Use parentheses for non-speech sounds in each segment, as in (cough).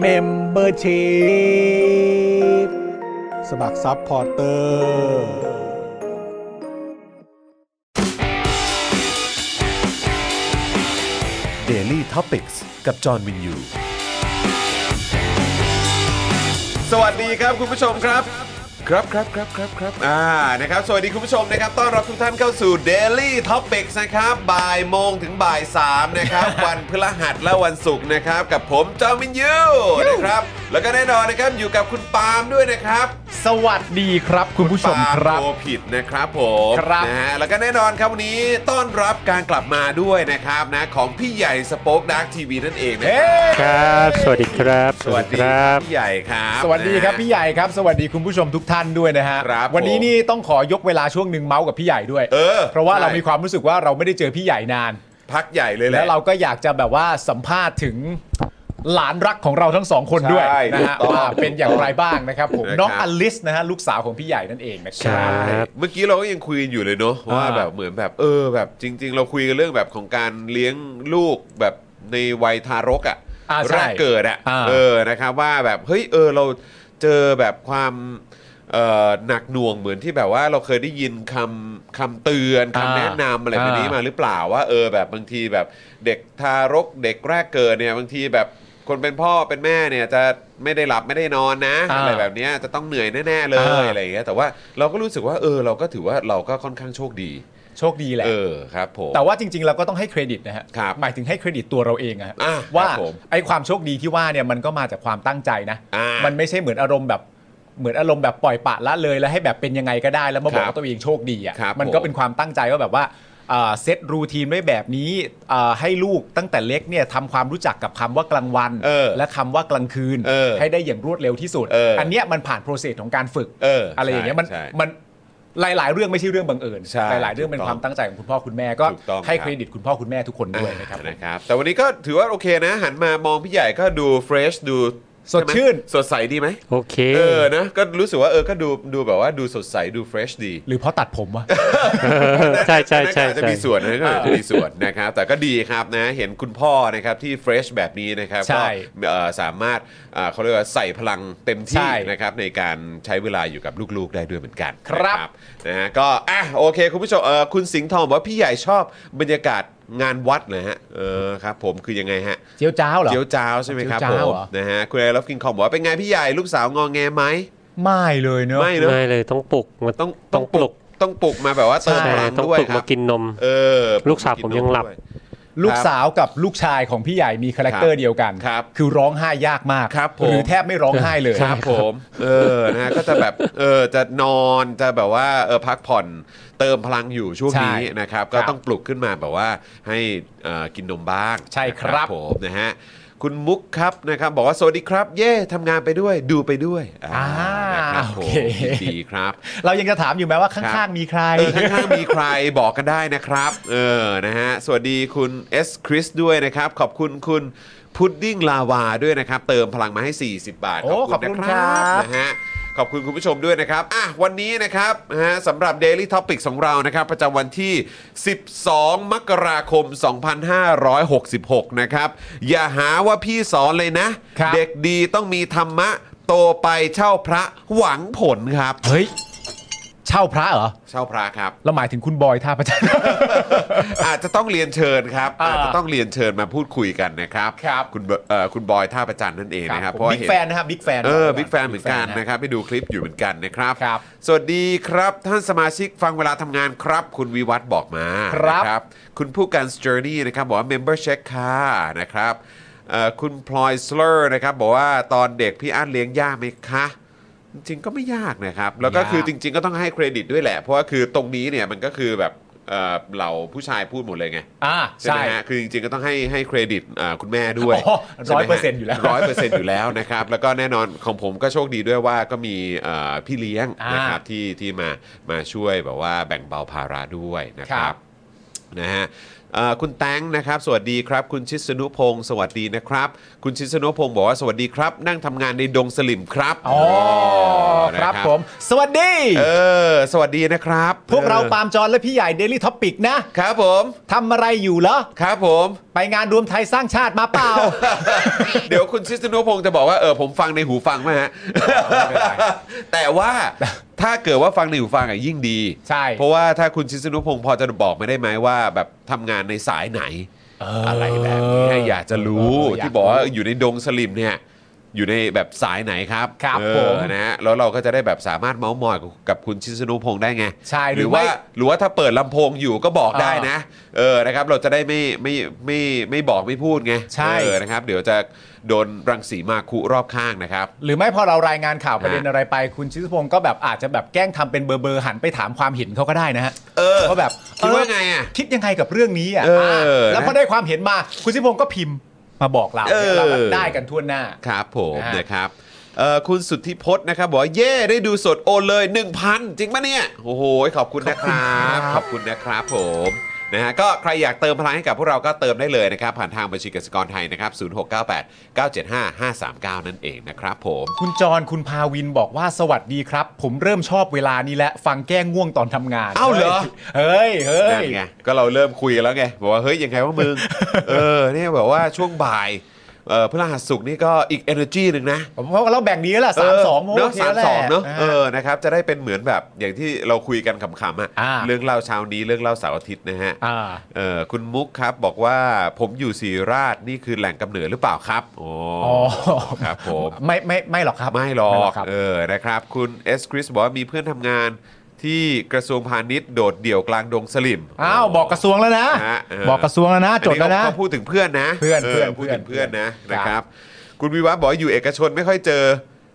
เมมเบอร์ชีพสมัครซัพพอร์เตอร์ Daily t o p i c กกับจอห์นวินยู สวัสดีครับคุณผู้ชมครับ ครับครับครับครับครับอ่านะครับสวัสดีคุณผู้ชมนะครับต้อนรับทุกท่านเข้าสู่ Daily Topics นะครับบ่ายโมงถึงบ่ายสามนะครับ (laughs) วันพฤหัสและวันศุกร์นะครับ กับผมจอมินยูนะครับ แล้วก็แน่นอนนะครับอยู่กับคุณปาล์มด้วยนะครับ สวัสดีครับคุณผู้ชม ปาล์ม ครับ โทรผิดนะครับผม ครับ นะฮะแล้วก็แน่นอนครับวันนี้ต้อนรับการกลับมาด้วยนะครับนะของพี่ใหญ่สป็อคดักทีวีนั่นเองนะครับ ครับ สวัสดีครับ สวัสดี ครับ พี่ใหญ่ครับ สวัสดีครับพี่ใหญ่ครับ สวัสดีคุณผู้ชมทุกท่านด้วยนะฮะ ครับ วันนี้ ผม นี่ต้องขอยกเวลาช่วงหนึ่งเมาส์กับพี่ใหญ่ด้วย เออ เพราะว่าเรา ใช่ มีความรู้สึกว่าเราไม่ได้เจอพี่ใหญ่นาน พักใหญ่เลยแหละ แล้วเราก็อยากจะแบบว่าสัมภาษณ์ถึงหลานรักของเราทั้งสองคนด้วย ใช่ นะ ถู ฮะ กต้อง ว่าเป็นอย่างไรบ้างนะครับผม นะครับ น้องอลิสนะฮะลูกสาวของพี่ใหญ่นั่นเองนะค ค รั รับ บ เมื่อกี้เราก็ยังคุยกันอยู่เลยเนอะ อ่า ว่าแบบเหมือนแบบเออแบบจริง ๆ เราคุยกันเรื่องแบบของการเลี้ยงลูกแบบในวัยทารกอ่ะ อ่าใช่ แรกเกิดอ่ะ อ่า เออนะครับว่าแบบเฮ้ยเออเราเจอแบบความเอ่อหนักหน่วงเหมือนที่แบบว่าเราเคยได้ยินคำคำเตือน อ่า คำแนะนำอะไรแบบนี้ อ่าม มาหรือเปล่าว่าเออแบบบางทีแบบเด็กทารกเด็กแรกเกิดเนี่ยบางทีแบบคนเป็นพ่อเป็นแม่เนี่ยจะไม่ได้หลับไม่ได้นอนนะ อ่า อะไรแบบเนี้ยจะต้องเหนื่อยแน่ๆเลย อ่า อะไรอย่างเงี้ยแต่ว่าเราก็รู้สึกว่าเออเราก็ถือว่าเราก็ค่อนข้างโชคดี โชคดีแหละ เออครับผม แต่ว่าจริงๆ เราก็ต้องให้เครดิตนะฮะ ครับ หมายถึงให้เครดิตตัวเราเองอะฮะ อ่ะ ว่า ครับผม ไอ้ความโชคดีที่ว่าเนี่ยมันก็มาจากความตั้งใจนะ อ่ามั มันไม่ใช่เหมือนอารมณ์แบบเหมือนอารมณ์แบบปล่อยปละละเลยแล้วให้แบบเป็นยังไงก็ได้แล้วมาบอก ครับ ว่าตัวเองโชคดีอะ ครับ มันก็เป็นความตั้งใจว่าแบบว่าเอ่อเซตรูทีนไว้แบบนี้เอ่อให้ลูกตั้งแต่เล็กเนี่ยทำความรู้จักกับคำว่ากลางวัน เออ และคำว่ากลางคืน เออ ให้ได้อย่างรวดเร็วที่สุด เอออั นเนี้ยมันผ่านโปรเซสของการฝึก เออ อะไรอย่างเงี้ยมัน ใช่ใช่ มันหลาย ๆ เรื่องไม่ใช่เรื่องบังเอิญ ใช่ หลายๆเรื่องเป็น ถูก ค ต้ วา อง ม ตั้งใจของคุณพ่อคุณแม่ก็ ถูกต้อง ให้ ครับ เครดิตคุณพ่อคุณแม่ทุกคนด้วยนะครับ นะครับแต่วันนี้ก็ถือว่าโอเคนะ หันมามองพี่ใหญ่ก็ดูเฟรชดู สดชื่น ใไหมสดใสดีไหม โอเค เออนะก็รู้สึกว่าเออก็ดูดูแบบว่าดูสดใสดูเฟรชดี หรือเพราะตัดผมวะ (laughs) ใช่ใช่ใช่ นั่นก็อาจจะ ใช่ มีส่วนนะก็อาจจะมีส่วนนะครับแต่ก็ดีครับนะเห็นคุณพ่อนะครับที่เฟรชแบบนี้นะครับ ใช่ ก็เอ่อสามารถเอ่อเขาเรียกว่าใส่พลังเต็มที่ ใช่ นะครับในการใช้เวลาอยู่กับลูกๆได้ด้วยเหมือนกัน ครับ นะนะฮะก็อ่ะโอเค คุณผู้ชมเออคุณสิงห์ทองบอกว่าพี่ใหญ่ชอบบรรยากาศงานวัดนะฮะเออครับผมคือยังไงฮะ เจียวจ้าวเหรอ เจียวจ้าวใช่ไหมครับ เจียวผจ้าว ม เหรอ นะฮะคุณไอรับกินคอมบอกว่าเป็นไงพี่ใหญ่ลูกสาวงองแงไหม ไม่เลยเนอะ ไม่เนอะ ไม่เลยต้องปลุกมา ต้องต้องปลุกต้องปลุกมาแบบว่าเติม ใช่ พลัง ต้อง ด้วย ปลุก ครั มา บ กินนม เออ ลูกสาวผมยังหลับ ด้วย ลูกสาวกับลูกชายของพี่ใหญ่มีคาแรคเตอร์เดียวกัน ครับ อร้องไห้ยากมาก ครับผม หรือแทบไม่ร้องไห้เลย ครับผมเออนะ (laughs) ฮะก็จะแบบเออจะนอนจะแบบว่าเออพักผ่อนเติมพลังอยู่ช่วงนี้นะครับ ก็ต้องปลุกขึ้นมาแบบว่าให้เอ่อกินนมบ้าง ใช่ครับ ผมนะฮะคุณมุกครับนะครับบอกว่าสวัสดีครับ เย่ทำงานไปด้วยดูไปด้วย อ่า นะครับผ โอ ม เค ยินดีครับ (laughs) เรายังจะถามอยู่ไหมว่า ครั ข้าง บ ๆมีใคร เออข้างๆมีใครบอกกันได้นะครับ เออนะฮะสวัสดีคุณ S คริสด้วยนะครับ ขอบคุณคุณพุดดิ้งลาวาด้วยนะครับ เติมพลังมาให้ 40 บาท โอ้ นะ ขอบคุณครับ นะฮะขอบคุณคุณผู้ชมด้วยนะครับอ่ะวันนี้นะครับนะฮะสำหรับ Daily Topic ของเรานะครับ ประจำวันที่ 12 มกราคม 2566 นะครับ อย่าหาว่าพี่สอนเลยนะ ครับ เด็กดีต้องมีธรรมะ โตไปเช่าพระหวังผลครับ เฮ้ย เช่าพระเหรอ เช่าพระครับ แล้วหมายถึงคุณบอยท่าประจัน อาจจะต้องเรียนเชิญครับ อ่า อาจจะต้องเรียนเชิญมาพูดคุยกันนะครับ ครับ คุณเบเอ่อคุณบอยท่าประจันนั่นเองนะครับเพราะว่า บิ๊ก เห็น แฟนนะครับบิ๊กแฟน เออบิ๊กแฟนเหมือนกันนะครับไปดูคลิปอยู่เหมือนกันนะครับ ครับ สวัสดีครับ ท่านสมาชิกฟังเวลาทำงานครับ คุณวิวัฒน์บอกมา ครับ นะคุณผู้การ Journey นะครับ บอกว่า Member Check ค่ะนะครับเอ่อคุณพลอยสเลอร์นะครับ บอกว่าตอนเด็กพี่อาร์ตเลี้ยงยากไหมคะ จริงๆก็ไม่ยากนะครับ แล้วก็ ยาก คือจริง ๆ ก็ต้องให้เครดิตด้วยแหละ เพราะว่าคือตรงนี้เนี่ยมันก็คือแบบเอ่อเหล่าผู้ชายพูดหมดเลยไง อ่า ใช่ ใช่ ไหมฮะคือจริงๆ ก็ต้องให้ให้เครดิตอ่าคุณแม่ด้วย อ๋อ100%อยู่แล้ว ร้อยเปอร์เซ็นต์อยู่แล้วนะครับ แล้วก็แน่นอนของผมก็โชคดีด้วยว่าก็มีเอ่อพี่เลี้ยง อ่าน นะครับที่ที่มามาช่วยแบบว่าแบ่งเบาภาระด้วยนะค ครั รับบ นะฮะเอ่อคุณแตงนะครับ สวัสดีครับ คุณชิสนุพงศ์สวัสดีนะครับ คุณชิสนุพงศ์บอกว่าสวัสดีครับ นั่งทำงานในดงสลิมครับ อ๋อ นะครับ ผม สวัสดี เออสวัสดีนะครับ พวกเรา ออ ปาล์มจอนและพี่ใหญ่ Daily Topic นะครับ ผม ทำอะไรอยู่เหรอ ครับผม ไปงานรวมไทยสร้างชาติมาเปล่า (laughs) เดี๋ยวคุณชิสนุพงศ์จะบอกว่าเออผมฟังในหูฟังไหมฮะ แต่ว่าถ้าเกิดว่าฟังในหูฟังอะยิ่งดี ใช่ เพราะว่าถ้าคุณชิสนุพงศ์พอจะบอกไม่ได้ไหมว่าแบบทำงานในสายไหน อะไรแบบนี้ให้อยากจะรู้ เอออยากรู้ ที่บอกว่าอยู่ในดงสลิมเนี่ยอยู่ในแบบสายไหนครับ ครับ เออ ผม นะฮะแล้วเราก็จะได้แบบสามารถเมาส์มอยกับคุณชิสนุพงศ์ได้ไง ใช่ ห หรื รือ อว่า ไม่ หรือว่าถ้าเปิดลำโพงอยู่ก็บอก อ่า ได้นะ เออนะครับเราจะได้ไม่ไม่ไม่ไม่บอกไม่พูดไง ใช่ เออนะครับ เดี๋ยวจะโดนรังสีมาคุรอบข้างนะครับ หรือไม่พอเรารายงานข่าวประเด็น ฮะ อะไรไป คุณชิสพงศ์ก็แบบอาจจะแบบแกล้งทำเป็นเบอร์เบอร์ๆหันไปถามความเห็นเขาก็ได้นะฮะ เออ ว่าแบบ คิดว่า เออ ไงอ่ะ คิดยังไงกับเรื่องนี้อ่ะ เออ อ่ะแล้วพอได้ความเห็นมาคุณชิสพงศ์ก็พิมพ์มาบอกเรา เออ เราก็ได้กันทั่วหน้า ครับผม นะฮะ นะครับเอ่อคุณสุทธิพจน์นะครับบอกว่าเย่ได้ดูสดโอนเลย 1,000 จริงปะเนี่ย โอ้โห ขอบคุณนะครับ ขอบคุณนะครับผมนะฮะก็ใครอยากเติมพลังให้กับพวกเราก็เติมได้เลยนะครับ ผ่านทางบัญชีกสิกรไทยนะครับ 0698 975 539 นั่นเองนะครับผม คุณจรคุณพาวินบอกว่าสวัสดีครับ ผมเริ่มชอบเวลานี้แล้วฟังแก้ง่วงตอนทำงาน เอ้าเหรอ เฮ้ยเฮ้ นั่ ย นไงก็เราเริ่มคุยกันแล้วไงบอกว่าเฮ้ยยังไงว่ามึง เออเนี่ยแบบว่าช่วงบ่ายเออพฤหัสศุกร์นี่ก็อีก energy หนึ่งนะ เพราะว่าเราแบ่งนี้แล้วล่ะสามสองโมง เนอะสามสองเนอะเอ เออ อนะครับ จะได้เป็นเหมือนแบบอย่างที่เราคุยกันขำๆอ่ะ อ่า เรื่องเล่าเช้านี้เรื่องเล่าเสาร์อาทิตย์นะฮะ อ่า เออคุณมุกครับบอกว่าผมอยู่ศรีราชนี่คือแหล่งกำเนิดหรือเปล่าครับโอ้ อ๋อ ครับผม ไม่ไม่ไม่หรอกครับ ไม่หรอก ครับ เออนะครับ คุณเอสคริสบอกว่ามีเพื่อนทำงานที่กระทรวงพาณิชย์โดดเดี่ยวกลางดงสลิม อ้าวบอกกระทรวงแล้วนะ ฮะเออ บอกกระทรวงแล้วนะ จดแล้วนะ อัเขาพูดถึงเพื่อนนะ เพื่อนเพื่อน พูดถึงเพื่อนนะ เพื่ นะ อน ครับ คุณวิวัฒน์บอกว่าอยู่เอกชนไม่ค่อยเจอ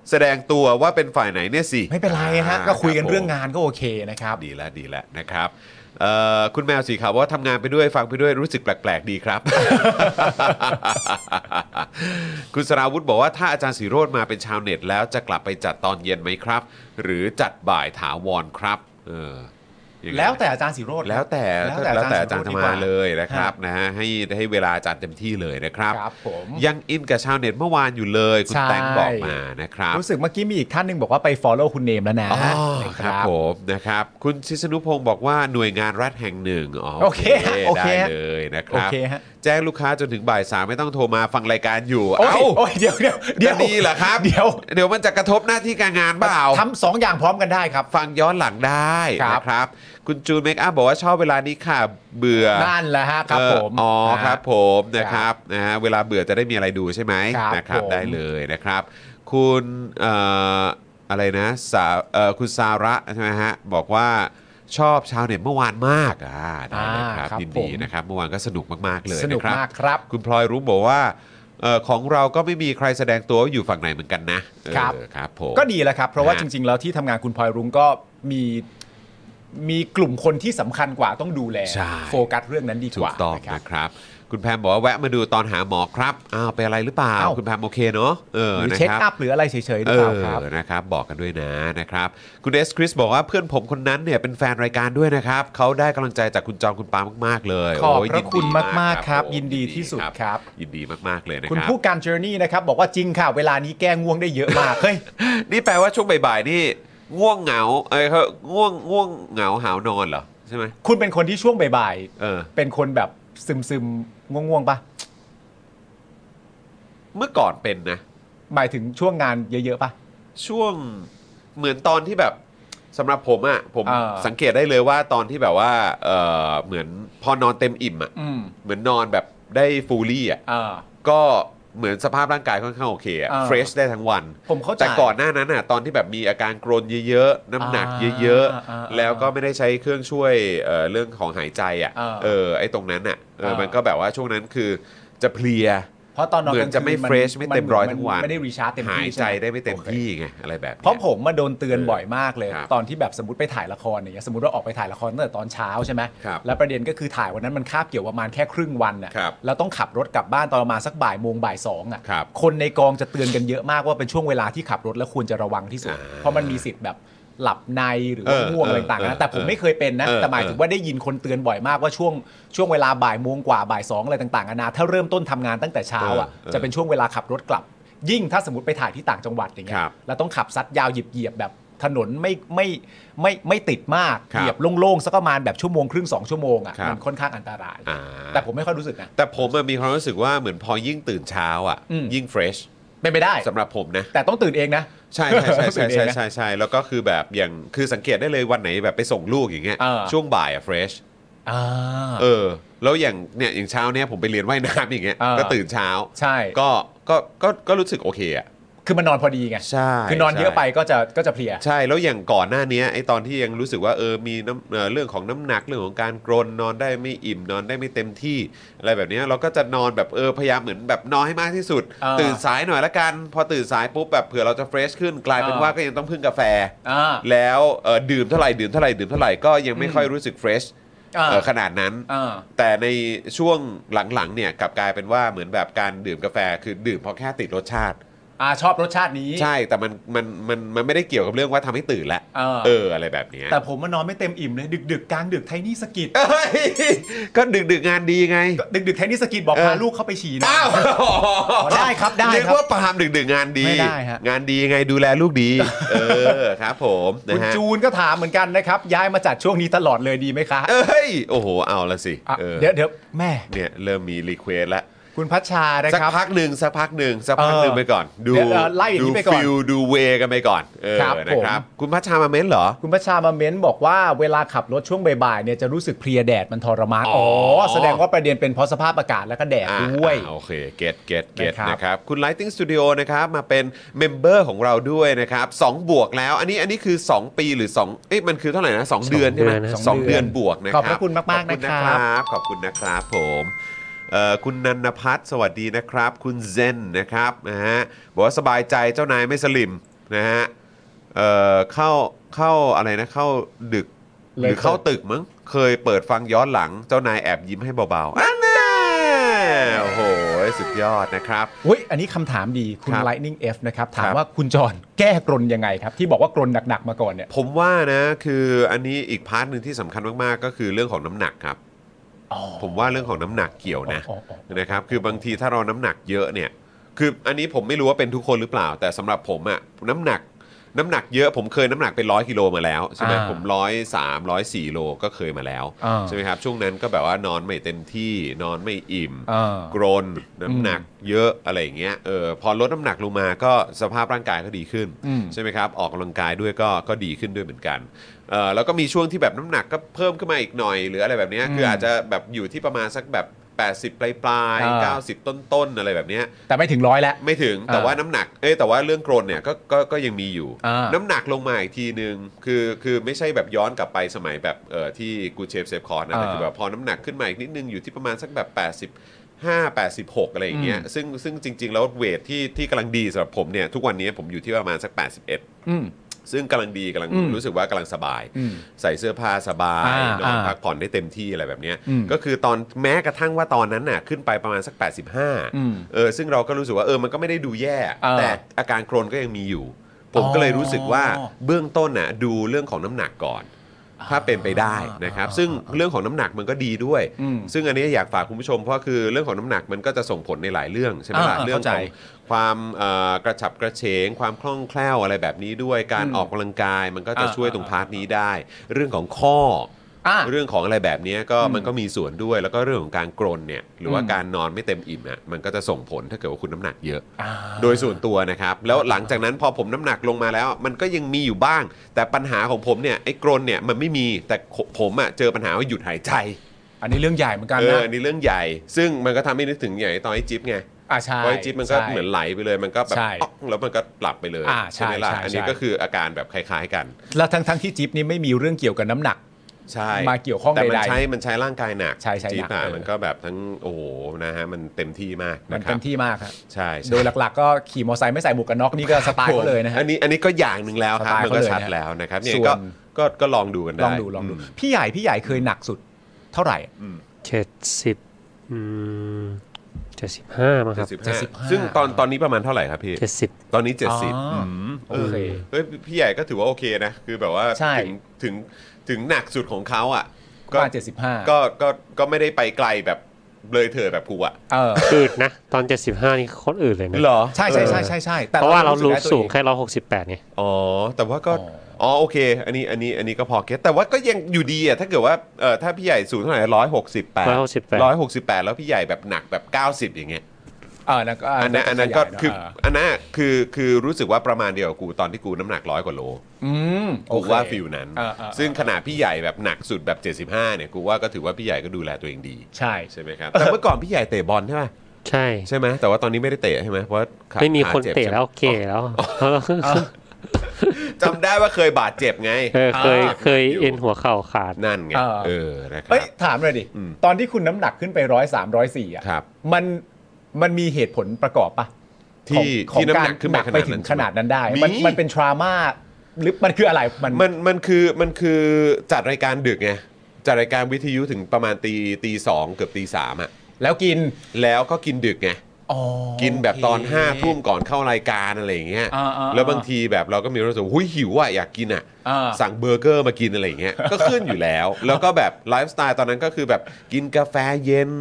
แสดงตัวว่าเป็นฝ่ายไหนเนี่ยสิ ไม่เป็นไรฮะ อ่า ก็คุยกัน บผม เรื่องงานก็โอเคนะครับ ดีแล้วดีแล้วนะครับเอ่อคุณแมวสีขาวบอกว่าทำงานไปด้วยฟังไปด้วยรู้สึกแปลก ๆ ดีครับ (laughs) คุณสราวุธบอกว่าถ้าอาจารย์สีโรดมาเป็นชาวเน็ต แล้วจะกลับไปจัดตอนเย็นไหมครับ หรือจัดบ่ายถาวรครับเออยังไง แล้วแต่อาจารย์สิโรธ แล้วแต่ แล้วแต่ แล้วแต่อาจารย์ อาจารย์ จะ สุ มา ภาพ เลยนะครับ ฮะ นะฮะให้ให้เวลาอาจารย์เต็มที่เลยนะครับ ครับผม ยังอินกับชาวเน็ตเมื่อวานอยู่เลย คุณ ใช่ แตงบอกมานะครับ รู้สึกเมื่อกี้มีอีกท่านหนึ่งบอกว่าไป follow คุณเนมแล้วนะ อ๋อ นะ ครับผมนะครับคุณชิสนุพงศ์บอกว่าหน่วยงานรัฐแห่งหนึ่งอ๋อ โอเคฮะโอเค ได้ ฮะ เลยนะครับ โอเคฮะ แจ้งลูกค้าจนถึงบ่ายสามไม่ต้องโทรมาฟังรายการอยู่ โอ้ย เอ้า โอ้ยเดี๋ยวเดี๋ยวเดี๋ย จะ ว ดีเหรอครับ เดี๋ยว เดี๋ยวมันจะกระทบหน้าที่การงานเปล่า ทำสองอย่างพร้อมกันได้ครับ ฟังย้อนหลังได้ ครับ นะครับ คุณจูนเมคอัพบอกว่าชอบเวลานี้ค่ะเบื่อ นั่นแหละฮะครับ เออ ผม อ๋อ นะ ครับผมนะครับนะฮะเวลาเบื่อจะได้มีอะไรดูใช่ไหม ครับ นะครับ ผม ได้เลยนะครับ คุณเอ่ออะไรนะสาเอ่อคุณสาระใช่ไหมฮะบอกว่าชอบชาวเน็ตเมื่อวานมากอ่าได้เลยครับ อ่าครับ ยินดี ผม นะครับเมื่อวานก็สนุกมากๆเลย สนุก นะครับ มากครับ คุณพลอยรู้บอกว่าเอ่อของเราก็ไม่มีใครแสดงตัวว่าอยู่ฝั่งไหนเหมือนกันนะครับ เออครับผม ก็ดีแล้วครับ เพราะว่า ฮะ จริง ๆ แล้วที่ทำงานคุณพลอยรุ้งก็มีมีกลุ่มคนที่สำคัญกว่าต้องดูแล ใช่ โฟกัสเรื่องนั้นดี ถู ก ก ว่า ต้อง นะครับ นะครับ คุณแพมบอกว่าแวะมาดูตอนหาหมอครับอ้าวไปนอะไรหรือเปล่า อ้าว คุณแพมโอเคเนาะเออ หรือ นะ เช็ค ครัอับพหรืออะไรเฉยๆหรือเปล่าครับ เออนะครับ บอกกันด้วยนะนะครับ คุณเอสคริสบอกว่าเพื่อนผมคนนั้นเนี่ยเป็นแฟนรายการด้วยนะครับ เขาได้กำลังใจจากคุณจองคุณปามาก ๆ เลย ขอบ โย พระ ยินดี คุณมากๆครับ ผม ยินดีที่สุดครับ ยินดีมาก ๆ เลยนะ คุณ ครับ ผู้การเจอร์นี่นะครับ บอกว่าจริงค่ะ เวลานี้แก้ง่วงได้เยอะมาก เฮ้ย นี่แปลว่าช่วงบ่าย ๆ นี่ง่วงเหงาเอ้ยเขาง่วงง่วงเหงาหาวนอนเหรอ ใช่ไหม คุณเป็นคนที่ช่วงบ่าย เออ ๆ เป็นคนแบบซึมซึมๆง่วงๆปะ เมื่อก่อนเป็นนะ หมายถึงช่วงงานเยอะๆปะ ช่วงเหมือนตอนที่แบบ สำหรับผมอะ่ะผม อ่า สังเกตได้เลยว่าตอนที่แบบว่าเออเหมือนพอนอนเต็มอิ่มอะ่ะ อืม เหมือนนอนแบบได้ฟูลี่อ่ะ อ่า ก็เหมือนสภาพร่างกายค่อนข้างโอเคอะ อ่า เฟรชได้ทั้งวัน ผมเข้าใจ แต่ก่อนหน้านั้นน่ะตอนที่แบบมีอาการกรนเยอะๆ น้ำหนักเยอะ อ่าอ่าอ่า ๆ แล้วก็ไม่ได้ใช้เครื่องช่วยเอ่อเรื่องของหายใจอ่ะ อ่า เออไอ้ตรงนั้นน่ะเออ อ่ามั มันก็แบบว่าช่วงนั้นคือจะเพลีย เพราะตอนนอน เหมือกนลางคื จะไม่เฟรชไม่เต็มร้อย น ทั้งวัน ไม่ได้รีชาร์จเต็ม หาย ที่ ใจ ช่ห ได้ไม่เต็ม โอค ที่ไงอะไรแบบนี้ย เพราะผมมาโดนเตือนบ่อยมากเลย ครับ ตอนที่แบบสมมติไปถ่ายละครอย่างเงี้ยสมมติว่าออกไปถ่ายละครตั้งแต่ตอนเช้าใช่ไหม ครับ แล้วประเด็นก็คือถ่ายวันนั้นมันคาบเกี่ยวประมาณแค่ครึ่งวันน่ะ ครับ แล้วต้องขับรถกลับบ้านตอนประมาณสักบ่ายโมงบ่ายสองอ่ะ ครับ คนในกองจะเตือนกันเยอะมากว่าเป็นช่วงเวลาที่ขับรถแล้วควรจะระวังที่สุด อ่า เพราะมันมีสิทธิ์แบบหลับในหรือว่า เออ ง่วงอะไร เออ ต่างๆ เอ นะ อ แต่ผมไม่เคยเป็นนะ เออ แต่หมายถึงว่าได้ยินคนเตือนบ่อยมากว่าช่วงช่วงเวลาบ่ายโมงกว่าบ่ายสองอะไรต่างๆนานาถ้าเริ่มต้นทำงานตั้งแต่เช้าอ่ะ เออเออ จะเป็นช่วงเวลาขับรถกลับ ยิ่งถ้าสมมติไปถ่ายที่ต่างจังหวัดอย่างเงี้ ครั ย บ แล้วต้องขับซัดยาวเหยียบเหยียบแบบถนนไม่ไม่ไม่ไม่ติดมาก ครับ เหยียบโล่งๆสักประมาณแบบชั่วโมงครึ่งสองชั่วโมง ครั อะ่ะ บ มันค่อนข้างอันตราย อ่า แต่ผมไม่ค่อยรู้สึกนะ แต่ผมอะมีความรู้สึกว่าเหมือนพอยิ่งตื่นเช้าอ่ะ อืม ยิ่งเฟรช เป็นไปได้ สำหรับผมนะ แต่ต้องตื่นเองนะ ใช่ใช่ใช่ใช่ เป็นเอ ใช่ งนะ ใช่ใช่แล้วก็คือแบบอย่างคือสังเกตได้เลยวันไหนแบบไปส่งลูกอย่างเงี้ย เออ ช่วงบ่ายอะเฟรช อ่า เออแล้วอย่างเนี่ยอย่างเช้าเนี่ยผมไปเรียนว่ายน้ำอย่างเงี้ย เออ ก็ตื่นเช้า ใช่ ก็ก็ก็ก็รู้สึกโอเคอ่ะ คือมันนอนพอดีไง ใช่ คือนอนเยอะไป ใช่ ก็จะก็จะเพลีย ใช่แล้วอย่างก่อนหน้าเนี้ยไอ้ตอนที่ยังรู้สึกว่าเออมีน้ำเอ่อเรื่องของน้ำหนักเรื่องของการกรนนอนได้ไม่อิ่มนอนได้ไม่เต็มที่อะไรแบบเนี้ยเราก็จะนอนแบบเออพยายามเหมือนแบบนอนให้มากที่สุด เออ ตื่นสายหน่อยละกันพอตื่นสายปุ๊บแบบเผื่อเราจะเฟรชขึ้นกลายเป็น เออ ว่าก็ยังต้องพึ่งกาแฟ อ่า แล้วเอ่อดื่มเท่าไหร่ดื่มเท่าไหร่ดื่มเท่าไหร่ก็ยังไม่ อืม ค่อยรู้สึกเฟรช อ่า เอ่อขนาดนั้น อ่า แต่ในช่วงหลังๆเนี่ยกลับกลายเป็นว่าเหมือนแบบการดื่มกาแฟคือดื่มเพราะแค่ติดรสชาติ อ่าชอบรสชาตินี้ ใช่แต่มันมันมันมันไม่ได้เกี่ยวกับเรื่องว่าทำให้ตื่นละ เออ เอออะไรแบบเนี้ย แต่ผมมันนอนไม่เต็มอิ่มเลยดึกดึกๆกลางดึกไทนี่สะกิด เอ้ย (laughs) ก็ดึกดึกๆงานดีไง ดึกดึกๆไทนี่สะกิดบอก เออ พาลูกเข้าไปฉี่นะ อ้าว ได้ครับได้ครับ เรียกว่าปาล์มดึกดึกๆงานดี ไม่ได้ฮะ งานดีไงดูแลลูก (laughs) ดี เออครับผมนะ คุณ ฮะ จูนก็ถามเหมือนกันนะครับย้ายมาจัดช่วงนี้ตลอดเลยดีไหมคะ เอ้ยโอ้โหเอาละสิ อ่ะ เออ เดี๋ยวเดี๋ยวแม่ เนี่ยเริ่มมีรีเควสละ คุณพัชชานะ สัก ครับ พักหนึ่งสักพักหนึ่งสักพักหนึ่ง เออ ไปก่อน ดู เดี๋ยวเอ่อไล่อย่างนี้ ดู ไปก่อน ฟิลดูเวกันไปก่อนเออ ครับ นะ ผม ครับ คุณพัชชามาเม้นเหรอ คุณประชามาเม้นบอกว่าเวลาขับรถช่วงบ่ายๆเนี่ยจะรู้สึกเพลียแดดมันทรมาน อ๋ อ๋ อ อ อ๋ แสดงว่าประเด็นเป็นเพราะสภาพอากาศแล้วก็แดด อ่า ด้วย อ่าโอเคเก็ตเก็ตเก็ต นะครับ นะครับ คุณ Lighting Studio นะครับ มาเป็นเมมเบอร์ของเราด้วยนะครับ2บวกแล้ว อันนี้อันนี้คือ 2 ปีหรือ2เอ๊ะมันคือเท่าไหร่นะ 2 เดือนใช่ไหม เดือนนะ สองเดือนบวกนะขครั อ บบ พระคุณมากๆ ขอบ นะ ณ ค นะค รั รับ บ ขอบคุณนะครับผมเอ่อคุณนันพัฒน์สวัสดีนะครับ คุณเซนนะครับนะฮะบอกว่าสบายใจเจ้านายไม่สลิมนะฮะเอ่อเข้าเข้าอะไรนะเข้าดึกห เลย รือเข้าตึกมั้งเคยเปิดฟังย้อนหลังเจ้านายแอบยิ้มให้เบาๆอันน่ะโอ้โหสุดยอดนะครับ อุ้ยอันนี้คำถามดีคุณ ครับ Lightning F นะครับ ถามครับ ว่าคุณจอนแก้กรนยังไงครับ ที่บอกว่ากรนหนักๆมาก่อนเนี่ย ผมว่านะคืออันนี้อีกพาร์ทหนึ่งที่สำคัญมากๆ ก็คือเรื่องของน้ำหนักครับ อ๋อ ผมว่าเรื่องของน้ำหนักเกี่ยวนะ อ๋ออ๋ออ๋อ นะครับคือบางทีถ้าเราน้ำหนักเยอะเนี่ย คืออันนี้ผมไม่รู้ว่าเป็นทุกคนหรือเปล่า แต่สำหรับผมอะน้ำหนักน้ำหนักเยอะผมเคยน้ำหนักเป็นร้อยกิโลมาแล้วใช่ไหม อ่า ผมร้อยสามร้อยสี่โลก็เคยมาแล้ว อ่า ใช่ไหมครับช่วงนั้นก็แบบว่านอนไม่เต็มที่นอนไม่อิ่ม อ่า กรนน้ำหนักเยอะอะไรอย่างเงี้ยเออพอลดน้ำหนักลงมาก็สภาพร่างกายก็ดีขึ้น อืม ใช่ไหมครับ ออกกำลังกายด้วยก็ก็ดีขึ้นด้วยเหมือนกันเออแล้วก็มีช่วงที่แบบน้ำหนักก็เพิ่มขึ้นมาอีกหน่อย หรืออะไรแบบเนี้ย อืม คืออาจจะแบบอยู่ที่ประมาณสักแบบ 80 ปลายปลาย อ่า เก้าสิบต้นต้นๆอะไรแบบเนี้ย แต่ไม่ถึงร้อยแล้ว ไม่ถึงแต่ว่าน้ำหนักเอ้ยแต่ว่าเรื่องกรนเนี่ยก็ก็ก็ยังมีอยู่ อ่า น้ำหนักลงมาอีกทีนึงคือคือไม่ใช่แบบย้อนกลับไปสมัยแบบเอ่อที่กูเชฟเซฟคอร์นะแต่ อ่า คือแบบพอน้ำหนักขึ้นมาอีกนิดนึงอยู่ที่ประมาณสักแบบ 85 86 อะไรอย่างเงี้ย อืม ซึ่งซึ่งจริง ๆ แล้วเวทที่ที่กำลังดีสำหรับผมเนี่ยทุกวันนี้ผมอยู่ที่ประมาณสัก 81 อืม ซึ่งกำลังดีกำลัง อืม รู้สึกว่ากำลังสบาย อืม ใส่เสื้อผ้าสบาย อ่าน น อน อ่า พักผ่อนได้เต็มที่อะไรแบบเนี้ย อืม ก็คือตอนแม้กระทั่งว่าตอนนั้นน่ะขึ้นไปประมาณสัก อืม 85เออซึ่งเราก็รู้สึกว่าเออมันก็ไม่ได้ดูแย่ อ่า แต่อาการโครนก็ยังมีอยู่ ผมก็เลยรู้สึกว่า อ๋อ เบื้องต้นน่ะดูเรื่องของน้ำหนักก่อน ถ้าเป็นไปได้นะครับ ซึ่งเรื่องของน้ำหนักมันก็ดีด้วย อืม ซึ่งอันนี้อยากฝากคุณผู้ชมเพราะคือเรื่องของน้ำหนักมันก็จะส่งผลในหลายเรื่องใช่ไหมล่ะ อ่า เรื่อง เข้าใจ ของความเอ่อกระฉับกระเฉง ความคล่องแคล่วอะไรแบบนี้ด้วยการ อืม ออกกำลังกายมันก็จะ อ่า ช่วย อ่า ตรงพาร์ทนี้ได้ เรื่องของข้อ อ่า เรื่องของอะไรแบบเนี้ยก็มันก็มีส่วนด้วย แล้วก็เรื่องของการกรนเนี่ยหรือว่า อืม การนอนไม่เต็มอิ่มอ่ะมันก็จะส่งผลถ้าเกิดว่าคุณน้ำหนักเยอะ อ่า โดยส่วนตัวนะครับ แล้วหลังจากนั้นพอผมน้ำหนักลงมาแล้ว มันก็ยังมีอยู่บ้าง แต่ปัญหาของผมเนี่ยไอ้กรนเนี่ยมันไม่มีแต่ผมอ่ะเจอปัญหาว่าหยุดหายใจ อันนี้เรื่องใหญ่เหมือนกัน เอ นะ อนี่เรื่องใหญ่ ซึ่งมันก็ทำให้นึกถึงใหญ่างไอ้ตอนไอ้จิ๊บไง อ่าใช่ ไว้จิ๊บมันก็ ใช่ เหมือนไหลไปเลยมันก็แบบ ใช่ อ๊อกแล้วมันก็หลับไปเลย อ่าใช่ ไหมล่ะ ใช่ อันนี้ ใช่ ก็คืออาการแบบคล้าย ๆกัน แล้วทั้งทั้งที่จิ๊บนี่ไม่มีเรื่องเกี่ยวกับน้ำหนัก ใช่ มาเกี่ยวข้อง แต่มัน ใดๆ ใช้มันใช้ร่างกายหนัก ใช่ใช่ จิ๊บ หนัก อ่ะ เออ มันก็แบบทั้งโอ้โหนะฮะมันเต็มที่มาก มั นะ น ครั เต็ บ มที่มากครับ ใช่ใช่ โดยหลัก ๆ ก็ขี่มอเตอร์ไซค์ไม่ใส่หมวกกันน็อกนี่ก็สไตล์เขาเลยนะฮะ อันนี้อันนี้ก็อย่างหนึ่งแล้วครับ สไตล์ มันก็ เขาเลย ชัด นะ แล้วนะครับเนี่ย ส่วน ก็ก็ก็ลองดูกันได้ ลองดูลองดู ม พี่ใหญ่พี่ใหญ่เคยหนักสุดเท่าไหร่ เจ็ดสิบอืมเจ็ดสิบห้ามั้งครับ เจ็ดสิบห้า 75 ซึ่งตอนตอนนี้ประมาณเท่าไหร่ครับพี่ เจ็ดสิบ ตอนนี้เจ็ดสิบ อ๋อ เอ โอ อ เค เฮ้ยพี่ใหญ่ก็ถือว่าโอเคนะ คือแบบว่า ใช่ ถึงถึงถึงหนักสุดของเขาอ่ะ ประมาณเจ็ดสิบห้า ก็ก็ก็ไม่ได้ไปไกลแบบเลยเถิดแบบกูอ่ะ เออ อืดนะ ตอนเจ็ดสิบห้านี่โคตรอืดเลยนะ หรอ ใช่ใช่ใช่ใช่ใช่แต่ เพราะว่าเรารู้ ได้ตัว สูง อ แค่ร้อยหกสิบแปดไง อ๋อ แต่ว่าก็ อ๋อ อ๋อโอเค อันนี้อันนี้อันนี้ก็พอเก็ตแต่ว่าก็ยังอยู่ดีอ่ะถ้าเกิดว่าเอ่อถ้าพี่ใหญ่สูงเท่าไหร่ร้อยหกสิบแปด 168 ร้อยหกสิบแปดแล้วพี่ใหญ่แบบหนักแบบเก้าสิบอย่างเงี้ย เออนะก็ อันนั้นอันนั้นก็ ขยายหย คือ เ อันนั้นคือคือรู้สึกว่าประมาณเดียวกับกูตอนที่กูน้ำหนักร้อยกว่าโล อืม กู โอเค ว่าฟิลนั้น เออเออ ซึ่งขนาดพี่ใหญ่แบบหนักสุดแบบ 75 เนี่ย กูว่าก็ถือว่าพี่ใหญ่ก็ดูแลตัวเองดี ใช่ ใช่ไหมครับ แต่เมื่อก่อนพี่ใหญ่เตะบอลใช่ไหม ใช่ ใช่ไหมแต่ว่าตอนนี้ไม่ได้เตะใช่ไหมเพราะว่าขา ไม่มีคน ขาจ็บ เตะแล้วเก๋แล้ว จำได้ว่าเคยบาดเจ็บไง เออเคยเคย อยู่ เอ็นหัวเข่าขาด นั่นไง เออ นะครั เอ้ บ ยถามเลยดิ อืม ตอนที่คุณน้ำหนักขึ้นไปร้อยสามร้อยสี่อ่ะ ครับ มันมันมีเหตุผลประกอบปะ ที่ ของขอที่ง น้ำ การหนักขึ้นไป หนักไปถึงขนาดนั้นได้ มัน มี มันเป็นทรามาหรือมันคืออะไรมัน มันมันคือมันคือจัดรายการดึกไง จัดรายการวิทยุถึงประมาณตีตีสองเกือบตีสามอะ แล้วกิน แล้วก็กินดึกไง อ๋อ กินแบบตอน โเค ห้าทุ่มก่อนเข้ารายการอะไรอย่างเงี้ย อ่าๆๆ แล้วบางทีแบบเราก็มีรู้สึกว่าหุ้ยหิวอ่ะอยากกินอ่ะ อ่า สั่งเบอร์เกอร์มากินอะไรอย่างเงี้ (laughs) ย ก็ขึ้นอยู่แล้ว แล้วก็แบบไลฟ์สไตล์ตอนนั้นก็คือแบบกินกาแฟเย็น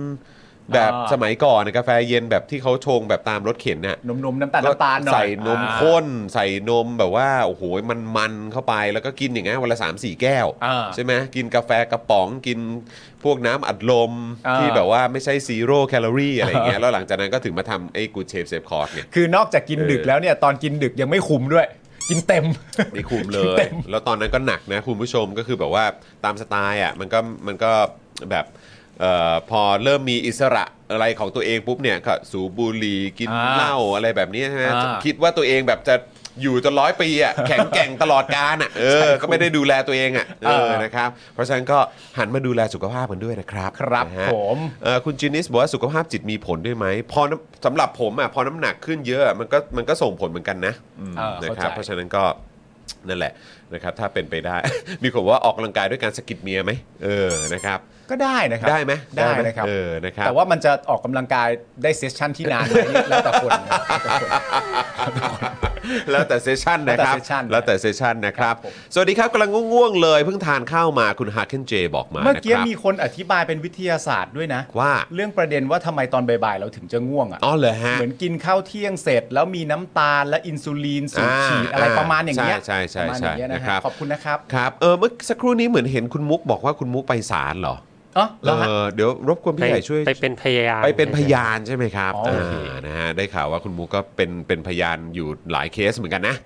แบบ อ่า สมัยก่อนนะกาแฟเย็นแบบที่เขาชงแบบตามรถเข็นน่ะ นมนมน้ำตาลน้ำตาลหน่อย ใส่นม อ่า ข้น ใส่นมแบบว่าโอ้โหมันมันๆเข้าไปแล้วก็กินอย่างเงี้ยวันละ3 4 แก้ว อ่า ใช่ไหมกินกาแฟกระป๋องกินพวกน้ำอัดลม อ่า ที่แบบว่าไม่ใช่ซีโร่แคลอรี่อะไรอย่างเงี้ยแล้วหลังจากนั้นก็ถึงมาทำไอ้กูเชฟเซฟคอร์สเนี่ย คือนอกจากกิน เออ ดึกแล้วเนี่ยตอนกินดึกยังไม่คุมด้วย กินเต็ม ไม่คุมเลย เต็ม แล้วตอนนั้นก็หนักนะคุณผู้ชมก็คือแบบว่าตามสไตล์อ่ะมันก็มันก็แบบเอ่อพอเริ่มมีอิสระอะไรของตัวเองปุ๊บเนี่ยก็สูบบุหรี่กิน อ่า เหล้าอะไรแบบนี้ใช่ไหม อ่า คิดว่าตัวเองแบบจะอยู่จนร้อยปี (laughs) อ่ะ แข็งแกร่งตลอดกาลอ่ะเออก็ไม่ได้ดูแลตัวเองอ่ะเออ เออ นะครับ เพราะฉะนั้นก็หันมาดูแลสุขภาพกันด้วยนะครับ ครับ นะฮะ ผม เอ่อคุณจินิสบอกว่าสุขภาพจิตมีผลด้วยไหมพอน้ำสำหรับผมอ่ะพอน้ำหนักขึ้นเยอะมันก็มันก็ส่งผลเหมือนกันนะอืม เออ นะ เข้าใจ ครับเพราะฉะนั้นก็นั่นแหละนะครับถ้าเป็นไปได้ (laughs) มีคนว่าออกกำลังกายด้วยการสะกิดเมียไหมเออนะครับ ก็ได้นะครับ ได้ไหม ได้ หม นะครับ เออนะครับ แต่ว่ามันจะออกกำลังกายได้เซสชั่นที่นานไหมนี่แล้วแต่คน (laughs) นะแล้วแต่คน (laughs) แล้วแต่เซสชั่นนะครัแล้บวแต่เซสชั่น แล้วแต่เซสชั่นนะครับ ครับผม สวัสดีครับกำลังง่วงๆเลยเพิ่งทานข้าวมาคุณฮาร์เคนเจบอกมา เมื่อกี้ นะครับ มีคนอธิบายเป็นวิทยาศาสตร์ด้วยนะ ว่า เรื่องประเด็นว่าทำไมตอนบ่ายๆเราถึงจะง่วงอ่ะ อ๋อเหรอฮะ เหมือนกินข้าวเที่ยงเสร็จ แล้วมีน้ำตาลและอินซูลินสูบฉีดอะไรประมาณอย่างเงี้ย ใช่ใช่ ประมาณ ใช่ อย่างเงี้ยนะ นะค ค รั รับ บขอบคุณนะครับ ครับเออเมื่อสักครู่นี้เหมือนเห็นคุณมุกบอกว่าคุณมุกไปศาลเหรอ เอ๋อแล้วฮะ เออเดี๋ยวรบกวน ไป พี่ใหญ่ช่วย ไปเป็นพยายาม ไปเป็นพยานใช่ไหมครับ อ๋ออ่โอเค านะฮะได้ข่าวว่าคุณมูก็เป็นเป็นพยานอยู่หลายเคสเหมือนกันนะ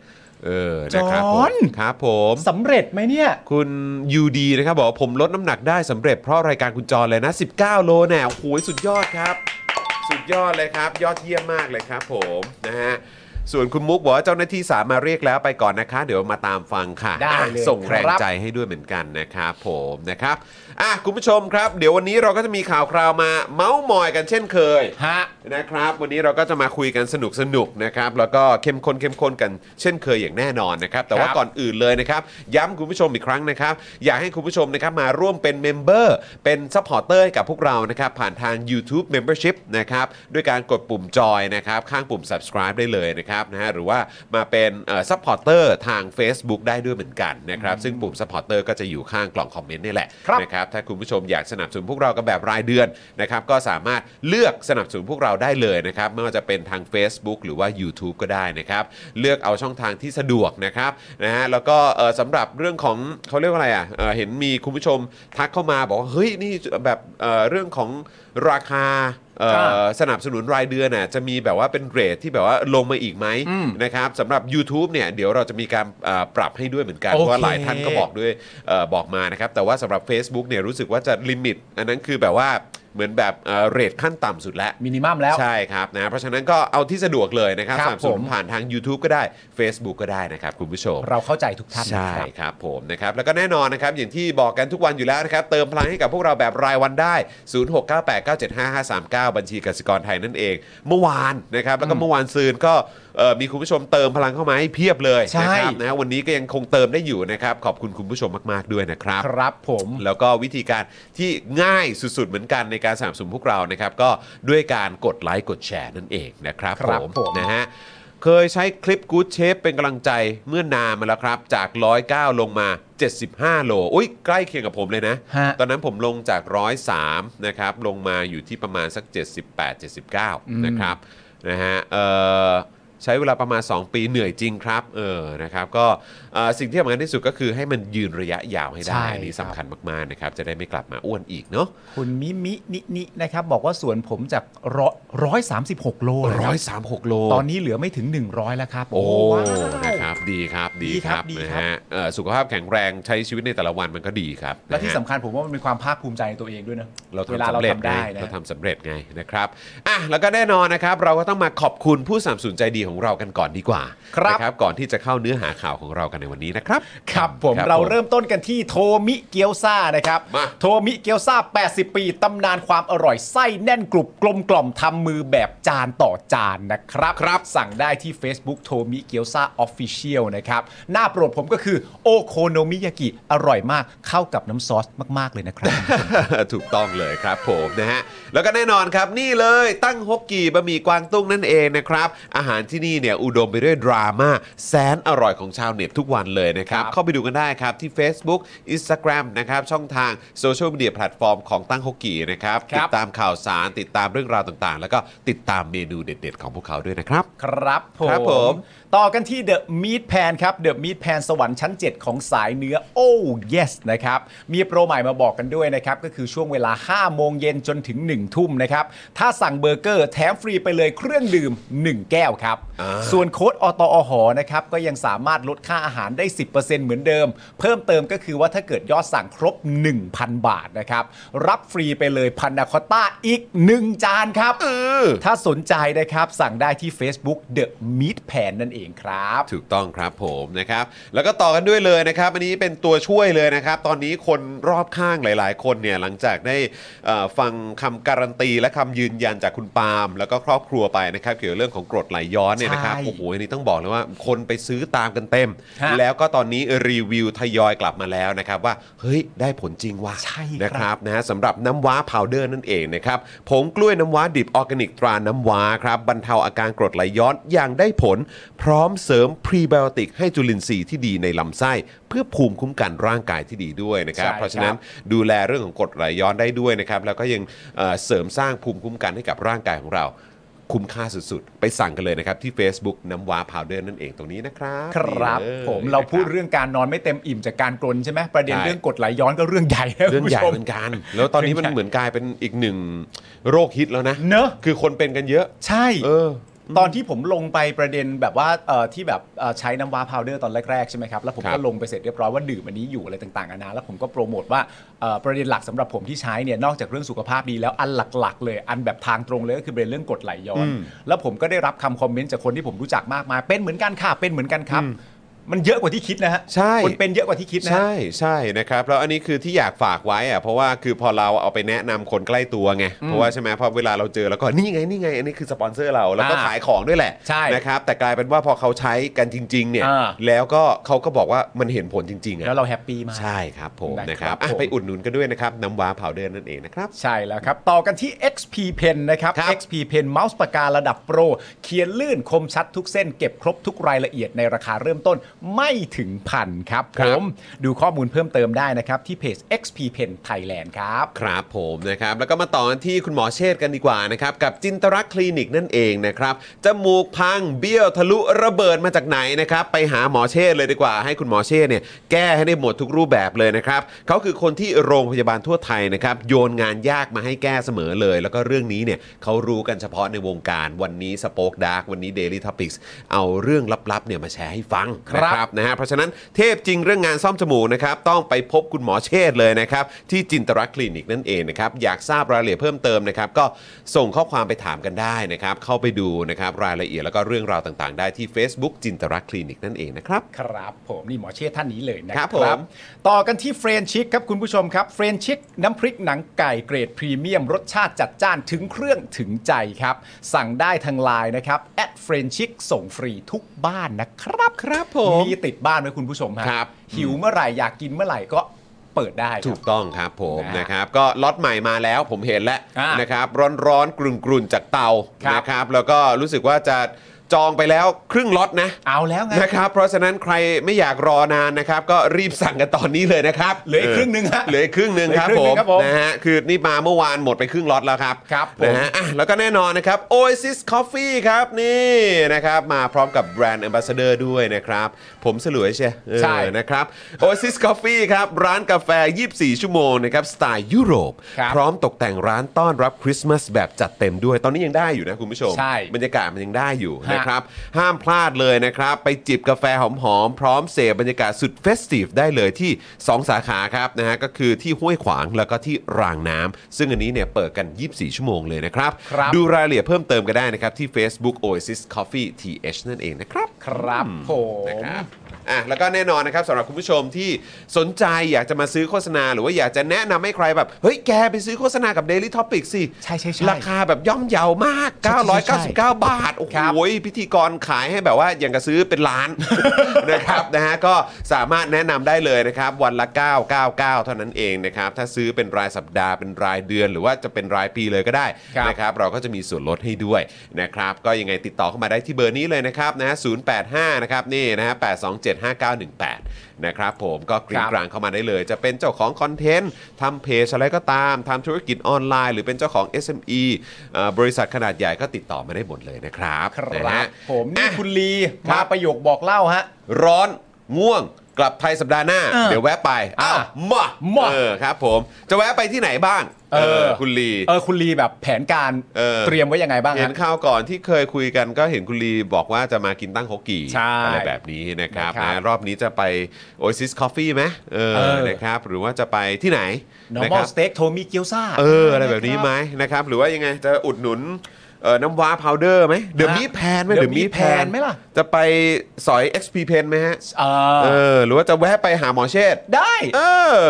เออ จ นะครับผ อ ม ห์น ครับผม สำเร็จไหมเนี่ย คุณยูดีนะครับบอกว่าผมลดน้ำหนักได้สำเร็จเพราะรายการคุณจรเลยนะ 19 โลแน่โอ้โหสุดยอดครับ สุดยอดเลยครับ ยอดเยี่ยมมากเลยครับผมนะฮะส่วนคุณมุกบอกว่าเจ้าหน้าที่สามมาเรียกแล้วไปก่อนนะคะ เดี๋ยวมาตามฟังค่ะ ได้เลย อ่ะส่งแรง ครับ ใจให้ด้วยเหมือนกันนะครับผมนะครับอ่ะคุณผู้ชมครับ เดี๋ยววันนี้เราก็จะมีข่าวคราวมาเมาส์มอยกันเช่นเคย ฮะ นะครับวันนี้เราก็จะมาคุยกันสนุกสนุกๆนะครับแล้วก็เข้มข้นเข้มข้นกันเช่นเคยอย่างแน่นอนนะครับแต่ว่า ครับ ก่อนอื่นเลยนะครับย้ำคุณผู้ชมอีกครั้งนะครับ อยากให้คุณผู้ชมนะครับมาร่วมเป็นเมมเบอร์เป็นซัพพอร์เตอร์กับพวกเรานะครับผ่านทาง YouTube Membership นะครับด้วยการกดปุ่มจอยนะครับข้างปุ่ม subscribe ได้เลยนะครับ นะครับนะฮะหรือว่ามาเป็นซัพพอร์เตอร์ทาง Facebook ได้ด้วยเหมือนกันนะครับซึ่งปุ่มซัพพอร์เตอร์ก็จะอยู่ข้างกล่องคอมเมนต์นี่แหละ ครับ นะครับถ้าคุณผู้ชมอยากสนับสนุนพวกเรากันแบบรายเดือนนะครับก็สามารถเลือกสนับสนุนพวกเราได้เลยนะครับไม่ว่าจะเป็นทาง Facebook หรือว่า YouTube ก็ได้นะครับเลือกเอาช่องทางที่สะดวกนะครับนะฮะแล้วก็เอ่อสำหรับเรื่องของเขาเรียกว่าอะไรอ่ะเอ่อเห็นมีคุณผู้ชมทักเข้ามาบอกว่าเฮ้ยนี่แบบเอ่อเรื่องของราคาเอ่อ ครับ เอ่อสนับสนุนรายเดือนน่ะจะมีแบบว่าเป็นเกรดที่แบบว่าลงมาอีกไหม อืม นะครับสำหรับ YouTube เนี่ยเดี๋ยวเราจะมีการเอ่อปรับให้ด้วยเหมือนกัน โอ เพ เค ราะว่าหลายท่านก็บอกด้วยเอ่อบอกมานะครับแต่ว่าสำหรับ Facebook เนี่ยรู้สึกว่าจะลิมิต อันนั้นคือแบบว่าเหมือนแบบเอ่อเรทขั้นต่ำสุดแล้ว minimum แล้ว ใช่ครับนะเพราะฉะนั้นก็เอาที่สะดวกเลยนะครับ ครับ สนับสนุ ผ น ม ผ่านทาง YouTube ก็ได้ Facebook ก็ได้นะครับคุณผู้ชม เราเข้าใจทุกท่านนะ ใช่ ครับ ครับผมนะครับแล้วก็แน่นอนนะครับอย่างที่บอกกันทุกวันอยู่แล้วนะครับ เติมพลังให้กับพวกเราแบบรายวันได้ 0698975539 บัญชีกสิกรไทยนั่นเอง เมื่อวานนะครับแล้วก็เมื่อวานซืนก็เอ่อมีคุณผู้ชมเติมพลังเข้ามาให้เพียบเลย ใช่ นะครับนะวันนี้ก็ยังคงเติมได้อยู่นะครับขอบคุณคุณผู้ชมมาก ๆ ด้วยนะครับ ครับผม แล้วก็วิธีการที่ง่ายสุด ๆ เหมือนกันในการสนับสนุนพวกเรานะครับ ก็ด้วยการกดไลค์กดแชร์นั่นเองนะครับ ครับผม นะฮะเคยใช้คลิปกู๊ดเชฟเป็นกำลังใจเมื่อนานมาแล้วครับ จาก 109 ลงมา 75 โลอุ้ยใกล้เคียงกับผมเลยนะ ฮะ ตอนนั้นผมลงจาก 103 นะครับ ลงมาอยู่ที่ประมาณสัก 78-79 นะครับนะฮะเอ่อใช้เวลาประมาณ 2 ปีเหนื่อยจริงครับเออนะครับก็เอ่อสิ่งที่สำคัญที่สุดก็คือให้มันยืนระยะยาวให้ได้ ใช่ อันนี้ ครับ สำคัญ ขอบคุณมากๆนะครับจะได้ไม่กลับมาอ้วนอีกเนาะ คุณมิมินินินะครับ บอกว่าส่วนผมจากร้อยร้อยสามสิบหกโลนะค ร้ รั อบ ยสามหกโล ตอนนี้เหลือไม่ถึง 100 แล้วครับ โอ้ ว้าว นะครับดีครับดีครับ ดี นะ ครับ ฮะเอ่อสุขภาพแข็งแรงใช้ชีวิตในแต่ละวันมันก็ดีครับ และที่ นะฮะ สำคัญผมว่ามันเป็นความภาคภูมิใจในตัวเองด้วยนะ เรา เว ทำ ลา สำ เรา เร็จ ทำ ได้ ได้นะ เราทำสำเร็จไงนะครับอ่ะแล้วก็แน่นอนนะครับ เราก็ต้องมาขอบคุณผู้สามสูนใจดีของเรากันก่อนดีกว่า ครับ นะก่อนที่จะเข้าเนื้อหาข่าวของเรากันในวันนี้นะครับ ครับผมเราเริ่มต้นกันที่โทมิเกียวซานะครับ มา โทมิเกียวซา80 ปี ตำนานความอร่อยไส้แน่นกรุบกลมกล่อมทำมือแบบจานต่อจานนะครับ ครับ สั่งได้ที่ Facebook โทมิเกียวซาออฟฟิเชียลนะครับ หน้าโปรดผมก็คือโอโคโนมิยากิอร่อยมากเข้ากับน้ำซอสมาก ๆ เลยนะครับ (laughs) ถูกต้องเลยครับผมนะฮะแล้วก็แน่นอนครับนี่เลยตั้งฮกกีบะหมี่กวางตุ้งนั่นเองนะครับอาหารที่นี่เนี่ยอุดมไปด้วยดราม่าแสนอร่อยของชาวเน็ตทุกวันเลยนะครับ ครับ เข้าไปดูกันได้ครับที่ Facebook Instagram นะครับช่องทางโซเชียลมีเดียแพลตฟอร์มของตั้งฮกกีนะครับติดตามข่าวสารติดตามเรื่องราวต่างๆ แล้วก็ติดตามเมนูเด็ด ๆ ของพวกเขาด้วยนะครับ ครับผ ครับผม ม ต่อกันที่เดอะม a t แพนครับเดอะม a t แพนสวรรค์ชั้น 7 ของสายเนื้อโอ้ yes นะครับ มีโปรใหม่มาบอกกันด้วยนะครับ ก็คือช่วงเวลา 5 โมงเย็นจนถึง 1 ทุ่มนะครับ ถ้าสั่งเบอร์เกอร์แถมฟรีไปเลยเครื่องดื่ม 1 แก้วครับ ส่วนโค้ดอตอหอนะครับ ก็ยังสามารถลดค่าอาหารได้ 10%เหมือนเดิม เพิ่มเติมก็คือว่าถ้าเกิดยอดสั่งครบ 1,000 บาทนะครับรับฟรีไปเลยพันนาคอตต้าอีก 1 จานครับ (laughs) ถ้าสนใจนะครับสั่งได้ที่ Facebook The Meat Pan นั่นเองครับ ถูกต้องครับผมนะครับ แล้วก็ต่อกันด้วยเลยนะครับ อันนี้เป็นตัวช่วยเลยนะครับ ตอนนี้คนรอบข้างหลาย ๆ คนเนี่ยหลังจากได้เอ่อฟังคำการันตีและคำยืนยันจากคุณปาล์มแล้วก็ครอบครัวไปนะครับ เกี่ยวกับเรื่องของกรดไหลย้อนเนี่ยนะครับ ใช่ โอ้โหอันนี้ต้องบอกเลยว่าคนไปซื้อตามกันเต็ม ฮะ แล้วก็ตอนนี้รีวิวทยอยกลับมาแล้วนะครับ ว่าเฮ้ยได้ผลจริงว่ะ ใช่ นะค ครั รับ บ ครับนะฮะสำหรับน้ำว้าพาวเดอร์นั่นเองนะครับผงกล้วยน้ำว้าดิบออร์แกนิกตราน้ำว้าครับบรรเทาอาการกรดไหลย้อนอย่างได้ผล พร้อมเสริมพรีไบโอติกให้จุลินทรีย์ที่ดีในลำไส้ เพื่อภูมิคุ้มกันร่างกายที่ดีด้วยนะครับ ใช่ครับ เพราะฉะนั้นดูแลเรื่องของกรดไหลย้อนได้ด้วยนะครับ แล้วก็ยังเอ่อเสริมสร้างภูมิคุ้มกันให้กับร่างกายของเรา คุ้มค่าสุดๆ ไปสั่งกันเลยนะครับที่ Facebook น้ำว้าพาวเดอร์นั่นเองตรงนี้นะครับ ครับ นี่ลย ผมเราพูด นะคบ เรื่องการนอนไม่เต็มอิ่มจากการกรนใช่ไหมประเด็น ใช่ เรื่องกดไหลย้อนก็เรื่องใหญ่นะ เรื่อง คุณ ใหญ่ ผู้ชม เหมือนกัน แล้วตอนนี้มัน เรื่องใหญ่ เหมือนกลายเป็นอีกหนึ่งโรคฮิตแล้วนะ เนอะ คือคนเป็นกันเยอะ ใช่ เออ ตอนที่ผมลงไปประเด็นแบบว่าเอ่อที่แบบเอ่อใช้น้ำว้าพาวเดอร์ตอนแรกๆใช่ไหมครับ แล้วผม ครั ก็ บ ลงไปเสร็จเรียบร้อยว่าดื่มอันนี้อยู่อะไรต่างๆนานาแล้วผมก็โปรโมทว่าเอ่อประเด็นหลักสำหรับผมที่ใช้เนี่ยนอกจากเรื่องสุขภาพดีแล้วอันหลักๆ เลยอันแบบทางตรงเลยก็คือประเด็นเรื่องกรดไหลย้อน แล้วผมก็ได้รับคำคอมเมนต์จากคนที่ผมรู้จักมากมายเป็นเหมือนกันค่ะเป็นเหมือนกันครับ มันเยอะกว่าที่คิดนะฮะ ใช่ คนเป็นเยอะกว่าที่คิดนะฮะ ใช่ใช่นะครับแล้วอันนี้คือที่อยากฝากไว้อะเพราะว่าคือพอเราเอาไปแนะนำคนใกล้ตัวไงเพราะว่าใช่ไหมพอเวลาเราเจอแล้วก็นี่ไงนี่ไง อันนี้คือสปอนเซอร์เราแล้วก็ อ่า ขายของด้วยแหละ ใช่ นะครับแต่กลายเป็นว่าพอเขาใช้กันจริง ๆ เนี่ย อ่า แล้วก็เขาก็บอกว่ามันเห็นผลจริงๆอะ แล้วเราแฮปปี้มาก ใช่ครับผม ได้ นะค ครั รับบ อ่ะ ผม ไปอุดหนุนกันด้วยนะครับน้ำว้าเผาเดินนั่นเองนะครับ ใช่แล้วครับ ต่อกันที่ XP Pen นะครับ ครับ XP Pen เมาส์ปากการะดับโปร เขียนลื่นคมชัดทุกเส้นเก็บครบทุกรายละเอียดในราคาเริ่มต้นไม่ถึงพันครับ ค ผ รับ มดูข้อมูลเพิ่มเติมได้นะครับ ที่เพจ XP Pen Thailand ครับ ครับผมนะครับแล้วก็มาต่อกันที่คุณหมอเชษฐ์กันดีกว่านะครับกับจินตรักษณ์คลินิกนั่นเองนะครับจมูกพังเบี้ยวทะลุระเบิดมาจากไหนนะครับไปหาหมอเชษฐ์เลยดีกว่าให้คุณหมอเชษฐ์เนี่ยแก้ให้ได้หมดทุกรูปแบบเลยนะครับเขาคือคนที่โรงพยาบาลทั่วไทยนะครับโยนงานยากมาให้แก้เสมอเลย แล้วก็เรื่องนี้เนี่ยเขารู้กันเฉพาะในวงการวันนี้สป o อ e ดาร์กวันนี้ Daily Topics เอาเรื่องลับๆเนี่ยมาแชร์ให้ฟัง ครับ นะ นะฮะเพราะฉะนั้นเทพจริงเรื่องงานซ่อมจมูกนะครับต้องไปพบคุณหมอเชษฐ์เลยนะครับที่จินตรักษณ์คลินิกนั่นเองนะครับอยากทราบรายละเอียดเพิ่มเติมนะครับก็ส่งข้อความไปถามกันได้นะครับเข้าไปดูนะครับรายละเอียดแล้วก็เรื่องราวต่างๆ ได้ที่ Facebook จินตรักษณ์คลินิกนั่นเองนะครับ ครับผมนี่หมอเชษฐ์ท่านนี้เลยนะค ครั รั บบ ผม ต่อกันที่เฟรนชิกครับคุณผู้ชมครับเฟรนชิกน้ำพริกหนังไก่เกรดพรีเมียม รสชาติจัดจ้านถึงเครื่องถึงใจครับ สั่งได้ทางไลน์นะครับแอดเฟรนชิกส่งฟรีทุกบ้านนะครับ ครับผม มีติดบ้านไว้คุณผู้ชมฮะ ครับ หิวเมื่อไหร่อยากกินเมื่อไหร่ก็เปิดได้ค ถู รับ กต้องครับผม นะฮะ นะครับก็ล็อตใหม่มาแล้วผมเห็นแล้ว อ่าน นะครับร้อนๆกรุ่นๆจากเตา ครับ นะครับแล้วก็รู้สึกว่าจะจองไปแล้วครึ่งล็อตนะ เอาแล้วไง นะครับ เพราะฉะนั้นใครไม่อยากรอนานนะครับ ก็รีบสั่งกันตอนนี้เลยนะครับ เหลืออีกครึ่งหนึ่งฮะ เหลืออีกครึ่งหนึ่งครับ เหลื ผ ออี ม กครึ่งหนึ่งครับผม นะฮะคือนี่มาเมื่อวานหมดไปครึ่งล็อตแล้วครับ ครับผม นะฮะอ่ะแล้วก็แน่นอนนะครับ Oasis Coffee ครับนี่นะครับ มาพร้อมกับแบรนด์ Ambassador ด้วยนะครับ ผมสลวยใช่เออ ใช่ นะครับ Oasis Coffee ครับร้านกาแฟ 24 ชั่วโมงนะครับสไตล์ยุโรป ครับ พร้อมตกแต่งร้านต้อนรับคริสต์มาสแบบจัดเต็มด้วยตอนนี้ยังได้อยู่นะคุณผู้ชม ใช่ บรรยากาศมันยังได้อยู่ ฮะ นะครับ นะครับห้ามพลาดเลยนะครับ ไปจิบกาแฟหอมๆ พร้อมเสพบรรยากาศสุดเฟสติฟได้เลยที่ 2 สาขาครับนะฮะก็คือที่ห้วยขวางแล้วก็ที่รางน้ำซึ่งอันนี้เนี่ยเปิดกัน 24 ชั่วโมงเลยนะครับ ครับ ดูรายละเอียดเพิ่มเติมก็ได้นะครับ ที่ Facebook Oasis Coffee TH นั่นเองนะครับ ครับผม นะครับอ่ะแล้วก็แน่นอนนะครับสำหรับคุณผู้ชมที่สนใจอยากจะมาซื้อโฆษณา หรือว่าอยากจะแนะนำให้ใครแบบ เฮ้ยแกไปซื้อโฆษณากับ Daily Topic สิ ใช่ใช่ใช่ ราคาแบบย่อมเยาวมาก ใช่ใช่ใช่ 999 บาท โอ้โห ครับ พิธีกรขายให้แบบว่าอย่างกับซื้อเป็นล้าน (laughs) นะครับนะฮะก็สามารถแนะนำได้เลยนะครับ วันละ 999 เท่านั้นเองนะครับ ถ้าซื้อเป็นรายสัปดาห์เป็นรายเดือน หรือว่าจะเป็นรายปีเลยก็ได้ ครับ นะครับ นะครับเราก็จะมีส่วนลดให้ด้วยนะครับ ก็ยังไงติดต่อเข้ามาได้ที่เบอร์นี้เลยนะครับนะฮะ085 นะครับนี่นะฮะ8275918 นะครับผมก็กรี ค ด รับ กลางเข้ามาได้เลย จะเป็นเจ้าของคอนเทนต์ทำเพจอะไรก็ตามทำธุรกิจออนไลน์ หรือเป็นเจ้าของ SME เอ่อบริษัทขนาดใหญ่ก็ติดต่อมาได้หมดเลยนะครับ ค นะ รั ฮะ บผมนี่คุณลี ครั มา บ ประโยคบอกเล่าฮะ ร้อนง่วงกลับไทยสัปดาห์หน้า เออ เดี๋ยวแวะไปอ้าว อ่ะ มา มา เออครับผมจะแวะไปที่ไหนบ้าง เออ คุณลี เออคุณลีแบบแผนการ เออ เตรียมไว้ยังไงบ้าง เห็ ฮะ นข่าวก่อนที่เคยคุยกันก็เห็นคุณลีบอกว่าจะมากินตั้งฮกกี ใช่ อะไรแบบนี้นะครับ นะครับ นะรอบนี้จะไป Oasis Coffee ไหมเออ เออ นะครับ นะครับหรือว่าจะไปที่ไหนนะค normal รับ steak โทมิเกียวซา เอออะไรแบบนี้ไหมนะครับหรือว่ายังไงจะอุดหนุนเอ่อน้ำว้าพาวเดอร์ไหมเดี๋ยวมีแพนไหม The เดี๋ยวมี Meat แพน Pan ไหมล่ะ จะไปสอย XP Pen ไหมฮะ เออ เออหรือว่าจะแวะไปหาหมอเชษฐ์ ได้ เอ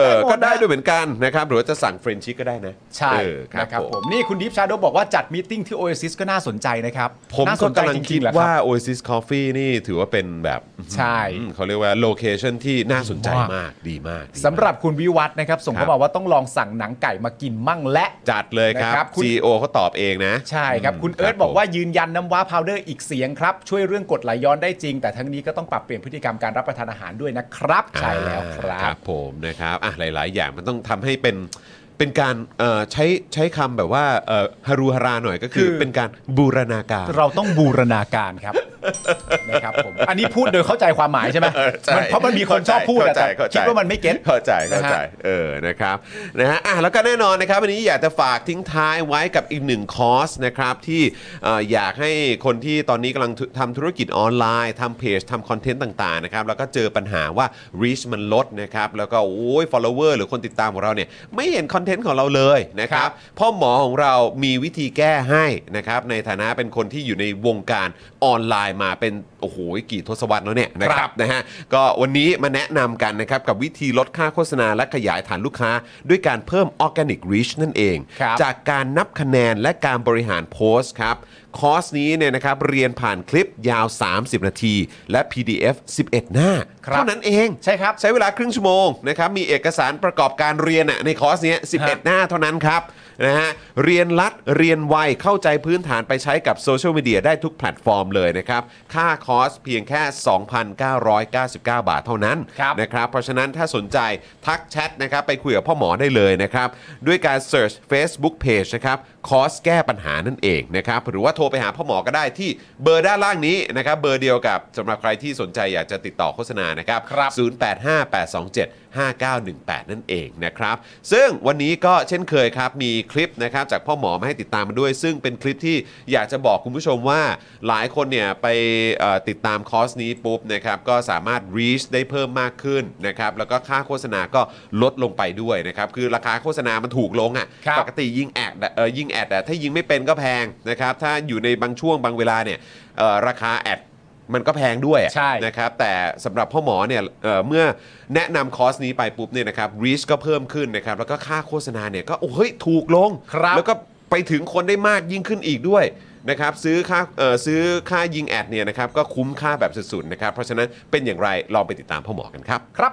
อ ได้หมดนะ ก็ได้ด้วยเหมือนกันนะครับหรือว่าจะสั่งเฟรนชิกก็ได้นะ ใช่ เออครั นะ บ ครับ ผม ผมนี่คุณดิฟชาโดบอกว่าจัดมีตติ้งที่ Oasis ก็น่าสนใจนะครับ ผม น่าส ก็ นใจ กำลัง จริ คิด งๆแหละค ว่า รับ Oasis Coffee นี่ถือว่าเป็นแบบ ใช่ อืมเขาเรียกว่าโลเคชันที่น่าสนใจมากดีมากดีมาก สำหรับคุณวิวัฒน์นะครับ ส่งเข้า ครั มา บ ว่าต้องลองสั่งหนังไก่มากินมั่งและ จัดเลยค นะครั รับ บคุณ CEO เขาตอบเองนะ ใช่ครับ คุณเอิร์ธ ผม บอกว่ายืนยันน้ำว้าพาวเดอร์อีกเสียงครับ ช่วยเรื่องกรดไหลย้อนได้จริง แต่ทั้งนี้ก็ต้องปรับเปลี่ยนพฤติกรรมการรับประทานอาหารด้วยนะครับ ใช่แล้วครั ค บ รับผมนะครับอ่ะหลาย ๆ อย่างมันต้องทำให้เป็นเป็นการเอ่อใช้ใช้คำแบบว่าเอ่อฮารูฮาราหน่อยก็คือ คือ เป็นการบูรณาการ เราต้องบูรณาการครับ (laughs) นะครับผมอันนี้พูดโดยเข้าใจความหมายใช่ไหม เออใช่ มันเพราะมันมีคนชอบพูด เข้า อะ ใจ แต่ เข้าใจ คิดว่ามันไม่เก็ต เข้าใจเข้าใจ นะฮะ เออนะครับนะฮะอ่ะแล้วก็แน่นอนนะครับวันนี้อยากจะฝากทิ้งท้ายไว้กับอีกหนึ่งคอร์สนะครับที่เอ่ออยากให้คนที่ตอนนี้กำลังทำธุรกิจออนไลน์ทำเพจทำคอนเทนต์ต่างๆนะครับแล้วก็เจอปัญหาว่า reach มันลดนะครับแล้วก็โอ้ย follower หรือคนติดตามของเราเนี่ยไม่เห็นคอนเทนต์ของเราเลยนะครั ครับ บ พ่อหมอของเรามีวิธีแก้ให้นะครับในฐานะเป็นคนที่อยู่ในวงการออนไลน์มาเป็นโ โอ้โหกี่ทศวรรษแล้วเนี่ยนะค ครั รับบ นะฮะก็วันนี้มาแนะนำกันนะครับกับวิธีลดค่าโฆษณาและขยายฐานลูกค้า ด้วยการเพิ่ม Organic Reach นั่นเอง ครับ จากการนับคะแนนและการบริหารโพสต์ครับคอร์สนี้เนี่ยนะครับเรียนผ่านคลิปยาว 30 นาที และ PDF 11 หน้า ครับ เท่านั้นเอง ใช่ครับ ใช้เวลาครึ่งชั่วโมงนะครับมีเอกสารประกอบการเรียนน่ะในคอร์สเนี้ย11 หน้าเท่านั้นครับนะฮะเรียนรัดเรียนไวเข้าใจพื้นฐานไปใช้กับโซเชียลมีเดียได้ทุกแพลตฟอร์มเลยนะครับค่าคอร์สเพียงแค่ 2,999 บาทเท่านั้น ครับ นะครับเพราะฉะนั้นถ้าสนใจทักแชทนะครับไปคุยกับพ่อหมอได้เลยนะครับ ด้วยการ search Facebook page นะครับคอร์สแก้ปัญหานั่นเองนะครับ หรือว่าโทรไปหาพ่อหมอก็ได้ที่เบอร์ด้านล่างนี้นะครับ เบอร์เดียวกับสำหรับใครที่สนใจอยากจะติดต่อโฆษณานะครับ ครับ 085827 5918 นั่นเองนะครับ ซึ่งวันนี้ก็เช่นเคยครับ มีคลิปนะครับจากพ่อหมอมาให้ติดตามมาด้วย ซึ่งเป็นคลิปที่อยากจะบอกคุณผู้ชมว่าหลายคนเนี่ยไปเอ่อติดตามคอร์สนี้ปุ๊บนะครับ ก็สามารถ reach ได้เพิ่มมากขึ้นนะครับ แล้วก็ค่าโฆษณาก็ลดลงไปด้วยนะครับ คือราคาโฆษณามันถูกลงอะ ครั่ ะ บ ปกติยิงแอดอะเออยิงแอดอะถ้ายิงไม่เป็นก็แพงนะครับถ้าอยู่ในบางช่วงบางเวลาเนี่ยเอ่อราคาแอดมันก็แพงด้วยอะ ใช่ นะครับแต่สำหรับพ่อหมอเนี่ยเอ่อเมื่อแนะนำคอร์สนี้ไปปุ๊บเนี่ยนะครับ reach ก็เพิ่มขึ้นนะครับแล้วก็ค่าโฆษณาเนี่ยก็โอ้เฮ้ยถูกลง ครับ แล้วก็ไปถึงคนได้มากยิ่งขึ้นอีกด้วยนะครับซื้อค่าเอ่อซื้อค่ายิงแอดเนี่ยนะครับก็คุ้มค่าแบบสุดๆนะครับเพราะฉะนั้นเป็นอย่างไรลองไปติดตามพ่อหมอกันครับ ครับ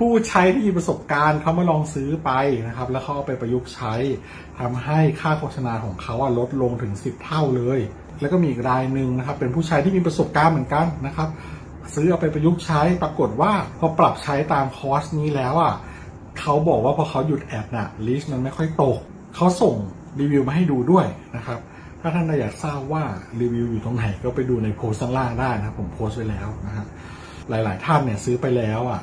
ผู้ใช้ที่มีประสบการณ์เขามาลองซื้อไปนะครับ แล้วเขาเอาไปประยุกต์ใช้ทำให้ค่าโฆษณาของเขาอะลดลงถึง 10 เท่าเลย แล้วก็มีอีกรายหนึ่งนะครับ เป็นผู้ใช้ที่มีประสบการณ์เหมือนกันนะครับ ซื้อเอาไปประยุกต์ใช้ปรากฏว่าพอปรับใช้ตามคอร์สนี้แล้วอ่ะเขาบอกว่าพอเขาหยุดแอดน่ะลิสต์มันไม่ค่อยตกเขาส่งรีวิวมาให้ดูด้วยนะครับ ถ้าท่านอยากทราบว่ารีวิวอยู่ตรงไหนก็ไปดูในโพสต์ข้างล่างได้นะครับผมโพสต์ไว้แล้วนะครับ หลาย ๆ ท่านเนี่ยซื้อไปแล้วอ่ะ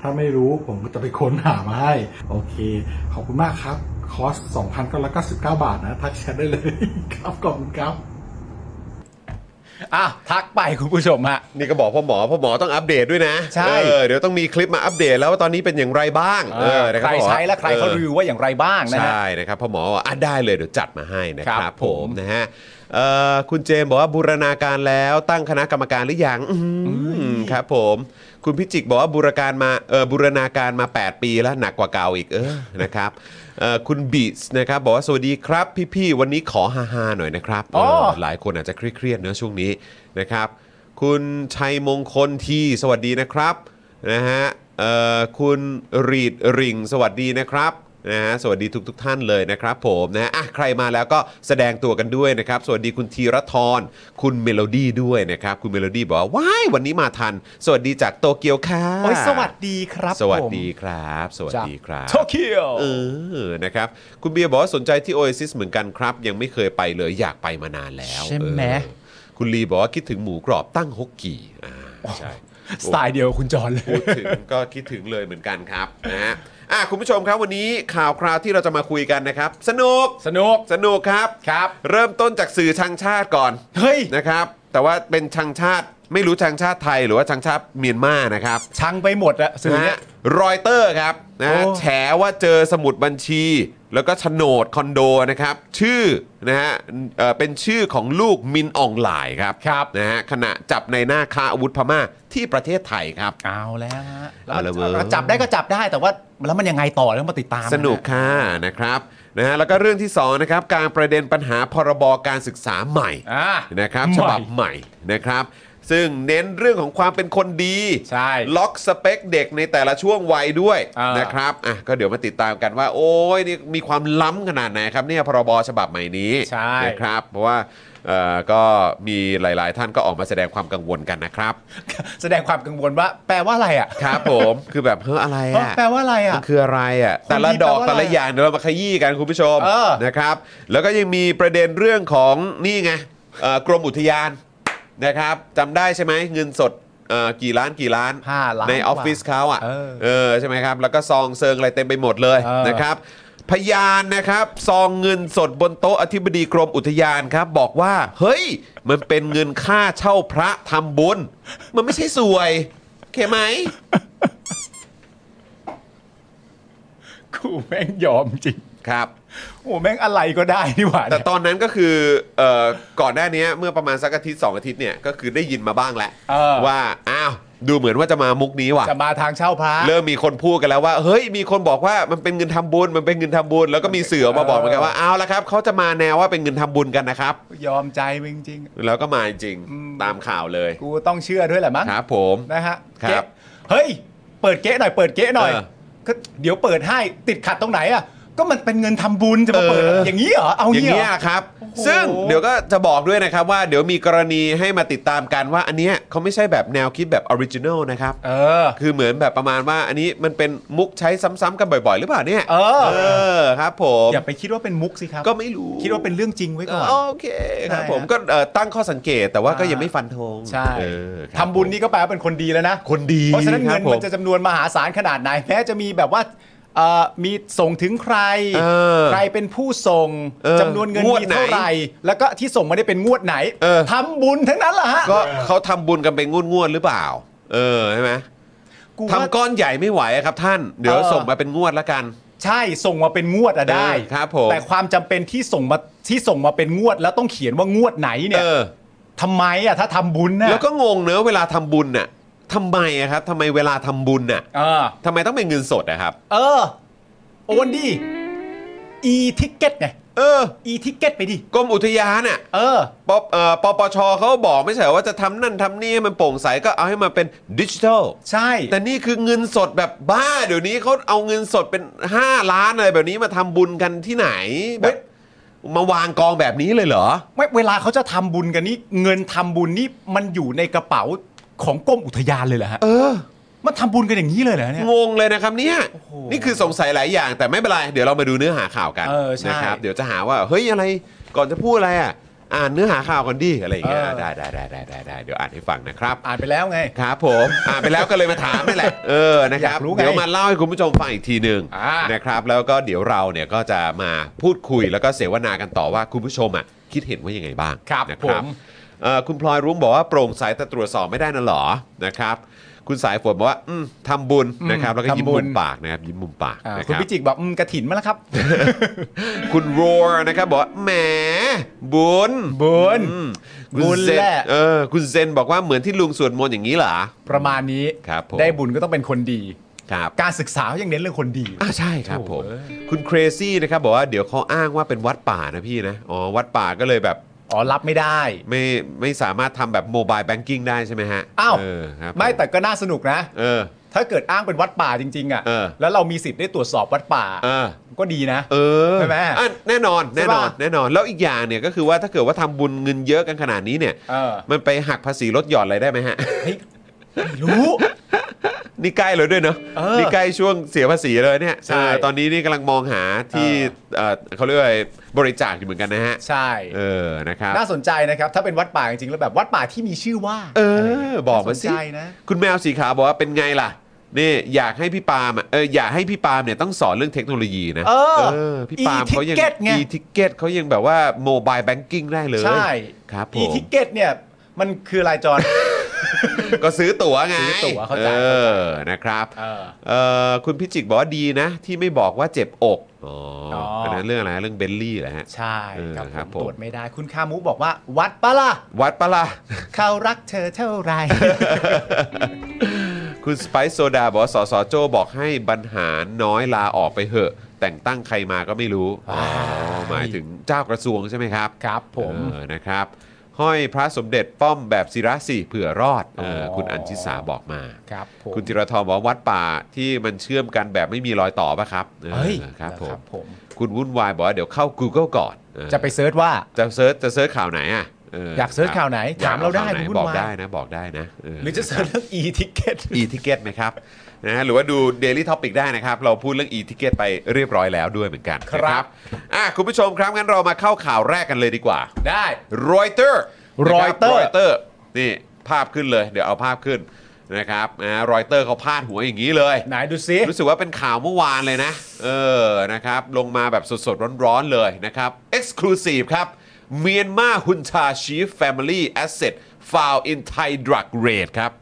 ถ้าไม่รู้ผมก็จะไปค้นหามาให้ โอเค ขอบคุณมากครับ คอร์ส 2,999 บาทนะ ทักแชทได้เลย ครับ ขอบคุณครับ อ่ะทักไปคุณผู้ชมฮะ นี่ก็บอกพ่อหมอพ่อหมอต้องอัปเดตด้วยนะ ใช่ เออเดี๋ยวต้องมีคลิปมาอัปเดตแล้วว่าตอนนี้เป็นอย่างไรบ้างเออนะ ใค บ ร พ่อหมอ ใช้และใครเขา ออ รีวิวว่าอย่างไรบ้างนะฮะ ใช่นะครับพ่อหมอบอกว่าอ่ะได้เลยเดี๋ยวจัดมาให้นะค ครั รับบ ผ ผม ม นะฮะเอ่อคุณเจมส์บอกว่าบูรณาการแล้วตั้งคณะกรรมการหรือยังอืมครับผมคุณพิจิกบอกว่าบูรการมาเออบูรณาการมา 8 ปีแล้วหนักกว่าเก่าอีกเออนะครับเอ่อคุณบีสนะครับบอกว่าสวัสดีครับ พี่ๆวันนี้ขอฮาๆหน่อยนะครับ อ๋อ เออหลายคนอาจจะเครียดๆเนอะช่วงนี้นะครับ คุณชัยมงคลทีสวัสดีนะครับนะฮะเอ่อคุณรีดริงสวัสดีนะครับนะฮะสวัสดีทุกทท่านเลยนะครับผมนะฮะอ่ะใครมาแล้วก็แสดงตัวกันด้วยนะครับ สวัสดีคุณธีรทรคุณเมโลดี้ด้วยนะครับ คุณเมโลดี้บอกว่าว้ายวันนี้มาทัน สวัสดีจากโตเกียวค่ะ โอ้ยสวัสดีครับ สวัส ผม ดีครับ สวัสดีครับ โตเกียว เออ นะครับ คุณเบียร์บอกว่าสนใจที่ Oasis เหมือนกันครับ ยังไม่เคยไปเลยอยากไปมานานแล้ว ใช่ไหม เออคุณลีบอกว่าคิดถึงหมูกรอบตั้งฮกกี่อ่าใช่ สไตล์เดียวกับคุณจอนเลย (laughs) พูดถึงก็คิดถึงเลยเหมือนกันครับนะฮะอ่ะคุณผู้ชมครับวันนี้ข่าวคราวที่เราจะมาคุยกันนะครับ สนุก สนุก สนุกครับ ครับ เริ่มต้นจากสื่อชังชาติก่อน เฮ้ย นะครับ แต่ว่าเป็นชังชาติไม่รู้ชังชาติไทย หรือว่าชังชาติเมียนมานะครับ ชังไปหมดอะสื่อ นะ เนี้ ฮะ ย รอยเตอร์ครับนะฮะ โอ้ แฉว่าเจอสมุดบัญชี แล้วก็โฉนดคอนโดนะครับ ชื่อนะฮะเอ่อเป็นชื่อของลูกมินอองหลายครับ ครับ นะฮะขณะจับในหน้าค้าอาวุธพม่าที่ประเทศไทยครับ เอาแล้วฮะ เอาละเว้ย จับได้ก็จับได้แต่ว่าแล้วมันยังไงต่อแล้วมาติดตาม สนุก ะฮะ ค่ะนะครับนะฮะแล้วก็เรื่องที่สองนะครับการประเด็นปัญหาพรบการศึกษาใหม่ อ่า นะครับ ใหม่ ฉบับใหม่นะครับ ซึ่งเน้นเรื่องของความเป็นคนดี ใช่ ล็อกสเปคเด็กในแต่ละช่วงวัยด้วย อ่าน นะครับอ่ะก็เดี๋ยวมาติดตามกันว่า โอ้ยนี่มีความล้ำขนาดไหนครับเนี่ยพรบฉบับใหม่นี้ ใช่ นะครับเพราะว่าเอ่อก็มีหลาย ๆ ท่านก็ออกมาแสดงความกังวลกันนะครับ แสดงความกังวลว่า แปลว่าอะไรอ่ะ ครับผม (laughs) คือแบบเฮ้ออะไร เอ้า อ่ะ แปลว่าอะไร มั อ่ะ นคืออะไรอ่ะแต่ละดอก แปลว่าอะไร แต่ละอย่างเดี๋ยวเรามาขยี้กันคุณผู้ชม เออ นะครับ แล้วก็ยังมีประเด็นเรื่องของนี่ไงเอ่อกรมอุทยานนะครับจำได้ใช่ไหมเงินสดเอ่อกี่ล้านกี่ล้าน ห้าล้าน ใน ก อ ว่า อฟฟิศเขาอ่ะ เออ เออใช่ไหมครับแล้วก็ซองเซิงอะไรเต็มไปหมดเลย เออ นะครับพยานนะครับซองเงินสดบนโต๊ะอธิบดีกรมอุทยานครับ บอกว่าเฮ้ย มันเป็นเงินค่าเช่าพระทำบุญ มันไม่ใช่สวยโอเคไหม กูแม่งยอมจริง ครับ โอ้แม่งอะไรก็ได้นี่หว่า แต่ตอนนั้นก็คือเอ่อก่อนหน้านี้เมื่อประมาณสักอาทิตย์สองอาทิตย์เนี่ยก็คือได้ยินมาบ้างแหละ เออ ว่าอ้าวดูเหมือนว่าจะมามุกนี้ว่ะ จะมาทางเช่าพระ เริ่มมีคนพูดกันแล้วว่าเฮ้ยมีคนบอกว่ามันเป็นเงินทำบุญมันเป็นเงินทำบุญแล้วก็มีเสือออกมาบอกเหมือนกันว่าเอาละครับเขาจะมาแนวว่าเป็นเงินทำบุญกันนะครับ ยอมใจมึงจริง แล้วก็มาจริง อืม ตามข่าวเลย กูต้องเชื่อด้วยแหละมั้ง ครับผม นะฮะ ครับ เก๊ะเฮ้ย เปิดเก๊ะหน่อย เปิดเก๊ะหน่อย เออ ก็เดี๋ยวเปิดให้ติดขัดตรงไหนอ่ะ ก็มันเป็นเงินทำบุญจะมาเปิด เอออ อย่างนี้เหรอ เอาอย่อา ย่าง งนี้ เงี้ เห ย รอ ครับ โอ้โห ซึ่งเดี๋ยวก็จะบอกด้วยนะครับว่าเดี๋ยวมีกรณีให้มาติดตามกันว่าอันเนี้ยเขาไม่ใช่แบบแนวคิดแบบออริจินอลนะครับ เออ คือเหมือนแบบประมาณว่าอันนี้มันเป็นมุกใช้ซ้ำๆกันบ่อยๆ หรือเปล่าเนี่ย เออ อครับ ผม อย่าไปคิดว่าเป็นมุกสิครับ ก็ไม่รู้ คิดว่าเป็นเรื่องจริงไว้ก่อน เออโอเคครับผม ใช่ฮะ ก็เอ่อตั้งข้อสังเกตแต่ว่าก็ยังไม่ฟันธง ใช่ เออครั ทำบุญนี่ก็แปลว่าเป็นคนดีแล้วนะ คนดี เพราะฉะนั้นเงิน คบผ มันจะจำนวนมหาศาลขนาดไหนแม้จะมีแบบว่าเอ่อมีส่งถึงใคร เออ ใครเป็นผู้ส่ง เออ จำนวนเงิน งวด มี ไหน เท่าไหร่ แล้วก็ที่ส่งมาได้เป็นงวดไหน เออ ทำบุญทั้งนั้นแหละฮะ ก็เขาทำบุญกันเป็นงวดๆหรือเปล่า เออใช่ไหม กูว่า ทำก้อนใหญ่ไม่ไหวอะครับท่านเดี๋ยว เออ ส่งมาเป็นงวดละกัน ใช่ส่งมาเป็นงวดอะได้ เออครับผม แต่ความจำเป็นที่ส่งมาที่ส่งมาเป็นงวด แล้วต้องเขียนว่างวดไหนเนี่ย เออ ทำไมอะถ้าทำบุญนะ แล้วก็งงเนอะเวลาทำบุญน่ะทำไมอะครับทำไมเวลาทำบุญน่ะ เออ ทำไมต้องเป็นเงินสดนะครับ เออโอนดิอีทิเก็ตไง เออ อีทิเก็ตไปดิ กรมอุทยานน่ะ เออ ปปเอ่อปปชเขาบอกไม่ใช่เหรอว่าจะทำนั่นทำนี่ให้มันโปร่งใสก็เอาให้มันเป็นดิจิทัล ใช่ แต่นี่คือเงินสดแบบบ้า เดี๋ยวนี้เขาเอาเงินสดเป็น 5 ล้านอะไรแบบนี้มาทำบุญกันที่ไหนแบ เฮ้ บ ย มาวางกองแบบนี้เลยเหรอ ไม่เวลาเขาจะทำบุญกันนี่เงินทำบุญนี่มันอยู่ในกระเป๋าของกรมอุทยานเลยเหรอฮะ เออ มันทำบุญกันอย่างนี้เลยเหรอเนี่ย งงเลยนะครับเนี่ยนี่คือสงสัยหลายอย่าง แต่ไม่เป็นไร เดี๋ยวเรามาดูเนื้อหาข่าวกัน เออใช่ นะครับเดี๋ยวจะหาว่าเฮ้ยอะไรก่อนจะพูดอะไรอ่ะอ่านเนื้อหาข่าวก่อนดิอะไรอย่างเงี้ย เออ ได้ได้ได้ได้ได้เดี๋ยวอ่านให้ฟังนะครับ อ่านไปแล้วไง ครับผมอ่านไปแล้วก็เลยมาถามนี่แหละเออนะครัอบยากรู้ไง เดี๋ยวมาเล่าให้คุณผู้ชมฟังอีกทีหนึ่ง อ่าน นะครับ แล้วก็เดี๋ยวเราเนี่ยก็จะมาพูดคุยแล้วก็เสวนากันต่อว่าคุณผู้ชมอ่ะคิดเห็นว่ายังไงบ้าง ครับ นะ ผ ครั ม เอ่อคุณพลอยรุ้งบอกว่าโปร่งใสแต่ตรวจสอบไม่ได้น่ะหรอนะครับ คุณสายฝนบอกว่าอืมทำบุญ อืม นะครับ แล้วก็ยิ้ม ทำบุ มุ ญ มปากนะครับยิ้มมุมปาก อ่า นะ คุณ รับ พิจิกบอกอืมกระถินมาแล้ว (laughs) ครับ คุณ roar นะครับบอกว่าแหมบุญ บุญ อืมคุณ บุญ เซน แหละ เออคุณเซนบอกว่าเหมือนที่ลุงสวดมนต์อย่างนี้เหรอ ประมาณนี้ ครับผม ได้บุญก็ต้องเป็นคนดี ครับ การศึกษายังเน้นเรื่องคนดี อ่าใช่ครับผม โถ่เอ้ย คุณเครซี่นะครับบอกว่าเดี๋ยวเขาอ้างว่าเป็นวัดป่านะพี่นะ อ๋อ วัดป่าก็เลยแบบ อ๋อรับไม่ได้ ไม่ไม่สามารถทำแบบโมบายแบงกิ้งได้ใช่ไหมฮะ อ้าว เออครับ ไม่แต่ก็น่าสนุกนะ เออ ถ้าเกิดอ้างเป็นวัดป่าจริง ๆ อ่ะ เออ แล้วเรามีสิทธิ์ได้ตรวจสอบวัดป่า เออ ก็ดีนะ เออ ใช่ไหม อ่ะแน่นอน ใช่ แน่นอน ปะ แน่นอนแล้วอีกอย่างเนี่ยก็คือว่าถ้าเกิดว่าทำบุญเงินเยอะกันขนาดนี้เนี่ย เออ มันไปหักภาษีลดหย่อนอะไรได้ไหมฮะ (laughs) เฮ้ยไม่รู้ นี่ใกล้แล้วด้วยเนอะ เออ นี่ใกล้ช่วงเสียภาษีเลยเนี่ย ใช่ เออตอนนี้นี่กำลังมองหาที่เอ่อเขาเรียกว่าอะไรบริจาคอยู่เหมือนกันนะฮะ ใช่ เออนะครับ น่าสนใจนะครับ ถ้าเป็นวัดป่าจริงๆแล้วแบบวัดป่าที่มีชื่อว่า เอ ไร อ ย่างเงี้ย บอกมา น่สน สิ ใจนะ คุณแมวสีขาวบอกว่าเป็นไงล่ะ นี่อยากให้พี่ปาล์มอะเอออยากให้พี่ปาล์มเนี่ยต้องสอนเรื่องเทคโนโลยีนะ เออ อพี่ปาล์มเขายัง e-ticket ไง ทิเก็ตเขายังแบบว่าโมบายแบงกิ้งได้เลย ใช่ ครับผ อี ม ทิเก็ตเนี่ย มันคืออะไร (laughs) จอน ก็ซื้อตั๋วไง ซื้อตั๋วเข้าใจ เออนะครับ เออ เอ่อคุณพิจิกบอกว่าดีนะ ที่ไม่บอกว่าเจ็บอกอ๋ออ ออั อันนั้นเรื่องอะไรเรื่องเบลลี่แหละฮะ ใช่ เออ ครับ ครับ ผม ผม ตรวจไม่ได้คุณคามุบอกว่า วัดปะ (laughs) ล่ะ วัดปะล่ะ เขารักเธอเท่าไหร่ (laughs) คุณสไปซ์โซดาบอกว่าสสโจบอกให้บรรหารน้อยลาออกไปเหอะ แต่งตั้งใครมาก็ไม่รู้อ๋อหมายถึงเจ้ากระทรวงใช่ไหมครับ ครับผม เออนะครับ ห้อยพระสมเด็จป้อมแบบศิระสิเผื่อรอดเออคุณอัญชิสาบอกมา ครับผม คุณจิรทรบอกว่าวัดป่าที่มันเชื่อมกันแบบไม่มีรอยต่อป่ะครับออ เฮ้ย ครับ นะ ผม ผม คุณวุ่นวายบอกว่าเดี๋ยวเข้า Google ก่อนเออ จะไปเซิร์ชว่า จะเซิร์ชจะเซิร์ชข่าวไหนอ่ะเ ยากเสิร์ชข่าวไหน อยก ถามเราได้ ข่วหน คุณวุ่ บ น อก วาย ได้นะบอกได้นะเห รือจะเสิร์ชเรื่อง e-ticket อีทิเกตไหมครับนะฮะหรือว่าดู Daily Topic ได้นะครับ เราพูดเรื่องอีทิเกตไปเรียบร้อยแล้วด้วยเหมือนกัน ครับ นะอ่ะคุณผู้ชมครับงั้นเรามาเข้าข่าวแรกกันเลยดีกว่า ได้ รอยเตอร์ Reuters รอยเตอร์นี่ภาพขึ้นเลย เดี๋ยวเอาภาพขึ้นนะครับนะรอยเตอร์เขาพาดหัวอย่างนี้เลย ไหนดูซิ (laughs) รู้สึกว่าเป็นข่าวเมื่อวานเลยนะ เออ นะครับ ลงมาแบบสดๆ ร้อนๆ เลยนะครับ Exclusive ครับ เมียนมาฮุน a Chief Family Asset Found in Thai Drug Raid ครับ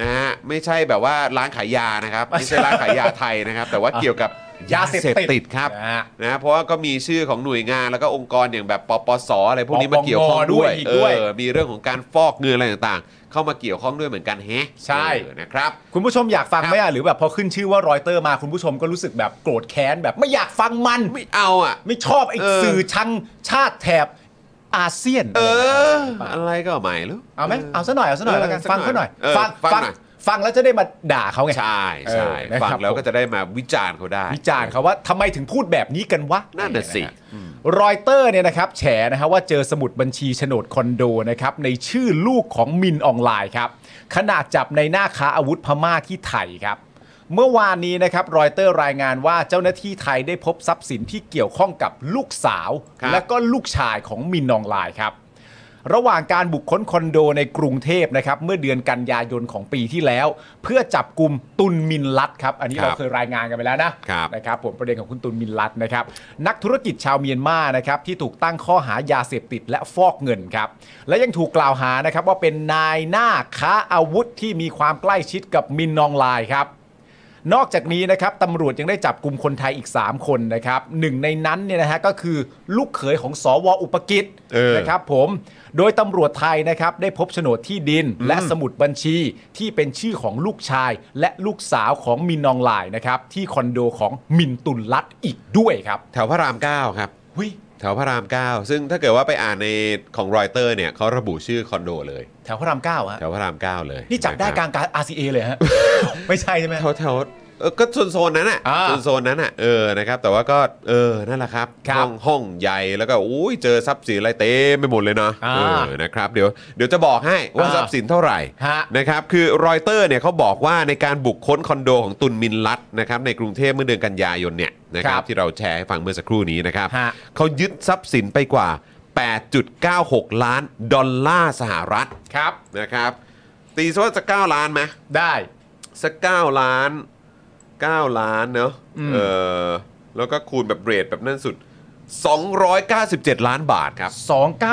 นะฮะ ไม่ใช่แบบว่าร้านขายยานะครับ ไม่ใช่ร้านขายยาไทยนะครับ แต่ว่าเกี่ยวกับยาย า เส เส พ พติด ติดครับ นะฮะ นะ เพราะว่าก็มีชื่อของหน่วยงานแล้วก็องค์กรอย่างแบบปปสอะไรพวกนี้มาเกี่ยวข้อง ปปง ด้วย อีก เอ ด้วย อ มีเรื่องของการฟอกเงินอะไรต่างๆ เข้ามาเกี่ยวข้องด้วยเหมือนกันแฮะ ใช่ เออนะครับ คุณผู้ชมอยากฟัง ครับ ไหมอ่ะหรือแบบพอขึ้นชื่อว่ารอยเตอร์มาคุณผู้ชมก็รู้สึกแบบโกรธแค้นแบบไม่อยากฟังมัน ไม่เอาอ่ะ ไม่ชอบไอ้ เออ สื่อชังชาติแถบอาเซียน เอะไรแบบนั้นออะไรก็ใหม่หรือ เอาไหมเอาซะหน่อยเอาซะหน่อยแล้วกัน เออ ฟังเขาหน่อย เออ ฟัง ฟัง ฟัง หน่อย ฟังแล้วจะได้มาด่าเขาไง ใช่ใช่ เออนะครับ ฟังแล้วก็จะได้มาวิจารณ์เขาได้ วิจารณ์เขาว่าทำไมถึงพูดแบบนี้กันวะ นั่นน่ะสิ รอยเตอร์เนี่ยนะครับแฉนะฮะว่าเจอสมุดบัญชีโฉนดคอนโดนะครับในชื่อลูกของมินออนไลน์ครับขณะจับในหน้าค้าอาวุธพม่าที่ไทยครับ เมื่อวานนี้นะครับรอยเตอร์รายงานว่าเจ้าหน้าที่ไทยได้พบทรัพย์สินที่เกี่ยวข้องกับลูกสาว ครับ และก็ลูกชายของมินออนไลน์ครับ ระหว่างการบุกค้นคอนโดในกรุงเทพนะครับเมื่อเดือนกันยายนของปีที่แล้ว เพื่อจับกลุ่มตุนมินลัดครับ อันนี้ ครั เรา บ เคยรายงานกันไปแล้วนะครับ นะครับผมประเด็นของคุณตุนมินลัดนะครับนักธุรกิจชาวเมียนมานะครับที่ถูกตั้งข้อหายาเสพติดและฟอกเงินครับและยังถูกกล่าวหานะครับว่าเป็นนายหน้าค้าอาวุธที่มีความใกล้ชิดกับมินนองลายครับ นอกจากนี้นะครับตำรวจยังได้จับกลุ่มคนไทยอีก 3 คนนะครับหนึ่งในนั้นเนี่ยนะฮะก็คือลูกเขยของสวอุปกิจ เออ นะครับผมโดยตำรวจไทยนะครับได้พบโฉนดที่ดินและสมุดบัญชีที่เป็นชื่อของลูกชาย และลูกสาวของมินนองหลายนะครับที่คอนโดของมินตุลลัดอีกด้วยครับ แถวพระรามเก้าครับ หุย แถวพระรามเก้าซึ่งถ้าเกิดว่าไปอ่านในของรอยเตอร์เนี่ยเขาระบุชื่อคอนโดเลย แถวพระรามเก้าฮะ แถวพระรามเก้าเลย นี่จับได้ ะค ก รั ลางการ RCA เลยฮะ (laughs) ไม่ใช่ใช่ไหม แถวแถวเออก็โซนโซนนั้นอ่ะ อ่า โซนโซนนั้นอ่ะเออนะครับแต่ว่าก็เออนั่นแหละครับ ครับ ห้องห้องใหญ่แล้วก็อุ้ยเจอทรัพย์สินอะไรเต็มไปหมดเลยเนาะ อ่า เออนะครับเดี๋ยวเดี๋ยวจะบอกให้ว่า อ่า ทรัพย์สินเท่าไหร่ ฮะ นะครับคือรอยเตอร์เนี่ยเขาบอกว่าในการบุกค้นคอนโดของตุนมินลัดนะครับในกรุงเทพเมื่อเดือนกันยายนเนี่ยนะครับ ครับ ที่เราแชร์ให้ฟังเมื่อสักครู่นี้นะครับ ฮะ เขายึดทรัพย์สินไปกว่า 8.96 ล้านดอลลาร์สหรัฐ ครับ นะครับตีซะว่าจะ9ล้านไหม ได้ สัก9ล้าน 9 ล้านเนาะเออแล้วก็คูณแบบเรทแบบนั่นสุด 297 ล้านบาทครับ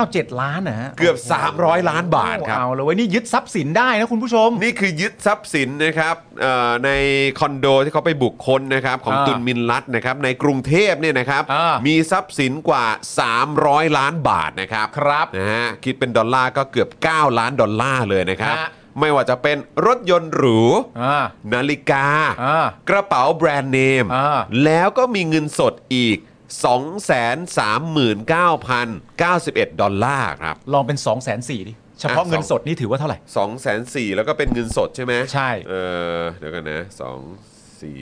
297 ล้านนะฮะ เกือบ 300 ล้านบาทครับ เอาเลยเว้ยนี่ยึดทรัพย์สินได้นะคุณผู้ชม (laughs) นี่คือยึดทรัพย์สินนะครับเอ่อในคอนโดที่เขาไปบุกค้นนะครับของ อ่า ตุนมินลัดนะครับในกรุงเทพเนี่ยนะครับ อ่า มีทรัพย์สินกว่า 300 ล้านบาทนะครับ ครับ นะฮะคิดเป็นดอลลาร์ก็เกือบ 9 ล้านดอลลาร์เลยนะครับ ฮะ ไม่ว่าจะเป็นรถยนต์หรู อ่า นาฬิกา อ่าก ระเป๋าแบรนด์เนม อ่า แล้วก็มีเงินสดอีก 239,091 ดอลลาร์ครับ ลองเป็น 2 4 0 0 0 0ดิ เฉพาะ อ่ะ เงินสดนี่ถือว่าเท่าไหร่ สองแสนสี่แล้วก็เป็นเงินสดใช่ไหม ใช่ เออเดี๋ยวกันนะสองสี่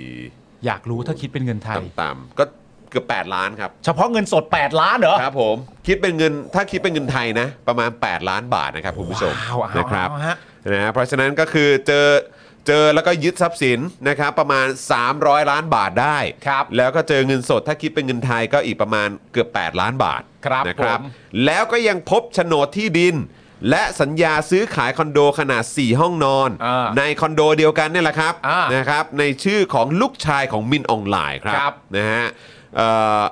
อยากรู้ถ้าคิดเป็นเงินไทย ต่ำๆก็เกือบ 8 ล้านครับ เฉพาะเงินสด 8 ล้านเหรอ ครับผมคิดเป็นเงินถ้าคิดเป็นเงินไทยนะ ประมาณ 8 ล้านบาทนะครับคุณผู้ชม ว้าวเอา นะครับ เอาฮะ นะเพราะฉะนั้นก็คือเจอเจอแล้วก็ยึดทรัพย์สินนะครับประมาณ 300 ล้านบาทได้ ครับ แล้วก็เจอเงินสดถ้าคิดเป็นเงินไทยก็อีกประมาณเกือบ 8 ล้านบาท ครับ นะครับ ผม แล้วก็ยังพบโฉนดที่ดิน และสัญญาซื้อขายคอนโดขนาด 4 ห้องนอน อ่า ในคอนโดเดียวกันเนี่ยแหละครับ อ่าน นะครับในชื่อของลูกชายของมินออนไลน์ครั ครับ บ นะฮะเอ่อ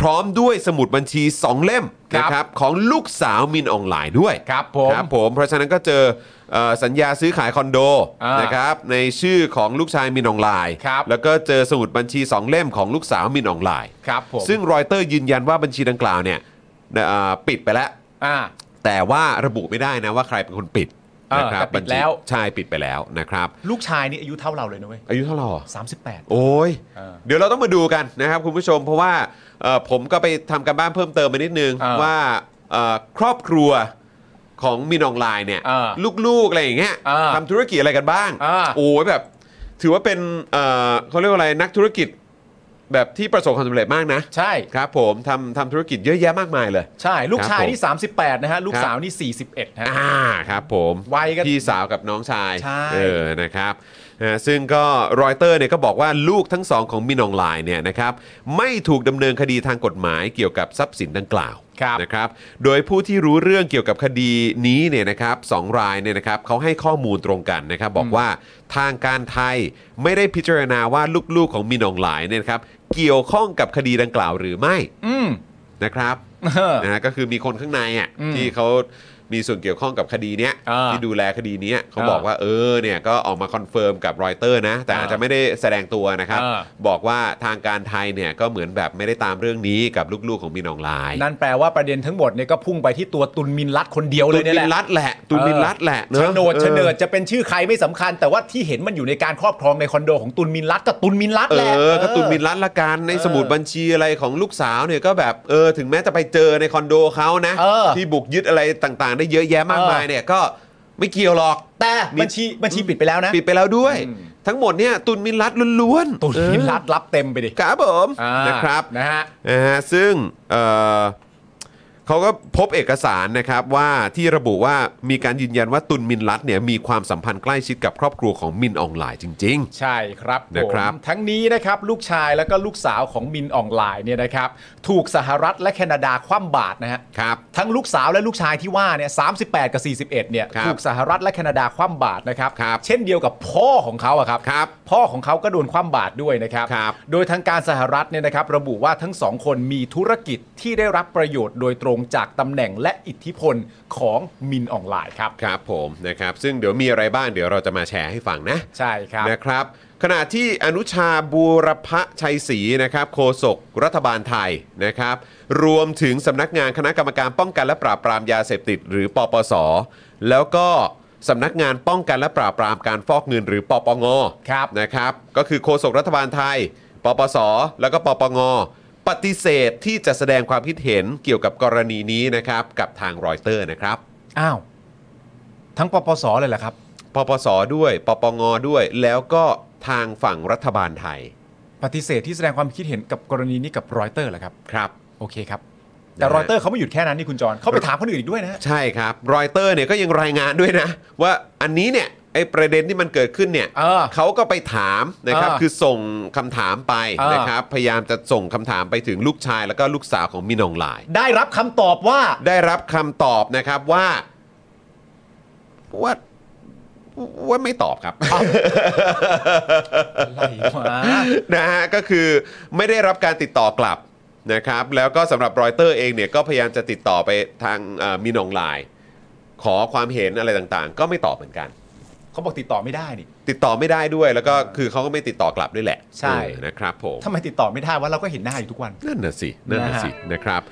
พร้อมด้วยสมุดบัญชี 2 เล่ม ครับ นะครับของลูกสาวมินออนไลน์ด้วย ครับผม ครับผมเพราะฉะนั้นก็เจอเอ่อสัญญาซื้อขายคอนโด อ่าน นะครับในชื่อของลูกชายมินออนไลน์ ครับ แล้วก็เจอสมุดบัญชี 2 เล่มของลูกสาวมินออนไลน์ ครับผม ซึ่งรอยเตอร์ยืนยันว่าบัญชีดังกล่าวเนี่ยเอ่อปิดไปแล้ว อ่า แต่ว่าระบุไม่ได้นะว่าใครเป็นคนปิด เออ นะครับ แต่ปิดแล้ว บัญชีใช่ปิดไปแล้วนะครับ ลูกชายนี่อายุเท่าเราเลยนะเว้ย อายุเท่าไหร่อ่ะ 38 โอ้ย เออ เดี๋ยวเราต้องมาดูกันนะครับคุณผู้ชมเพราะว่าเอ่อผมก็ไปทำการบ้านเพิ่มเติมมานิดนึง เออ ว่า เอ่อครอบครัวของมินออนไลน์เนี่ย อ่า ลูกๆอะไรอย่างเงี้ย อ่า ทำธุรกิจอะไรกันบ้าง อ่า โอ้ยแบบ ถือว่าเป็นเอ่อเขาเรียกว่าอะไรนักธุรกิจแบบที่ประสบความสำเร็จมากนะ ใช่ ครับผมทำทำธุรกิจเยอะแยะมากมายเลย ใช่ ลูกชายนี่ ครับผม 38 นะฮะ ลูก ครับ สาวนี่ 41 ฮะ อ่าครับผม วัยก็ พี่สาวกับน้องชาย ใช่ เออนะครับนะซึ่งก็รอยเตอร์เนี่ยก็บอกว่าลูกทั้งสองของมินอองไลน์เนี่ยนะครับไม่ถูกดำเนินคดีทางกฎหมายเกี่ยวกับทรัพย์สินดังกล่าวนะครับโดยผู้ที่รู้เรื่องเกี่ยวกับคดีนี้เนี่ยนะครับสองรายเนี่ยนะครับเขาให้ข้อมูลตรงกันนะครับบอกว่าทางการไทยไม่ได้พิจารณาว่าลูกๆของมินอองไลน์เนี่ยนะครับเกี่ยวข้องกับคดีดังกล่าวหรือไม่ อืม นะครับ เออ นะฮะก็คือมีคนข้างในอ่ะ อืม ที่เขามีส่วนเกี่ยวข้องกับคดีเนี้ย อ่า ที่ดูแลคดีเนี้ยเขา อ่า บอกว่าเออเนี่ยก็ออกมาคอนเฟิร์มกับรอยเตอร์นะ แต่อาจจะไม่ได้แสดงตัวนะครับ อ่า บอกว่าทางการไทยเนี่ยก็เหมือนแบบไม่ได้ตามเรื่องนี้กับลูกๆของมินอองไลน์ (laughs) นั่นแปลว่าประเด็นทั้งหมดเนี่ยก็พุ่งไปที่ตัวตุนมินรัตคนเดียว ตุ เลย น เนี่ย มิ แหละ นรัตแหละตุนมินรัตแหละเนอะ ชนด ออ ชนเนิดจะเป็นชื่อใครไม่สำคัญ แต่ว่าที่เห็นมันอยู่ในการครอบครองในคอนโดของตุนมินรัตก็ตุนมินรัต เอ แหละ อก็ตุนมินรัตละกันในสมุดบัญชีอะไรของลูกสาวเนี่ยก็แบบเออถึงแม้จะไปเจอในคอนโดเขานะ เออ ที่บุกยึดอะไรต่างๆ ได้เยอะแยะมาก เออ มายเนี่ยก็ไม่เกี่ยวหรอก แต่ มิน บัญชีบัญชีปิดไปแล้วนะ ปิดไปแล้วด้วย อืม ทั้งหมดเนี่ยตุนมินรัดล้วนๆ ตุนมินรัต เอ รับเต็มไปดิ อครับผม อ่า นะครับ นะฮะ นะฮะซึ่งเอ่อเขาก็พบเอกสารนะครับว่าที่ระบุว่ามีการยืนยันว่าตุนมินรัดเนี่ยมีความสัมพันธ์ใกล้ชิดกับครอบครัวของมินออนไลน์จริง ใช่ครับผม นะครับ ทั้งนี้นะครับ ลูกชายแล้วก็ลูกสาวของมินออนไลน์เนี่ยนะครับ ถูกสหรัฐและแคนาดาคว่ำบาตรนะฮะ ครับ ทั้งลูกสาวและลูกชายที่ว่าเนี่ยสากับ 41เนี่ย ครับ ถูกสหรัฐและแคนาดาคว่ำบาตรนะครับ ครับ เช่นเดียวกับพ่อของเขาอะครับ ครับ พ่อของเขาก็โดนคว่ำบาตรด้วยนะครับ ครับ โดยทางการสหรัฐเนี่ยนะครับ ระบุว่าทั้งสองคนมีธุรกิจที่ได้รับประโยชน์โดยตรงจากตำแหน่งและอิทธิพลของมินออนไลน์ครับ ๆ ครับผมนะครับซึ่งเดี๋ยวมีอะไรบ้างเดี๋ยวเราจะมาแชร์ให้ฟังนะ ใช่ครับ นะครับขณะที่อนุชาบูรพชัยศรีนะครับโฆษกรัฐบาลไทยนะครับ รวมถึงสำนักงานคณะกรรมการป้องกันและปราบปรามยาเสพติด หรือปปส แล้วก็สำนักงานป้องกันและปราบปรามการฟอกเงินหรือปปง ครับ นะครับก็คือโฆษกรัฐบาลไทย ปปส แล้วก็ปปงปฏิเสธที่จะแสดงความคิดเห็นเกี่ยวกับกรณีนี้นะครับกับทางรอยเตอร์นะครับ อ้าวทั้งปปสเลยเหรอครับ ปปส ด้วยปปงด้วย แล้วก็ทางฝั่งรัฐบาลไทย ปฏิเสธที่แสดงความคิดเห็นกับกรณีนี้กับรอยเตอร์เหรอครับ ครับ โอเคครับ แต่ นะฮะ รอยเตอร์เขาไม่หยุดแค่นั้นนี่คุณจรเขาไปถามคนอื่นอีกด้วยนะฮะ ใช่ครับรอยเตอร์เนี่ยก็ยังรายงานด้วยนะ ว่าอันนี้เนี่ยไอ้ประเด็นที่มันเกิดขึ้นเนี่ย เออ ก็ไปถามนะครับ เออ คือส่งคำถามไป เออ นะครับพยายามจะส่งคำถามไปถึงลูกชายแล้วก็ลูกสาวของมินองลาย (laughs) ได้รับคำตอบว่า ได้รับคำตอบนะครับว่าว่าว่าไม่ตอบ (laughs) ครับ อะไรวะ นะฮะก็คือไม่ได้รับการติดต่อกลับนะครับ แล้วก็สำหรับรอยเตอร์เองเนี่ยก็พยายามจะติดต่อไปทางเอ่อมินองไลน์ขอความเห็นอะไรต่างๆ ก็ไม่ตอบเหมือนกัน (laughs) เขาบอกติดต่อไม่ได้นี่ ติดต่อไม่ได้ด้วยแล้วก็คือเขาก็ไม่ติดต่อกลับด้วยแหละ ใช่ เออนะครับผม ทำไมติดต่อไม่ได้วะเราก็เห็นหน้าอยู่ทุกวัน นั่นน่ะสินั่นน่ะ นะฮะ สินะครับ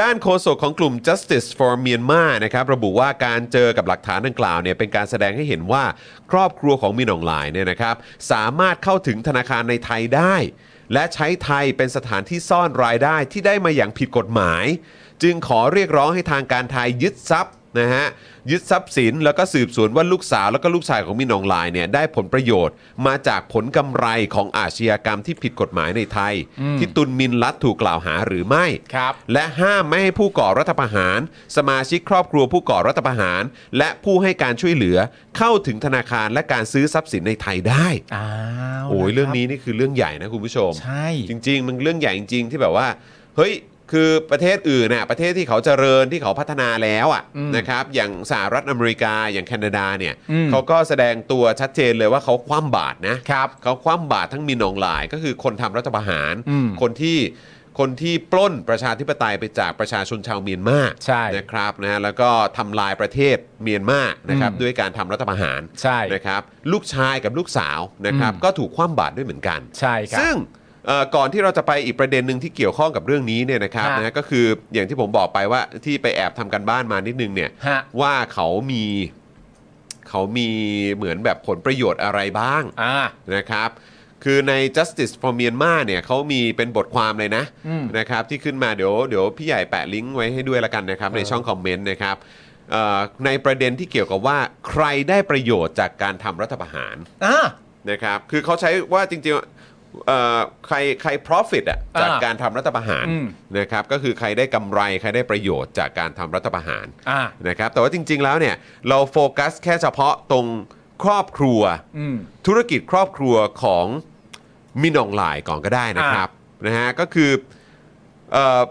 ด้านโฆษกของกลุ่ม Justice for Myanmar นะครับระบุว่าการเจอกับหลักฐานดังกล่าวเนี่ยเป็นการแสดงให้เห็นว่าครอบครัวของมินอองไลน์เนี่ยนะครับสามารถเข้าถึงธนาคารในไทยได้ และใช้ไทยเป็นสถานที่ซ่อนรายได้ที่ได้มาอย่างผิดกฎหมาย จึงขอเรียกร้องให้ทางการไทยยึดทรัพย์นะฮะยึดทรัพย์สินแล้วก็สืบสวนว่าลูกสาวแล้วก็ลูกชายของมินอองไลน์เนี่ยได้ผลประโยชน์ มาจากผลกำไรของอาชญากรรมที่ผิดกฎหมายในไทย ที่ตุนมินลัดถูกกล่าวหาหรือไม่ ครับ และห้ามไม่ให้ผู้ก่อรัฐประหาร สมาชิกครอบครัวผู้ก่อรัฐประหาร และผู้ให้การช่วยเหลือเข้าถึงธนาคารและการซื้อทรัพย์สินในไทยได้ อ้าว โอ้ย ะคบ เรื่องนี้นี่คือเรื่องใหญ่นะคุณผู้ชม ใช่ จริง ๆ มันเรื่องใหญ่จริง ๆ ที่แบบว่า เฮ้ย คือประเทศอื่นน่ะประเทศที่เขาเจริญที่เขาพัฒนาแล้วอ่ะนะครับ อย่างสหรัฐอเมริกาอย่างแคนาดาเนี่ยเขาก็แสดงตัวชัดเจนเลยว่าเขาคว่ำบาตรนะ ครับ เขาคว่ำบาตรทั้งมีนองหลายก็คือคนทำรัฐประหาร อืม คนที่คนที่ปล้นประชาธิปไตยไปจากประชาชนชาวเมียนมา ใช่ นะครับนะฮะแล้วก็ทำลายประเทศเมียนมานะครับ อืม ด้วยการทำรัฐประหาร ใช่ นะครับ ลูกชายกับลูกสาวนะครับ อืม ก็ถูกคว่ำบาตรด้วยเหมือนกัน ใช่ครับ ซึ่งเอ่อก่อนที่เราจะไปอีกประเด็นหนึ่งที่เกี่ยวข้องกับเรื่องนี้เนี่ยนะครับ ฮะ นะก็คืออย่างที่ผมบอกไปว่าที่ไปแอบทำกันบ้านมานิดนึงเนี่ย ฮะ ว่าเขามีเขามีเหมือนแบบผลประโยชน์อะไรบ้าง อ่า นะครับ คือใน justice for Myanmar เนี่ยเขามีเป็นบทความเลยนะ อืม นะครับที่ขึ้นมาเดี๋ยวเดี๋ยวพี่ใหญ่แปะลิงก์ไว้ให้ด้วยละกันนะครับ ในช่องคอมเมนต์นะครับเอ่อในประเด็นที่เกี่ยวกับว่าใครได้ประโยชน์จากการทำรัฐประหาร อ่า นะครับ คือเขาใช้ว่าจริงๆเอ่อใครใคร profit อะ อ่า จากการทำรัฐประหาร อืม นะครับ ก็คือใครได้กำไรใครได้ประโยชน์จากการทำรัฐประหาร อ่า นะครับ แต่ว่าจริง ๆ แล้วเนี่ยเราโฟกัสแค่เฉพาะตรงครอบครัว อืม ธุรกิจครอบครัวของมินออนไลน์ก่อนก็ได้นะครับนะฮะก็คือเอ่อ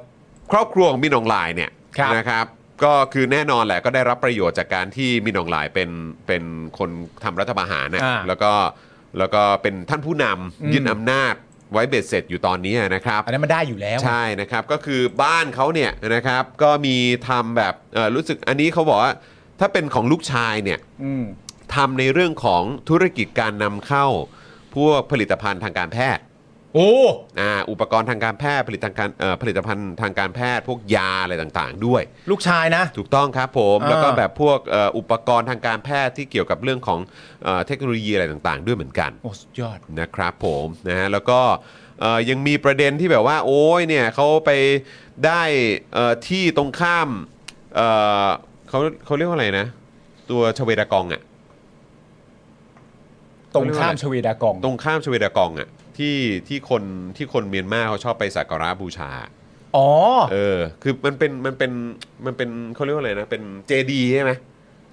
ครอบครัวของมินออนไลน์เนี่ย ครับ นะครับก็คือแน่นอนแหละก็ได้รับประโยชน์จากการที่มินออนไลน์เป็นเป็นคนทำรัฐประหารนะ อ่า แล้วก็แล้วก็เป็นท่านผู้นำ อืม ยึดอำนาจไว้เบ็ดเสร็จอยู่ตอนนี้นะครับ อันนั้นมันได้อยู่แล้ว ใช่นะครับก็คือบ้านเขาเนี่ยนะครับก็มีทำแบบเอ่อรู้สึกอันนี้เขาบอกว่าถ้าเป็นของลูกชายเนี่ย อืม ทำในเรื่องของธุรกิจการนำเข้า พวกผลิตภัณฑ์ทางการแพทย์ โอ้ อ่าอุปกรณ์ทางการแพทย์ผลิตทางการเอ่อผลิตภัณฑ์ทางการแพทย์ พวกยาอะไรต่างๆ ด้วย ลูกชายนะ ถูกต้องครับผม อ่า แล้วก็แบบพวกเอ่ออุปกรณ์ทางการแพทย์ที่เกี่ยวกับเรื่องของเอ่อเทคโนโลยีอะไรต่างๆ ด้วยเหมือนกัน โอ้สุดยอด นะครับผมนะฮะแล้วก็เอ่อยังมีประเด็นที่แบบว่า โอ้ยเนี่ยเขาไปได้เอ่อที่ตรงข้ามเอ่อเขาเขาเรียกว่าอะไรนะ ตัวชเวดากองอ่ะ ตรงข้ามชเวดากอง ตรงข้ามชเวดากองอะที่ที่คนที่คนเมียนมาเขาชอบไปสักการะบูชา อ๋อ เออ คือมันเป็นมันเป็นมันเป็นเขาเรียกว่าอะไรนะ เป็นเจดีใช่ไหม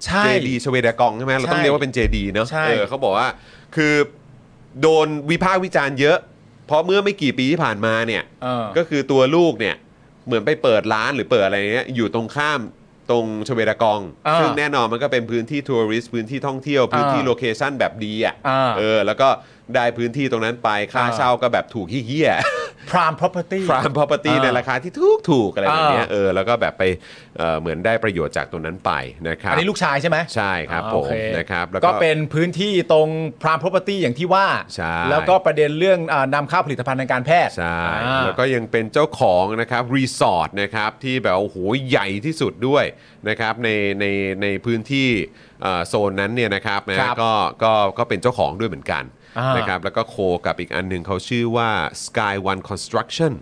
ใช่ เจดีชเวดากองใช่ไหมเราต้อง ใช่ เรียกว่าเป็นเจดีเนาะ ใช่ เออเขาบอกว่าคือโดนวิพากษ์วิจารณ์เยอะ เพราะเมื่อไม่กี่ปีที่ผ่านมาเนี่ย เออ ก็คือตัวลูกเนี่ยเหมือนไปเปิดร้านหรือเปิดอะไรเนี้ยอยู่ตรงข้ามตรงชเวดากอง อ่า ซึ่งแน่นอนมันก็เป็นพื้นที่ทัวริสต์พื้นที่ท่องเที่ยวพื้นที่ อ่า โลเคชั่นแบบดีอ่ะ อ่า เออแล้วก็ได้พื้นที่ตรงนั้นไปค่า อ่า เช่าก็แบบถูกเฮี้ย พราม property ฟาร์มพ (laughs) property อ่า ในราคาที่ถูกถูกๆอะไรแบบเนี้ย อ่า เออแล้วก็แบบไปเอ่อเหมือนได้ประโยชน์จากตรงนั้นไปนะครับ อันนี้ลูกชายใช่ไหม ใช่ครับ อ่า ผ โอ ม เ นะครับแล้ว ก็เป็นพื้นที่ตรงพราม property อย่างที่ว่า ใช่ แล้วก็ประเด็นเรื่องอานำเข้าผลิตภัณฑ์ทางการแพทย์ ใช่ อ่า แล้วก็ยังเป็นเจ้าของนะครับรีสอร์ทนะครับที่แบบโอ้โหใหญ่ที่สุดด้วยนะครับในในในพื้นที่เอ่อโซนนั้นเนี่ยนะครับนะครับก็ก็ก็เป็นเจ้าของด้วยเหมือนกัน อ่าน นะครับแล้วก็โคกับอีกอันหนึ่งเขาชื่อว่า Sky One Construction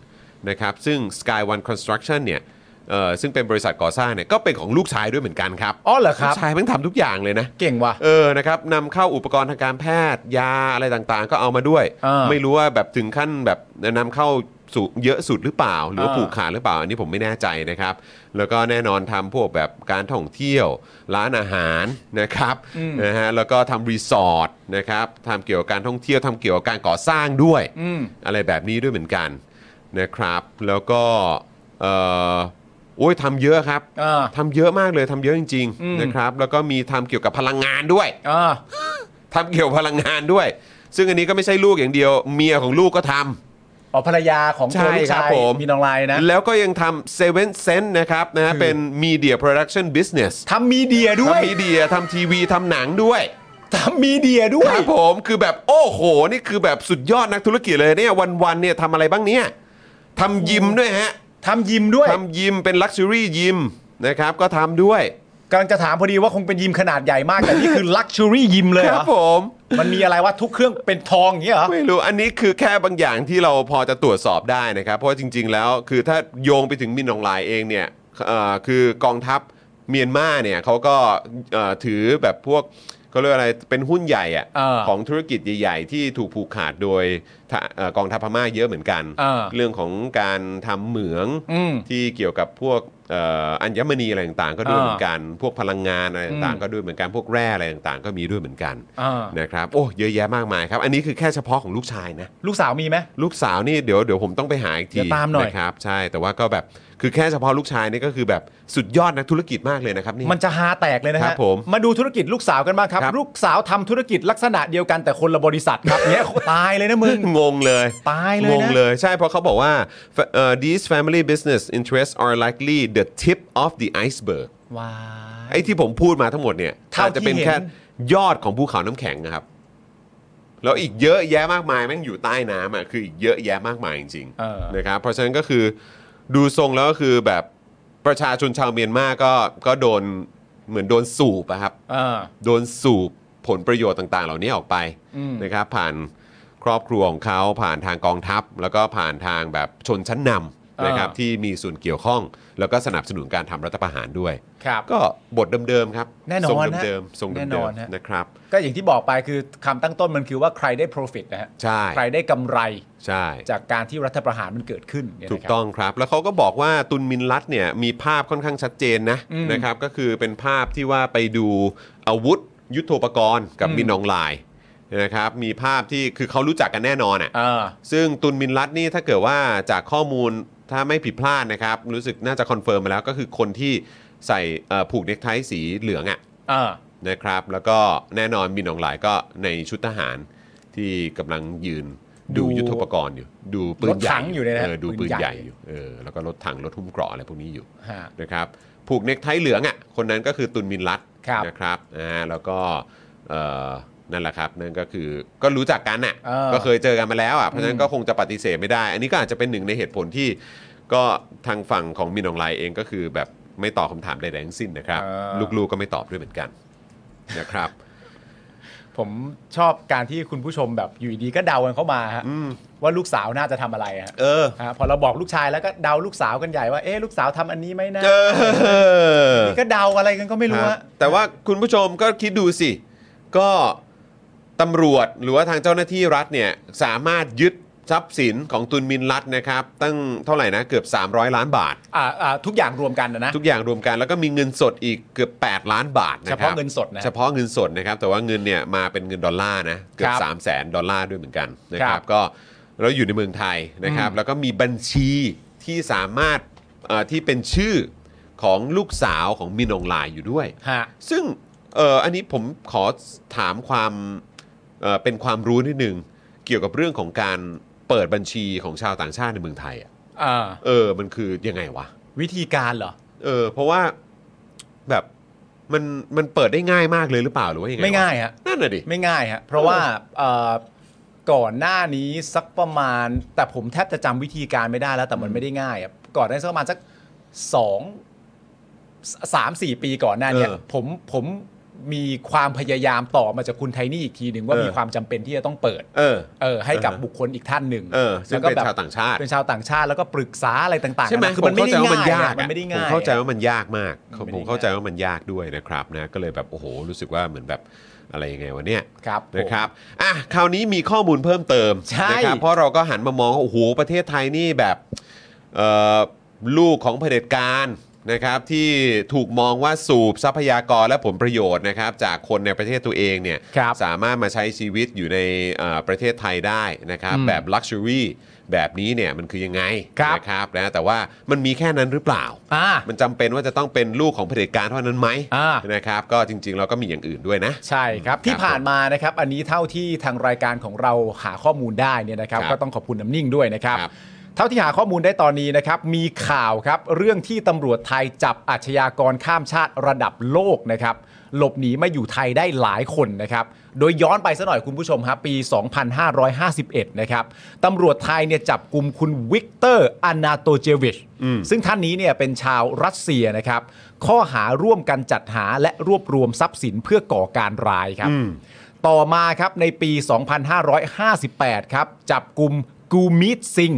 นะครับซึ่ง Sky One Construction เนี่ยเอ่อซึ่งเป็นบริษัทก่อสร้างเนี่ยก็เป็นของลูกชายด้วยเหมือนกันครับ อ๋อเหรอครับ ลูกชายมันทำทุกอย่างเลยนะ เก่งว่ะ เออ นะครับนำเข้าอุปกรณ์ทางการแพทย์ ยาอะไรต่างๆ ก็เอามาด้วย อ่า ไม่รู้ว่าแบบถึงขั้นแบบนำเข้าสูงเยอะสุดหรือเปล่า หรือว่า อ่า ผูกขาดหรือเปล่า อันนี้ผมไม่แน่ใจนะครับ แล้วก็แน่นอนทำพวกแบบการท่องเที่ยว ร้านอาหารนะครับ อืม นะฮะ แล้วก็ทำรีสอร์ทนะครับทำเกี่ยวกับการท่องเที่ยวทำเกี่ยวกับการก่อสร้างด้วย อืม อะไรแบบนี้ด้วยเหมือนกันนะครับ แล้วก็เอ่อโอ้ยทำเยอะครับ อ่า ทำเยอะมากเลยทำเยอะจริง อืม ๆนะครับ แล้วก็มีทำเกี่ยวกับพลังงานด้วย อ่า ทำเกี่ยวกับพลังงานด้วย ซึ่งอันนี้ก็ไม่ใช่ลูกอย่างเดียว เมียของลูกก็ทำ อ๋อภรรยาของตัวลูก ใช่ครั ชายบผม มีน้องลายนะ แล้วก็ยังทำเซเว่นเซนนะครับนะฮะ คือ เป็นมีเดียโปรดักชั่นบิสเนส ทำมีเดียด้วยทำมีเดียทำทีวีทำหนังด้วย ทำมีเดียด้ว ค ย รับผมคือแบบโอ้โห นี่คือแบบสุดยอดนักธุรกิจเลยเนี่ยวันๆเนี่ยทำอะไรบ้างเนี่ยทำยิมด้วยฮะ ทำยิมด้วย ทำยิมเป็นลักชัวรี่ยิมนะครับก็ทำด้วย กำลังจะถามพอดีว่าคงเป็นยิมขนาดใหญ่มาก แต่นี่คือ luxury ยิมเลย ค เหร รั อบ ผม มันมีอะไรว่าทุกเครื่องเป็นทองอย่างเงี้ยเหรอ ไม่รู้อันนี้คือแค่บางอย่างที่เราพอจะตรวจสอบได้นะครับ เพราะจริง ๆ แล้วคือถ้าโยงไปถึงมินอองไลน์เองเนี่ยเอ่อคือกองทัพเมียนมาเนี่ยเขาก็เอ่อถือแบบพวกเขาเรียกอะไรเป็นหุ้นใหญ่อะ เออ ของธุรกิจใหญ่ ๆ ที่ถูกผูกขาดโดยทะเอ่อกองทัพพม่าเยอะเหมือนกัน เออ เรื่องของการทำเหมือง อืม ที่เกี่ยวกับพวกเอ่ออัญมณีอะไรต่างๆ ก็ด้วย เออ เหมือนกัน กันพวกพลังงานอะไรต่าง อืม ๆก็ด้วยเหมือนกันพวกแร่อะไรต่างๆ ก็มีด้วยเหมือนกัน อ่าน นะครับโอ้เยอะแยะมากมายครับ อันนี้คือแค่เฉพาะของลูกชายนะ ลูกสาวมีไหม ลูกสาวนี่เดี๋ยวเดี๋ยวผมต้องไปหาอีกที เดี๋ยวตามหน่อย นะครับใช่แต่ว่าก็แบบคือแค่เฉพาะลูกชายนี่ก็คือแบบสุดยอดนักธุรกิจมากเลยนะครับนี่ มันจะฮาแตกเลยนะ ครั ฮะ บผม ดูธุรกิจลูกสาวกันบ้างครับ ครับ ลูกสาวทำธุรกิจลักษณะเดียวกันแต่คนละบริษัท (laughs) ครับเนี้ยตายเลยนะมึง งงเลย ตายเลยนะ งงเลยใช่เพราะเขาบอกว่าเอ่อ these family business interests are likely the tip of the iceberg ว้า ไอ้ที่ผมพูดมาทั้งหมดเนี่ย เท่า อาจจะเป็น ที่เห็น แค่ยอดของภูเขาน้ำแข็งนะครับ แล้วอีกเยอะแยะมากมายแม่งอยู่ใต้น้ำอ่ะคืออีกเยอะแยะมากมายจริง เออ นะครับเพราะฉะนั้นก็คือดูทรงแล้วก็คือแบบประชาชนชาวเมียนมาก็ก็โดนเหมือนโดนสูบอะครับ เออ โดนสูบผลประโยชน์ต่าง ๆ เหล่านี้ออกไปนะครับผ่านค รอบครัวของเขาผ่านทางกองทัพ แล้วก็ผ่านทางแบบชนชั้นนำนะครับ อ่า ที่มีส่วนเกี่ยวข้อง แล้วก็สนับสนุนการทำรัฐประหารด้วย ครับ ก็บทเดิมๆครับ แน่นอน ทรง ฮะ เดิมๆทรง แน่ เดิ นอ ม นฮะ ๆนะครับ ก็อย่างที่บอกไปคือคำตั้งต้นมันคือว่าใครได้ profit นะฮะ ใช่ ใครได้กำไร ใช่ จากการที่รัฐประหารมันเกิดขึ้นเนี่ยนะครับ ถูกต้องครับ แล้วเขาก็บอกว่าตุนมินลัดเนี่ยมีภาพค่อนข้างชัดเจนนะ อืม นะครับก็คือเป็นภาพที่ว่าไปดูอาวุธ ยุทโธปกรณ์กับ อืม มินอองไลน์นะครับมีภาพที่คือเขารู้จักกันแน่นอนอ่ะ อ่า ซึ่งตุนมินลัดนี่ถ้าเกิดว่าจากข้อมูลถ้าไม่ผิดพลาดนะครับ รู้สึกน่าจะคอนเฟิร์มมาแล้วก็คือคนที่ใส่เอ่อผูกเนคไทสีเหลืองอ่ะ อ่า นะครับแล้วก็แน่นอนมินอองไลน์ก็ในชุดทหารที่กำลังยืนดู ดู ยุทโธปกรณ์อยู่ ดูปืนรถใหญ่ ถังอยู่เนี่ยนะ เออดูปืนใหปืญ่นใหญ่ อยู่เออแล้วก็รถถังรถหุ้มเกราะอะไรพวกนี้อยู่ ฮะ นะครับผูกเน็กไทเหลืองอ่ะคนนั้นก็คือตุนมินลัด ครับ นะครับอ่าแล้วก็เอ่อนั่นแหละครับนั่นก็คือก็รู้จักกันอ่ะ เออ ก็เคยเจอกันมาแล้วอ่ะเพราะฉะนั้นก็คงจะปฏิเสธไม่ได้ อันนี้ก็อาจจะเป็นหนึ่งในเหตุผลที่ก็ทางฝั่งของมินอองไลน์เองก็คือแบบไม่ตอบคำถามใดๆทั้งสิ้นนะครับ เออ ลูกๆก็ไม่ตอบด้วยเหมือนกันนะครับ ผมชอบการที่คุณผู้ชมแบบอยู่ดีๆก็เดากันเข้ามาฮะว่าลูกสาวน่าจะทำอะไรฮะ เออ ฮะพอเราบอกลูกชายแล้วก็เดาลูกสาวกันใหญ่ว่าเอ๊ะลูกสาวทำอันนี้ไหมนะ เออ นี่ก็เดาอะไรกันก็ไม่รู้ คบ ฮะ แต่ว่าคุณผู้ชมก็คิดดูสิ ก็ตำรวจหรือว่าทางเจ้าหน้าที่รัฐเนี่ยสามารถยึดทรัพย์สินของตุนมินรัฐนะครับ ตั้งเท่าไหร่นะ เกือบ 300 ล้านบาท อ่าอ่าทุกอย่างรวมกันนะนะ ทุกอย่างรวมกันแล้วก็มีเงินสดอีกเกือบ 8 ล้านบาทนะครับ เฉพาะเงินสดนะ เฉพาะเงินสดนะครับ แต่ว่าเงินเนี่ยมาเป็นเงินดอลลาร์นะเกือ ครับบ 3 0 0แสนดอลลาร์ด้วยเหมือนกันนะค ค รั รั บบ ก็เราอยู่ในเมืองไทยนะครับ แล้วก็มีบัญชีที่สามารถเอ่อที่เป็นชื่อของลูกสาวของมินอองไลน์อยู่ด้วย ฮะ ซึ่งเอออันนี้ผมขอถามความเอ่อเป็นความรู้นิดนึงเกี่ยวกับเรื่องของการเปิดบัญชีของชาวต่างชาติในเมืองไทยอะ อ่า เออมันคือยังไงวะ วิธีการเหรอ เออเพราะว่าแบบมันมันเปิดได้ง่ายมากเลยหรือเปล่าหรือว่ายังไงวะ ไม่ง่ายฮะ นั่นน่ะดิ ไม่ง่ายฮะ เพราะว่าเอ่อก่อนหน้านี้สักประมาณ แต่ผมแทบจะจำวิธีการไม่ได้แล้วแต่มันไม่ได้ง่ายอะก่อนหน้านี้สักประมาณสักสองสสามสี่ปีก่อนหน้าเนี้ย เออ ผมผมมีความพยายามต่อมาจากคุณไทนี่อีกทีหนึ่งว่า เออ มีความจำเป็นที่จะต้องเปิด เออ เออให้กับ เออ บุคคลอีกท่านหนึ่ง เออซึ่ง แล้วก็ เป็น แบบ ชาวต่างชาติ เป็นชาวต่างชาติแล้วก็ปรึกษาอะไรต่างๆ ใช่ไหม นะคือ ผ มัน ม ไม่ เข้า ได้ ใจว่ามัน ง่าย ยาก อะมันไม่ได้ง่าย ผมเข้าใจว่ามันยากมาก มันไม่ได้ ผมเข้าใจว่ามันยากด้วยนะครับนะก็เลยแบบโอ้โหรู้สึกว่าเหมือนแบบอะไรยังไงวะเนี่ย ครับผม นะครับอ่ะคราวนี้มีข้อมูลเพิ่มเติม ใช่ นะครับเพราะเราก็หันมามองว่าโอ้โหประเทศไทยนี่แบบเอ่อลูกของเผด็จการนะครับที่ถูกมองว่าสูบทรัพยากรและผลประโยชน์นะครับจากคนในประเทศตัวเองเนี่ย ครับ สามารถมาใช้ชีวิตอยู่ในเอ่อประเทศไทยได้นะครับ อืม แบบลักชัวรี่แบบนี้เนี่ยมันคือยังไง ครับ นะครับนะแต่ว่ามันมีแค่นั้นหรือเปล่า อ่า มันจำเป็นว่าจะต้องเป็นลูกของเผด็จการเท่านั้นไหม อ่า นะครับก็จริง ๆ เราก็มีอย่างอื่นด้วยนะ ใช่ครับที่ผ่านมานะครับอันนี้เท่าที่ทางรายการของเราหาข้อมูลได้เนี่ยนะครับ ครับ ก็ต้องขอบคุณน้ำนิ่งด้วยนะครับ ครับ เท่าที่หาข้อมูลได้ตอนนี้นะครับมีข่าวครับเรื่องที่ตำรวจไทยจับอาชญากรข้ามชาติระดับโลกนะครับหลบหนีมาอยู่ไทยได้หลายคนนะครับโดยย้อนไปซะหน่อยคุณผู้ชมครับปี 2551 นะครับตำรวจไทยเนี่ยจับกลุ่มคุณวิกเตอร์อนาโตเจวิชซึ่งท่านนี้เนี่ยเป็นชาวรัสเซียนะครับข้อหาร่วมกันจัดหาและรวบรวมทรัพย์สินเพื่อก่อการร้ายครับ ต่อมาครับในปี 2558 ครับ จับกลุ่มกูมิตซิง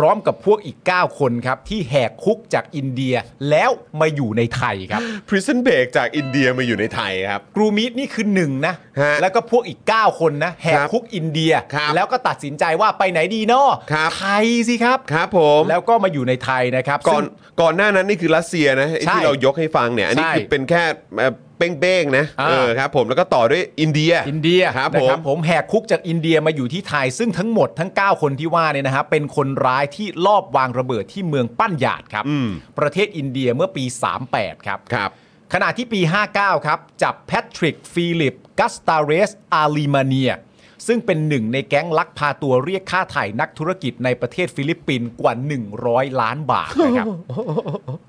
พร้อมกับพวกอีก 9 คนครับ ที่แหกคุกจากอินเดียแล้วมาอยู่ในไทยครับ Prison Break จากอินเดียมาอยู่ในไทยครับ กรูมิตนี่คือหนึ่งนะ ฮะ แล้วก็พวกอีก 9 คนนะ แหกคุกอินเดีย ครับ แล้วก็ตัดสินใจว่าไปไหนดีเนาะ ครับ ไทยสิครับ ครับผม แล้วก็มาอยู่ในไทยนะครับ ก่อ ซึ่ น ง ก่อนหน้านั้นนี่คือรัสเซียนะไอ้ ใช่ ที่เรายกให้ฟังเนี่ย อันนี้ ใช่ คือเป็นแค่เอ่อเป้งๆนะ อ่า เออครับ ผมแล้วก็ต่อด้วยอินเดีย อินเดีย ครับ นะ ผม ผมแหกคุกจากอินเดียมาอยู่ที่ไทย ซึ่งทั้งหมดทั้ง 9 คนที่ว่าเนี่ยนะฮะเป็นคนร้ายที่ลอบวางระเบิดที่เมืองปั้นหยาดครับ อืม ประเทศอินเดียเมื่อปี 38 ครับ ครับ ขณะที่ปี 59 ครับ จับแพทริกฟิลิปกัสตาเรสอาลีมาเนีย ซึ่งเป็นหนึ่งในแก๊งลักพาตัวเรียกค่าไถ่นักธุรกิจในประเทศฟิลิปปินส์กว่า 100 ล้านบาทนะครับ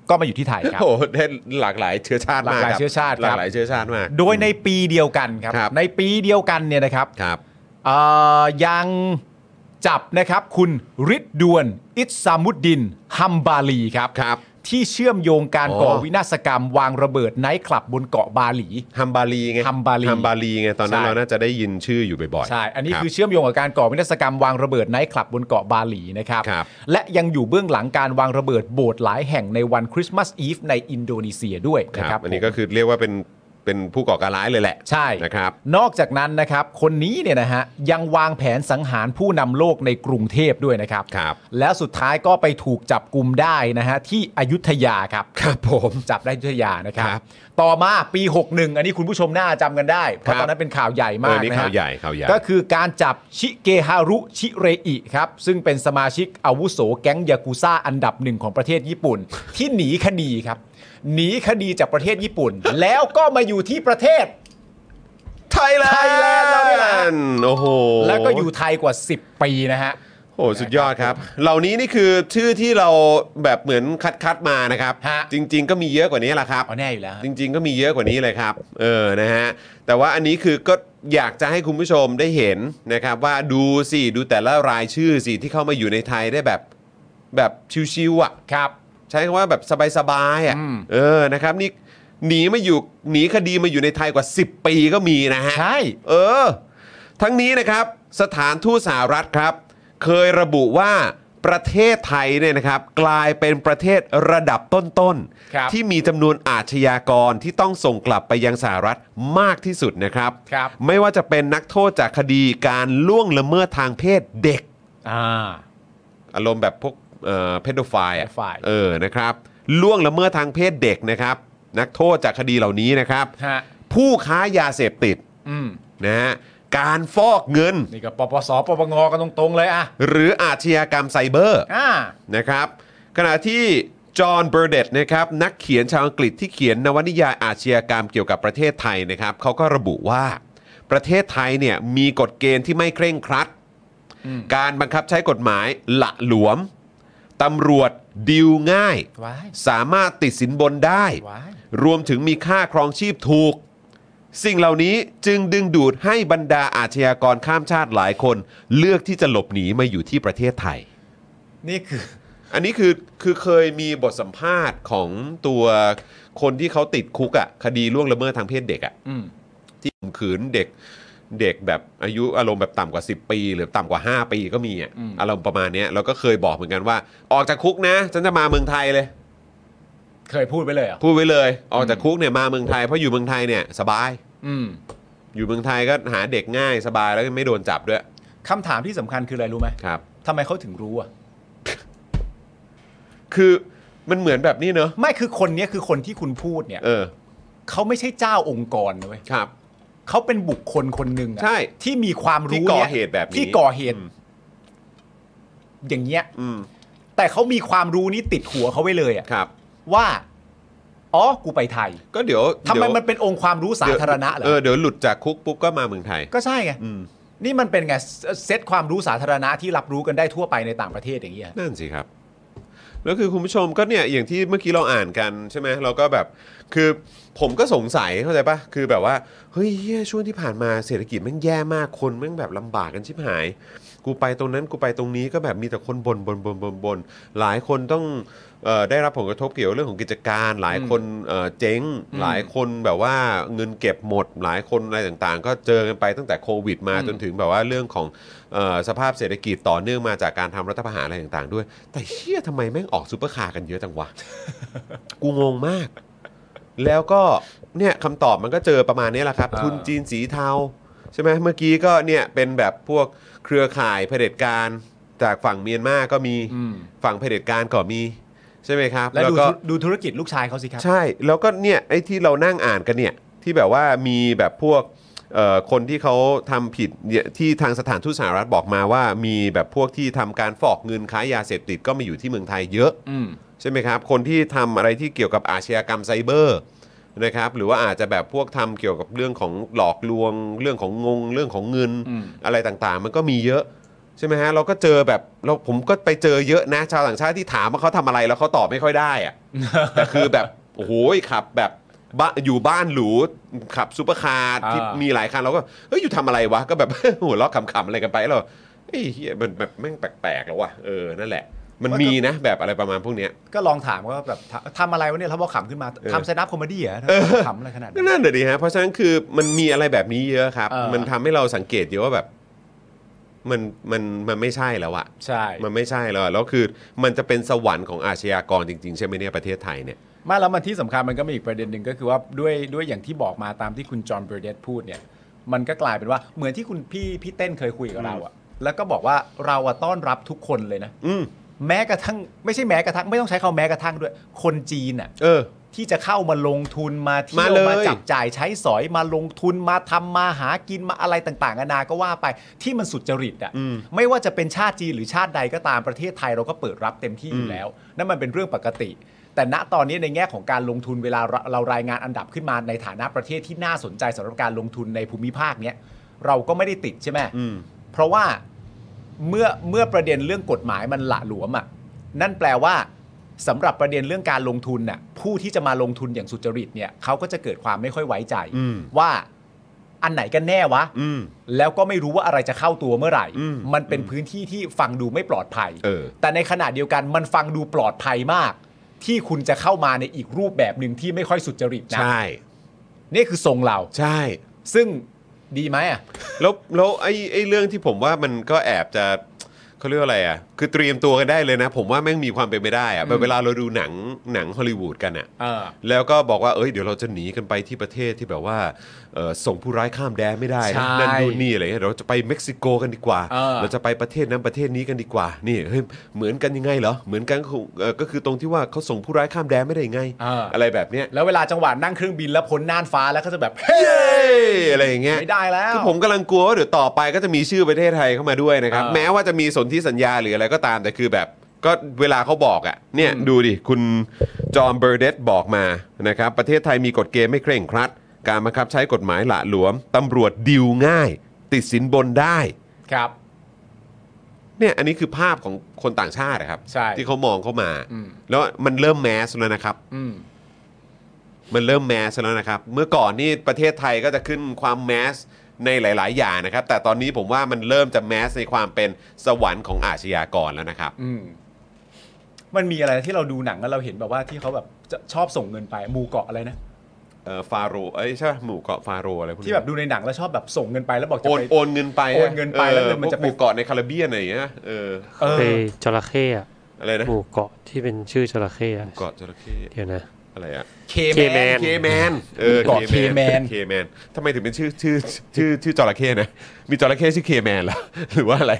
ก็มาอยู่ที่ไทยครับ โอ้โหได้หลากหลายเชื้อชาติหมากลากหลาย ครับ เชื้อชาติครับ หลากหลายเชื้อชาติมาก โดยในปีเดียวกันครับ ครับ ในปีเดียวกันเนี่ยนะครับ ครับ เอ่อยังจับนะครับคุณริดดวน อิสซามุดดิน ฮัมบาลีครับ ครับ ที่เชื่อมโยงการ อ๋อ ก่อวินาศกรรม วางระเบิดไนท์คลับบนเกาะบาหลี ฮัมบารีไง ฮัมบารี ฮัมบารีไงตอนนั้น ใช่ เราน่าจะได้ยินชื่ออยู่บ่อยๆ ใช่ อันนี้ รับ คือเชื่อมโยงกับการก่อวินาศกรรมวางระเบิดไนท์คลับบนเกาะบาหลีนะครับ ครับ และยังอยู่เบื้องหลังการวางระเบิดโบสถ์หลายแห่งในวันคริสต์มาสอีฟในอินโดนีเซียด้วย ค นะ รับ ครับ อันนี้ ผม ก็คือเรียกว่าเป็นเป็นผู้ก่อการร้ายเลยแหละ ใช่ นะครับ นอกจากนั้นนะครับ คนนี้เนี่ยนะฮะยังวางแผนสังหารผู้นำโลกในกรุงเทพด้วยนะครับ ครับ แล้วสุดท้ายก็ไปถูกจับกลุ่มได้นะฮะที่อยุธยาครับ ครับผม จับได้อยุธยานะครับ ครับ ต่อมาปี 61 อันนี้คุณผู้ชมน่าจำกันได้ เพราะ ครับ ตอนนั้นเป็นข่าวใหญ่มา เอก อนี่ นะฮะ ข่าวใหญ่ข่าวใหญ่ ก็คือการจับชิเกฮารุชิเรอิครับ ซึ่งเป็นสมาชิกอาวุโสแก๊งยากุซ่าอันดับหนึ่งของประเทศญี่ปุ่น ที่หนีคดีครับหนีคดีจากประเทศญี่ปุ่น แล้วก็มาอยู่ที่ประเทศ ไทยแลนด์ Thailand เราเนี่ยแหละ โอ้โห แล้วก็อยู่ไทยกว่า 10 ปีนะฮะ โอ้โหสุดยอดครับ เหล่านี้นี่คือชื่อที่เราแบบเหมือนคัดคัดๆมานะครับ ฮะ จริง ๆ ก็มีเยอะกว่านี้แหละครับ เอาแน่อยู่แล้วฮะ จริงๆก็มีเยอะกว่านี้เลยครับ เออ นะฮะ แต่ว่าอันนี้คือก็อยากจะให้คุณผู้ชมได้เห็นนะครับ ว่าดูสิดูแต่ละรายชื่อสิที่เข้ามาอยู่ในไทยได้แบบแบบชิวๆอ่ะ ครับ ใช้คำว่าแบบสบายๆอ่ะ อืม เออ นะครับนี่หนีมาอยู่หนีคดีมาอยู่ในไทยกว่า 10 ปีก็มีนะฮะ ใช่ เออ ทั้งนี้นะครับ สถานทูตสหรัฐครับ เคยระบุว่าประเทศไทยเนี่ยนะครับ กลายเป็นประเทศระดับต้น ครับ ๆ ที่มีจำนวนอาชญากรที่ต้องส่งกลับไปยังสหรัฐมากที่สุดนะครับ ครับ ไม่ว่าจะเป็นนักโทษจากคดีการล่วงละเมิดทางเพศเด็ก อ่า อารมณ์แบบพวกเพดไฟอ่ะ pedophile เออนะครับล่วงละเมิดทางเพศเด็กนะครับ นักโทษจากคดีเหล่านี้นะครับ ฮะ ผู้ค้ายาเสพติด อืม นะฮะการฟอกเงิน นี่ก็ปปสปปงกันตรงๆเลยอ่ะ หรืออาชญากรรมไซเบอร์ อ่า นะครับขณะที่จอห์นเบอร์เดตนะครับนักเขียนชาวอังกฤษที่เขียนนวนิยายอาชญากรรมเกี่ยวกับประเทศไทยนะครับเขาก็ระบุว่าประเทศไทยเนี่ยมีกฎเกณฑ์ที่ไม่เคร่งครัด อืม การบังคับใช้กฎหมายหละหลวมตำรวจดิวง่าย ว้าย สามารถติดสินบนได้ ว้าย รวมถึงมีค่าครองชีพถูก สิ่งเหล่านี้จึงดึงดูดให้บรรดาอาชญากรข้ามชาติหลายคน เลือกที่จะหลบหนีมาอยู่ที่ประเทศไทย นี่คือ อันนี้คือคือเคยมีบทสัมภาษณ์ของตัวคนที่เขาติดคุกอะ่ะคดีล่วงละเมิดทางเพศเด็กอะ่ะ อืม ที่ข่มขืนเด็กเด็กแบบอายุอารมณ์แบบต่ำกว่า 10 ปี หรือต่ำกว่า 5 ปีก็มีอะ่ะอารมณ์ประมาณเนี้ยเราก็เคยบอกเหมือนกันว่า ออกจากคุกนะฉันจะมาเมืองไทยเลย เคยพูดไปเลยเหรอ่ะ พูดไว้เลยออกจากคุกเนี่ยมาเมืองไทยเพราะอยู่เมืองไทยเนี่ยสบาย อืม อยู่เมืองไทยก็หาเด็กง่ายสบายแล้วก็ไม่โดนจับด้วย คำถามที่สำคัญคืออะไรรู้ไหม ครับ ทำไมเขาถึงรู้อ่ะ คือมันเหมือนแบบนี้เนอะ ไม่คือคนเนี้ยคือคนที่คุณพูดเนี่ย เออ เขาไม่ใช่เจ้าองค์กรนะเว้ย ครับ เขาเป็นบุคคลคนหนึ่งอะ ใช่ ที่มีความรู้ ที่ก่อ นี่ย เหตุแบบนี้ ที่ก่อเหตุ อืม อย่างเงี้ย อืม แต่เขามีความรู้นี้ติดหัวเขาไว้เลยอ่ะ ครับ ว่าอ๋อกูไปไทย ก็เดี๋ยว ทำไม เดี๋ยว มันเป็นองค์ความรู้สาธารณะเหร เออ อ เดี๋ยวหลุดจากคุกปุ๊บก็มาเมืองไทย ก็ใช่ไง อืม นี่มันเป็นไงเซตความรู้สาธารณะที่รับรู้กันได้ทั่วไปในต่างประเทศอย่างเงี้ย นั่นสิครับ แล้วคือคุณผู้ชมก็เนี่ยอย่างที่เมื่อกี้เราอ่านกันใช่ไหมเราก็แบบคือผมก็สงสัยเข้าใจปะคือแบบว่าเฮ้ยเหี้ยช่วงที่ผ่านมาเศรษฐกิจแม่งแย่มากคนแม่งแบบลำบากกันชิบหาย กูไปตรงนั้นกูไปตรงนี้ก็แบบมีแต่คนบน่นบน่นบน่นบน่นบน่นหลายคนต้องเออได้รับผลกระทบเกี่ยวกับเรื่องของกิจการ หลายคนเอ่อเจ๊ง อืม หลายคนแบบว่าเงินเก็บหมด หลายคนอะไรต่างๆ ก็เจอกันไปตั้งแต่โควิดมา อืม จนถึงแบบว่าเรื่องของเออสภาพเศรษฐกิจต่อเนื่องมาจากการทำรัฐประหารอะไรต่างๆ ด้วย แต่เฮียทำไมแม่งออกซูเปอร์คาร์กันเยอะจังวะ กูงงมาก แล้วก็เนี่ยคำตอบมันก็เจอประมาณนี้แหละครับ อ่า ทุนจีนสีเทา ใช่ไหมเมื่อกี้ก็เนี่ยเป็นแบบพวกเครือข่ายเผด็จการจากฝั่งเมียนมาก็มี อืม ฝั่งเผด็จการก็มี ใช่ไหมครับ แล้วดู ก็ ธุดูธุรกิจลูกชายเขาสิครับ ใช่แล้วก็เนี่ยไอ้ที่เรานั่งอ่านกันเนี่ย ที่แบบว่ามีแบบพวกเอ่อคนที่เขาทำผิดเนี่ยที่ทางสถานทูตสหรัฐบอกมาว่า มีแบบพวกที่ทำการฟอกเงินค้ายาเสพติดก็มาอยู่ที่เมืองไทยเยอะ อืม ใช่ไหมครับ คนที่ทำอะไรที่เกี่ยวกับอาชญากรรมไซเบอร์นะครับ หรือว่าอาจจะแบบพวกทำเกี่ยวกับเรื่องของหลอกลวง เรื่องของงง เรื่องของเงิน อืม อะไรต่างๆ มันก็มีเยอะใช่ไหมฮะ เราก็เจอแบบเราผมก็ไปเจอเยอะนะ ชาวต่างชาติที่ถามว่าเขาทำอะไรแล้วเขาตอบไม่ค่อยได้อะ แต่คือแบบโอ้โหขับแบบบ้านอยู่บ้านหรูขับซูเปอร์คาร์ที่ อ่ามี มีหลายคันเราก็เฮ้ยอยู่ทำอะไรว (laughs) ะก็แบบ หัวเราะขำๆอะไรกันไปแล้วเราเฮ้ยเหี้ยมันแบบแม่งแปลกๆแล้วว่ะเออนั่นแหละ มันมีนะแบบอะไรประมาณพวกเนี้ย ก็ลองถามว่าแบบทำทำอะไรวะเนี่ยถ้าบอกขำขึ้นมา เออ ทำสแตนด์อัพคอมเมดี้เหรอขำอะไรขนาด ก็ นั้น นั่นเดี๋ยวดีฮะเพราะฉะนั้นคือมันมีอะไรแบบนี้เยอะครับ เออ มันทำให้เราสังเกตเยอะว่าแบบ มันมันมันไม่ใช่แล้วอะ ใช่ มันไม่ใช่แล้วอะแล้วคือ มันจะเป็นสวรรค์ของอาชญากรจริง ๆ ใช่ไหมเนี่ยประเทศไทยเนี่ย ไมาแล้วมันที่สำคัญมันก็มีอีกประเด็นหนึ่งก็คือว่าด้วยด้วยอย่างที่บอกมาตามที่คุณจอห์นเบรเดตพูดเนี่ย มันก็กลายเป็นว่าเหมือนที่คุณพี่พี่เต้นเคยคุยกับเราอะแล้วก็บอกว่าเราอะต้อนรับทุกคนเลยนะ อืม แม้กระทั่งไม่ใช่แม้กระทั่งไม่ต้องใช้คำว่าแม้กระทั่งด้วย คนจีนอะ เออ ที่จะเข้ามาลงทุนมาเที่ยว มาเลย มาจับจ่ายใช้สอยมาลงทุนมาทำมาหากินมาอะไรต่างๆนานาก็ว่าไปที่มันสุจริตอะไม่ว่าจะเป็นชาติจีนหรือชาติใดก็ตามประเทศไทยเราก็เปิดรับเต็มที่อยู่แล้วนั่นมันเป็นเรื่องปกติ แต่ณตอนนี้ในแง่ของการลงทุนเวลาเราเรารายงานอันดับขึ้นมาในฐานะประเทศที่น่าสนใจสำหรับการลงทุนในภูมิภาคเนี้ยเราก็ไม่ได้ติดใช่ไหม อืม เพราะว่าเมื่อเมื่อประเด็นเรื่องกฎหมายมันหละหลวมอะ่ะนั่นแปลว่าสำหรับประเด็นเรื่องการลงทุนน่ะผู้ที่จะมาลงทุนอย่างสุจริตเนี่ยเขาก็จะเกิดความไม่ค่อยไว้ใจ อืม ว่าอันไหนกันแน่วะ อืม แล้วก็ไม่รู้ว่าอะไรจะเข้าตัวเมื่อไหร่ อืม มันเป็นพื้นที่ที่ฟังดูไม่ปลอดภัย เออ แต่ในขณะเดียวกันมันฟังดูปลอดภัยมาก ที่คุณจะเข้ามาในอีกรูปแบบหนึ่งที่ไม่ค่อยสุจริตนะ ใช่ นี่คือทรงเรา ใช่ ซึ่งดีไหมอ่ะ แล้วแล้วไอ้ไอ้เรื่องที่ผมว่ามันก็แอบจะเขาเรียกว่าอะไรอ่ะ คือเตรียมตัวกันได้เลยนะ ผมว่าแม่งมีความเป็นไปได้อ่ะแบบเวลาเราดูหนังหนังฮอลลีวูดกันอ่ะ เออ แล้วก็บอกว่าเอ้ยเดี๋ยวเราจะหนีกันไปที่ประเทศที่แบบว่าเอ่อส่งผู้ร้ายข้ามแดนไม่ได้ ใช่ นะนั่นนู่นนี่อะไรเงี้ยเราจะไปเม็กซิโกกันดีกว่า เออ จะไปประเทศนั้นประเทศนี้กันดีกว่า นี่เฮ้ยเหมือนกันยังไงเหรอเหมือนกันก็คงเอ่อก็คือตรงที่ว่าเขาส่งผู้ร้ายข้ามแดนไม่ได้ยังไง เอออ อะไรแบบเนี้ย แล้วเวลาจังหวะนั่งเครื่องบินแล้วพ้นน่านฟ้าแล้วก็จะแบบ (laughs) เฮ้ย เย้อะไรอย่างเงี้ย ไม่ได้แล้ว คือผมกำลังกลัวว่าเดี๋ยวต่อไปก็จะมีชื่อประเทศไทยเข้ามาด้วยนะครับ เออ แม้ว่าจะมีสนธิสัญญาหรืออะไรก็ตามแต่คือแบบก็เวลาเขาบอกอะ่ะเนี่ยดูดิ คุณจอห์นเบอร์เดตบอกมานะครับประเทศไทยมีกฎเกณฑ์ไม่เคร่งครัด การบังคับใช้กฎหมายหละหลวมตำรวจดิวง่าย ติดสินบนได้ ครับ เนี่ยอันนี้คือภาพของคนต่างชาตินะครับ ใช่ ที่เขามองเข้ามา อืม แล้วมันเริ่มแมสแล้วนะครับ อืม มันเริ่มแมสแล้วนะครับ เมื่อก่อนนี่ประเทศไทยก็จะขึ้นความแมสในหลาย ๆ อย่างนะครับ แต่ตอนนี้ผมว่ามันเริ่มจะแมสในความเป็นสวรรค์ของอาชญากรแล้วนะครับ อืม มันมีอะไรที่เราดูหนังแล้วเราเห็นแบบว่าที่เขาแบบจะชอบส่งเงินไปหมูเกาะอะไรนะ เอ่อฟาโรห์เอ้ยใช่ปะหมู่เกาะฟาโรห์อะไรพวก ที่ นี้ แบบดูในหนังแล้วชอบแบบส่งเงินไปแล้วบอกจะ โอน ไป โอนเงินไป โอนเงินไปแล้วเงินมันจะ พ ไป วกหมู่เกาะในคาริบเบียนอะไรอย่างเงี้ยเออ เออ ไปจระเข้อะ อะไรนะ หมู่เกาะที่เป็นชื่อจระเข้อะ เกาะจระเข้ เดี๋ยวนะ อะไรอะ เคแม K-Man น เคแมนเออ หมู่เกาะ (laughs) K-Man เคแมนทำไมถึงเป็นชื่อชื่อชื่อชื่อจระเข้นะมีจระเข้ชื่อเคแมนเหรอ (laughs) หรือว่าอะไร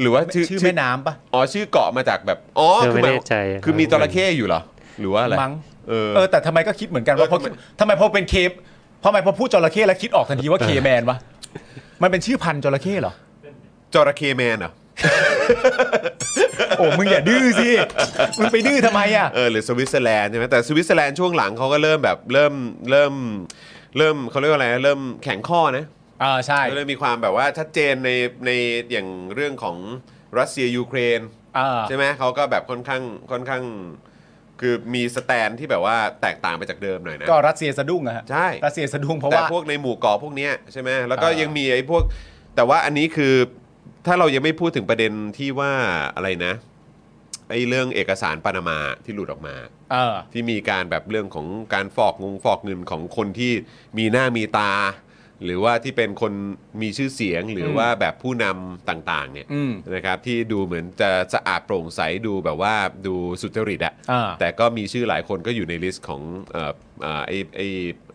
หรือว่าชื่อ ชื่อแม่น้ำปะ อ๋อชื่อเกาะมาจากแบบอ๋อ เออ คือหมาย ไม่แน่ใจ คือ ครับ มีจระเข้อยู่เหรอหรือว่าอะไร มั้ง เออ เออแต่ทำไมก็คิดเหมือนกันว่า เออ พอ ทำไม ทำไมพอเป็นเคปทำไมพอพูดจระเข้แล้วคิดออกทันทีว่าเคแมนวะมันเป็นชื่อพันธุ์จระเข้เหรอ จระเข้แมนเหรอ โอ้มึงอย่าดื้อสิมึงไปดื้อทำไมอ่ะ เออหรือสวิตเซอร์แลนด์ใช่ไหมแต่สวิตเซอร์แลนด์ช่วงหลังเขาก็เริ่มแบบเริ่มเริ่มเริ่มเขาเรียกว่าอะไรนะเริ่มแข็งข้อนะ อ่าใช่ เริ่มมีความแบบว่าชัดเจนในในอย่างเรื่องของรัสเซียยูเครน อ่า ใช่ไหมเขาก็แบบค่อนข้างค่อนข้าง คือมีสแตนที่แบบว่าแตกต่างไปจากเดิมหน่อยนะ ก็รัสเซียสะดุ้งอะฮะ ใช่ รัสเซียสะดุ้งเพราะ แต่ ว่า พวกในหมู่เกาะพวกเนี้ยใช่ไหมแล้วก็ เออ ยังมีไอ้พวก แต่ว่าอันนี้คือถ้าเรายังไม่พูดถึงประเด็นที่ว่าอะไรนะไอ้เรื่องเอกสารปานามาที่หลุดออกมา เออ ที่มีการแบบเรื่องของการฟอกงงฟอกเงินของคนที่มีหน้ามีตา หรือว่าที่เป็นคนมีชื่อเสียงหรือว่าแบบผู้นำต่างๆเนี่ย อืม นะครับที่ดูเหมือนจะสะอาดโปร่งใสดูแบบว่าดูสุจริตอะ อ่า แต่ก็มีชื่อหลายคนก็อยู่ในลิสต์ของเอ่อเอ่อไอ้ไอ้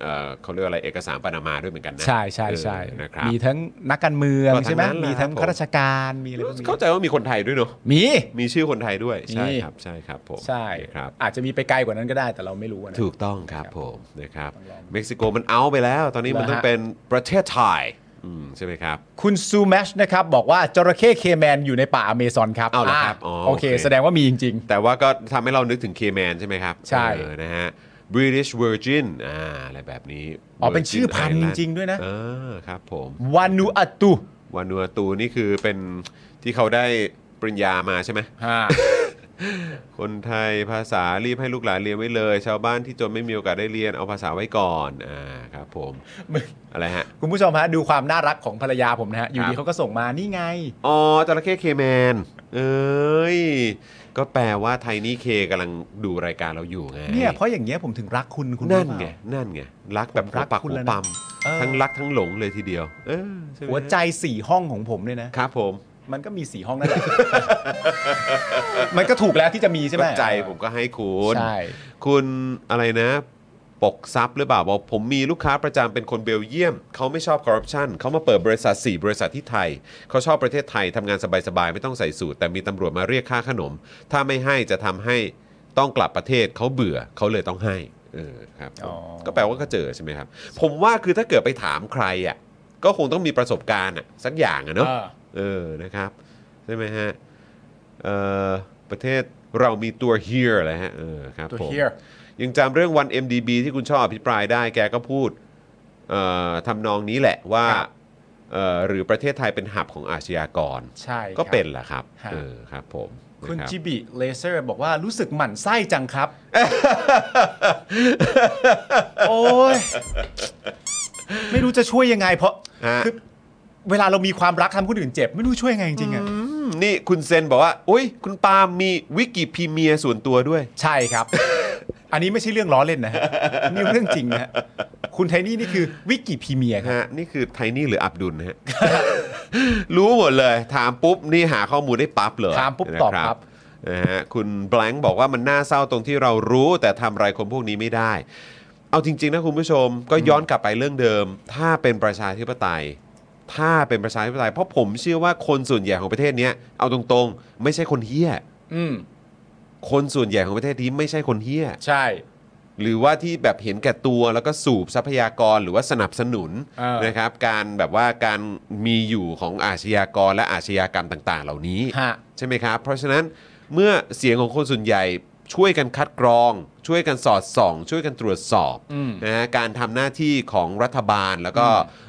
เอ่อเขาเรียกว่าอะไรเอกสารปานามาด้วยเหมือนกันนะ ใช่ใช่ใช่ เออนะครับ มีทั้งนักการเมือง ก็ทั้ง ใช่ไหม นั้นแหละ มีทั้ง ครับ ข้าราชการมีอะไรพวกนี้ เข้าใจว่ามีคนไทยด้วยเนอะ มี มีชื่อคนไทยด้วยใช่ มี ครับใช่ครับผม ใช่ นะครับ อาจจะมีไปไกลกว่านั้นก็ได้แต่เราไม่รู้อะนะ ถูกต้องครับผมนะครับเม็กซิโกมันเอาไปแล้ว ตอนนี้มัน เหรอฮะ ต้องเป็นประเทศไทยอืมใช่ไหมครับ คุณซูแมชนะครับ บอกว่าจระเข้เคแมนอยู่ในป่าอเมซอนครับ อ้าวเหรอครับ ะ อ๋อ โอเค โอเค แสดงว่ามีจริง แต่ว่าก็ทำให้เรานึกถึงเคแมนใช่ไหมครับ ใช่ เออนะฮะ British Virgin อ่าอะไรแบบนี้ ๆอ๋อ Virgin เป็นชื่อพันธุ์จ Island ริง ๆ ด้วยนะ เออครับผม วานูอาตู วานูอาตูนี่คือเป็นที่เขาได้ปริญญามาใช่ไหม คนไทยภาษารีบให้ลูกหลานเรียนไว้เลย ชาวบ้านที่จนไม่มีโอกาสได้เรียนเอาภาษาไว้ก่อนอ่าครับผมอะไรฮะ (laughs) คุณผู้ชมฮะดูความน่ารักของภรรยาผมนะฮะอยู่ดีเขาก็ส่งมานี่ไง อ๋อจระเข้เคแมน เอ้ย ก็แปลว่าไทนี่เคกำลังดูรายการเราอยู่ไง เนี่ยเพราะอย่างเงี้ยผมถึงรักคุณคุณ นั่น รู้เป ไง ล่า นั่นไง รักแบบ ผม หั รั ว ก ปัก คุณ หัว แล้ว ปั๊ม เออ ทั้งรักทั้งหลงเลยทีเดียว เออใช่ไม หัวใจสี่ห้องของผมเนี่ยนะ ครับผม มันก็มีสี่ห้องนั่นแหละ (laughs) มันก็ถูกแล้วที่จะมีใช่ไหม ก็ใจผมก็ให้คุณ ใช่ คุณอะไรนะ ปกซับหรือเปล่าบอกผมมีลูกค้าประจำเป็นคนเบลเยียม เขาไม่ชอบคอร์รัปชันเขามาเปิดบริษัท 4 บริษัทที่ไทย เขาชอบประเทศไทยทำงานสบาย ๆ ไม่ต้องใส่สูตร แต่มีตำรวจมาเรียกค่าขนม ถ้าไม่ให้จะทำให้ต้องกลับประเทศเขาเบื่อเขาเลยต้องให้เออครับผม อ๋อ ก็แปลว่าก็เจอใช่ไหมครับ ผมว่าคือถ้าเกิดไปถามใครอ่ะก็คงต้องมีประสบการณ์อ่ะสักอย่างอ่ะเนาะ เออ เออ นะครับ ใช่ไหมฮะ เอ่อ ประเทศเรามีตัว here แหละฮะ เออ ครับ ตัว ผม here ยังจำเรื่องวัน MDB ที่คุณชอบอภิปรายได้ แกก็พูด เอ่อทำนองนี้แหละว่า ครับ เอ่อ หรือประเทศไทยเป็นหับของอาชญากร ใช่ครับ ก็เป็นแหละครับ ฮะ เออ ครับผม คุณ นะรับ จิบิเลเซอร์บอกว่ารู้สึกหมั่นไส้จังครับ (laughs) โอ้ยไม่รู้จะช่วยยังไง เพราะ ฮะ คือเวลาเรามีความรักทำคนอื่นเจ็บ ไม่รู้ช่วยยังไงจริงๆอ่ะ อืมนี่คุณเซนบอกว่า อุ้ย คุณปาล์มมีวิกิพีเมียส่วนตัวด้วย ใช่ครับ อันนี้ไม่ใช่เรื่องล้อเล่นนะฮะนี่เรื่องจริงนะฮะคุณไทนี่นี่คือวิกิพีเมียครับ ฮะนี่คือไทนี่หรืออับดุลนะฮะ (laughs) รู้หมดเลย ถามปุ๊บ นี่หาข้อมูลได้ปั๊บเลย ถามปุ๊บ นะ ตอบปั๊บ นะฮะคุณแบงค์บอกว่ามันน่าเศร้าตรงที่เรารู้แต่ทำอะไรคนพวกนี้ไม่ได้ เอาจริง ๆ นะคุณผู้ชมก็ย้อนกลับไปเรื่องเดิม ถ้าเป็นประชาธิปไตย ถ้าเป็นประชาธิปไตย เพราะผมเชื่อว่าคนส่วนใหญ่ของประเทศเนี้ยเอาตรงๆ ไม่ใช่คนเฮี้ย อืม คนส่วนใหญ่ของประเทศนี้ไม่ใช่คนเฮี้ย ใช่ หรือว่าที่แบบเห็นแก่ตัวแล้วก็สูบทรัพยากรหรือว่าสนับสนุน เออ นะครับ การแบบว่าการมีอยู่ของอาชญากรและอาชญากรรมต่าง ๆ เหล่านี้ ฮะ ใช่ไหมครับ เพราะฉะนั้นเมื่อเสียงของคนส่วนใหญ่ช่วยกันคัดกรอง ช่วยกันสอดส่อง ช่วยกันตรวจสอบ อืม นะฮะการทำหน้าที่ของรัฐบาลแล้วก็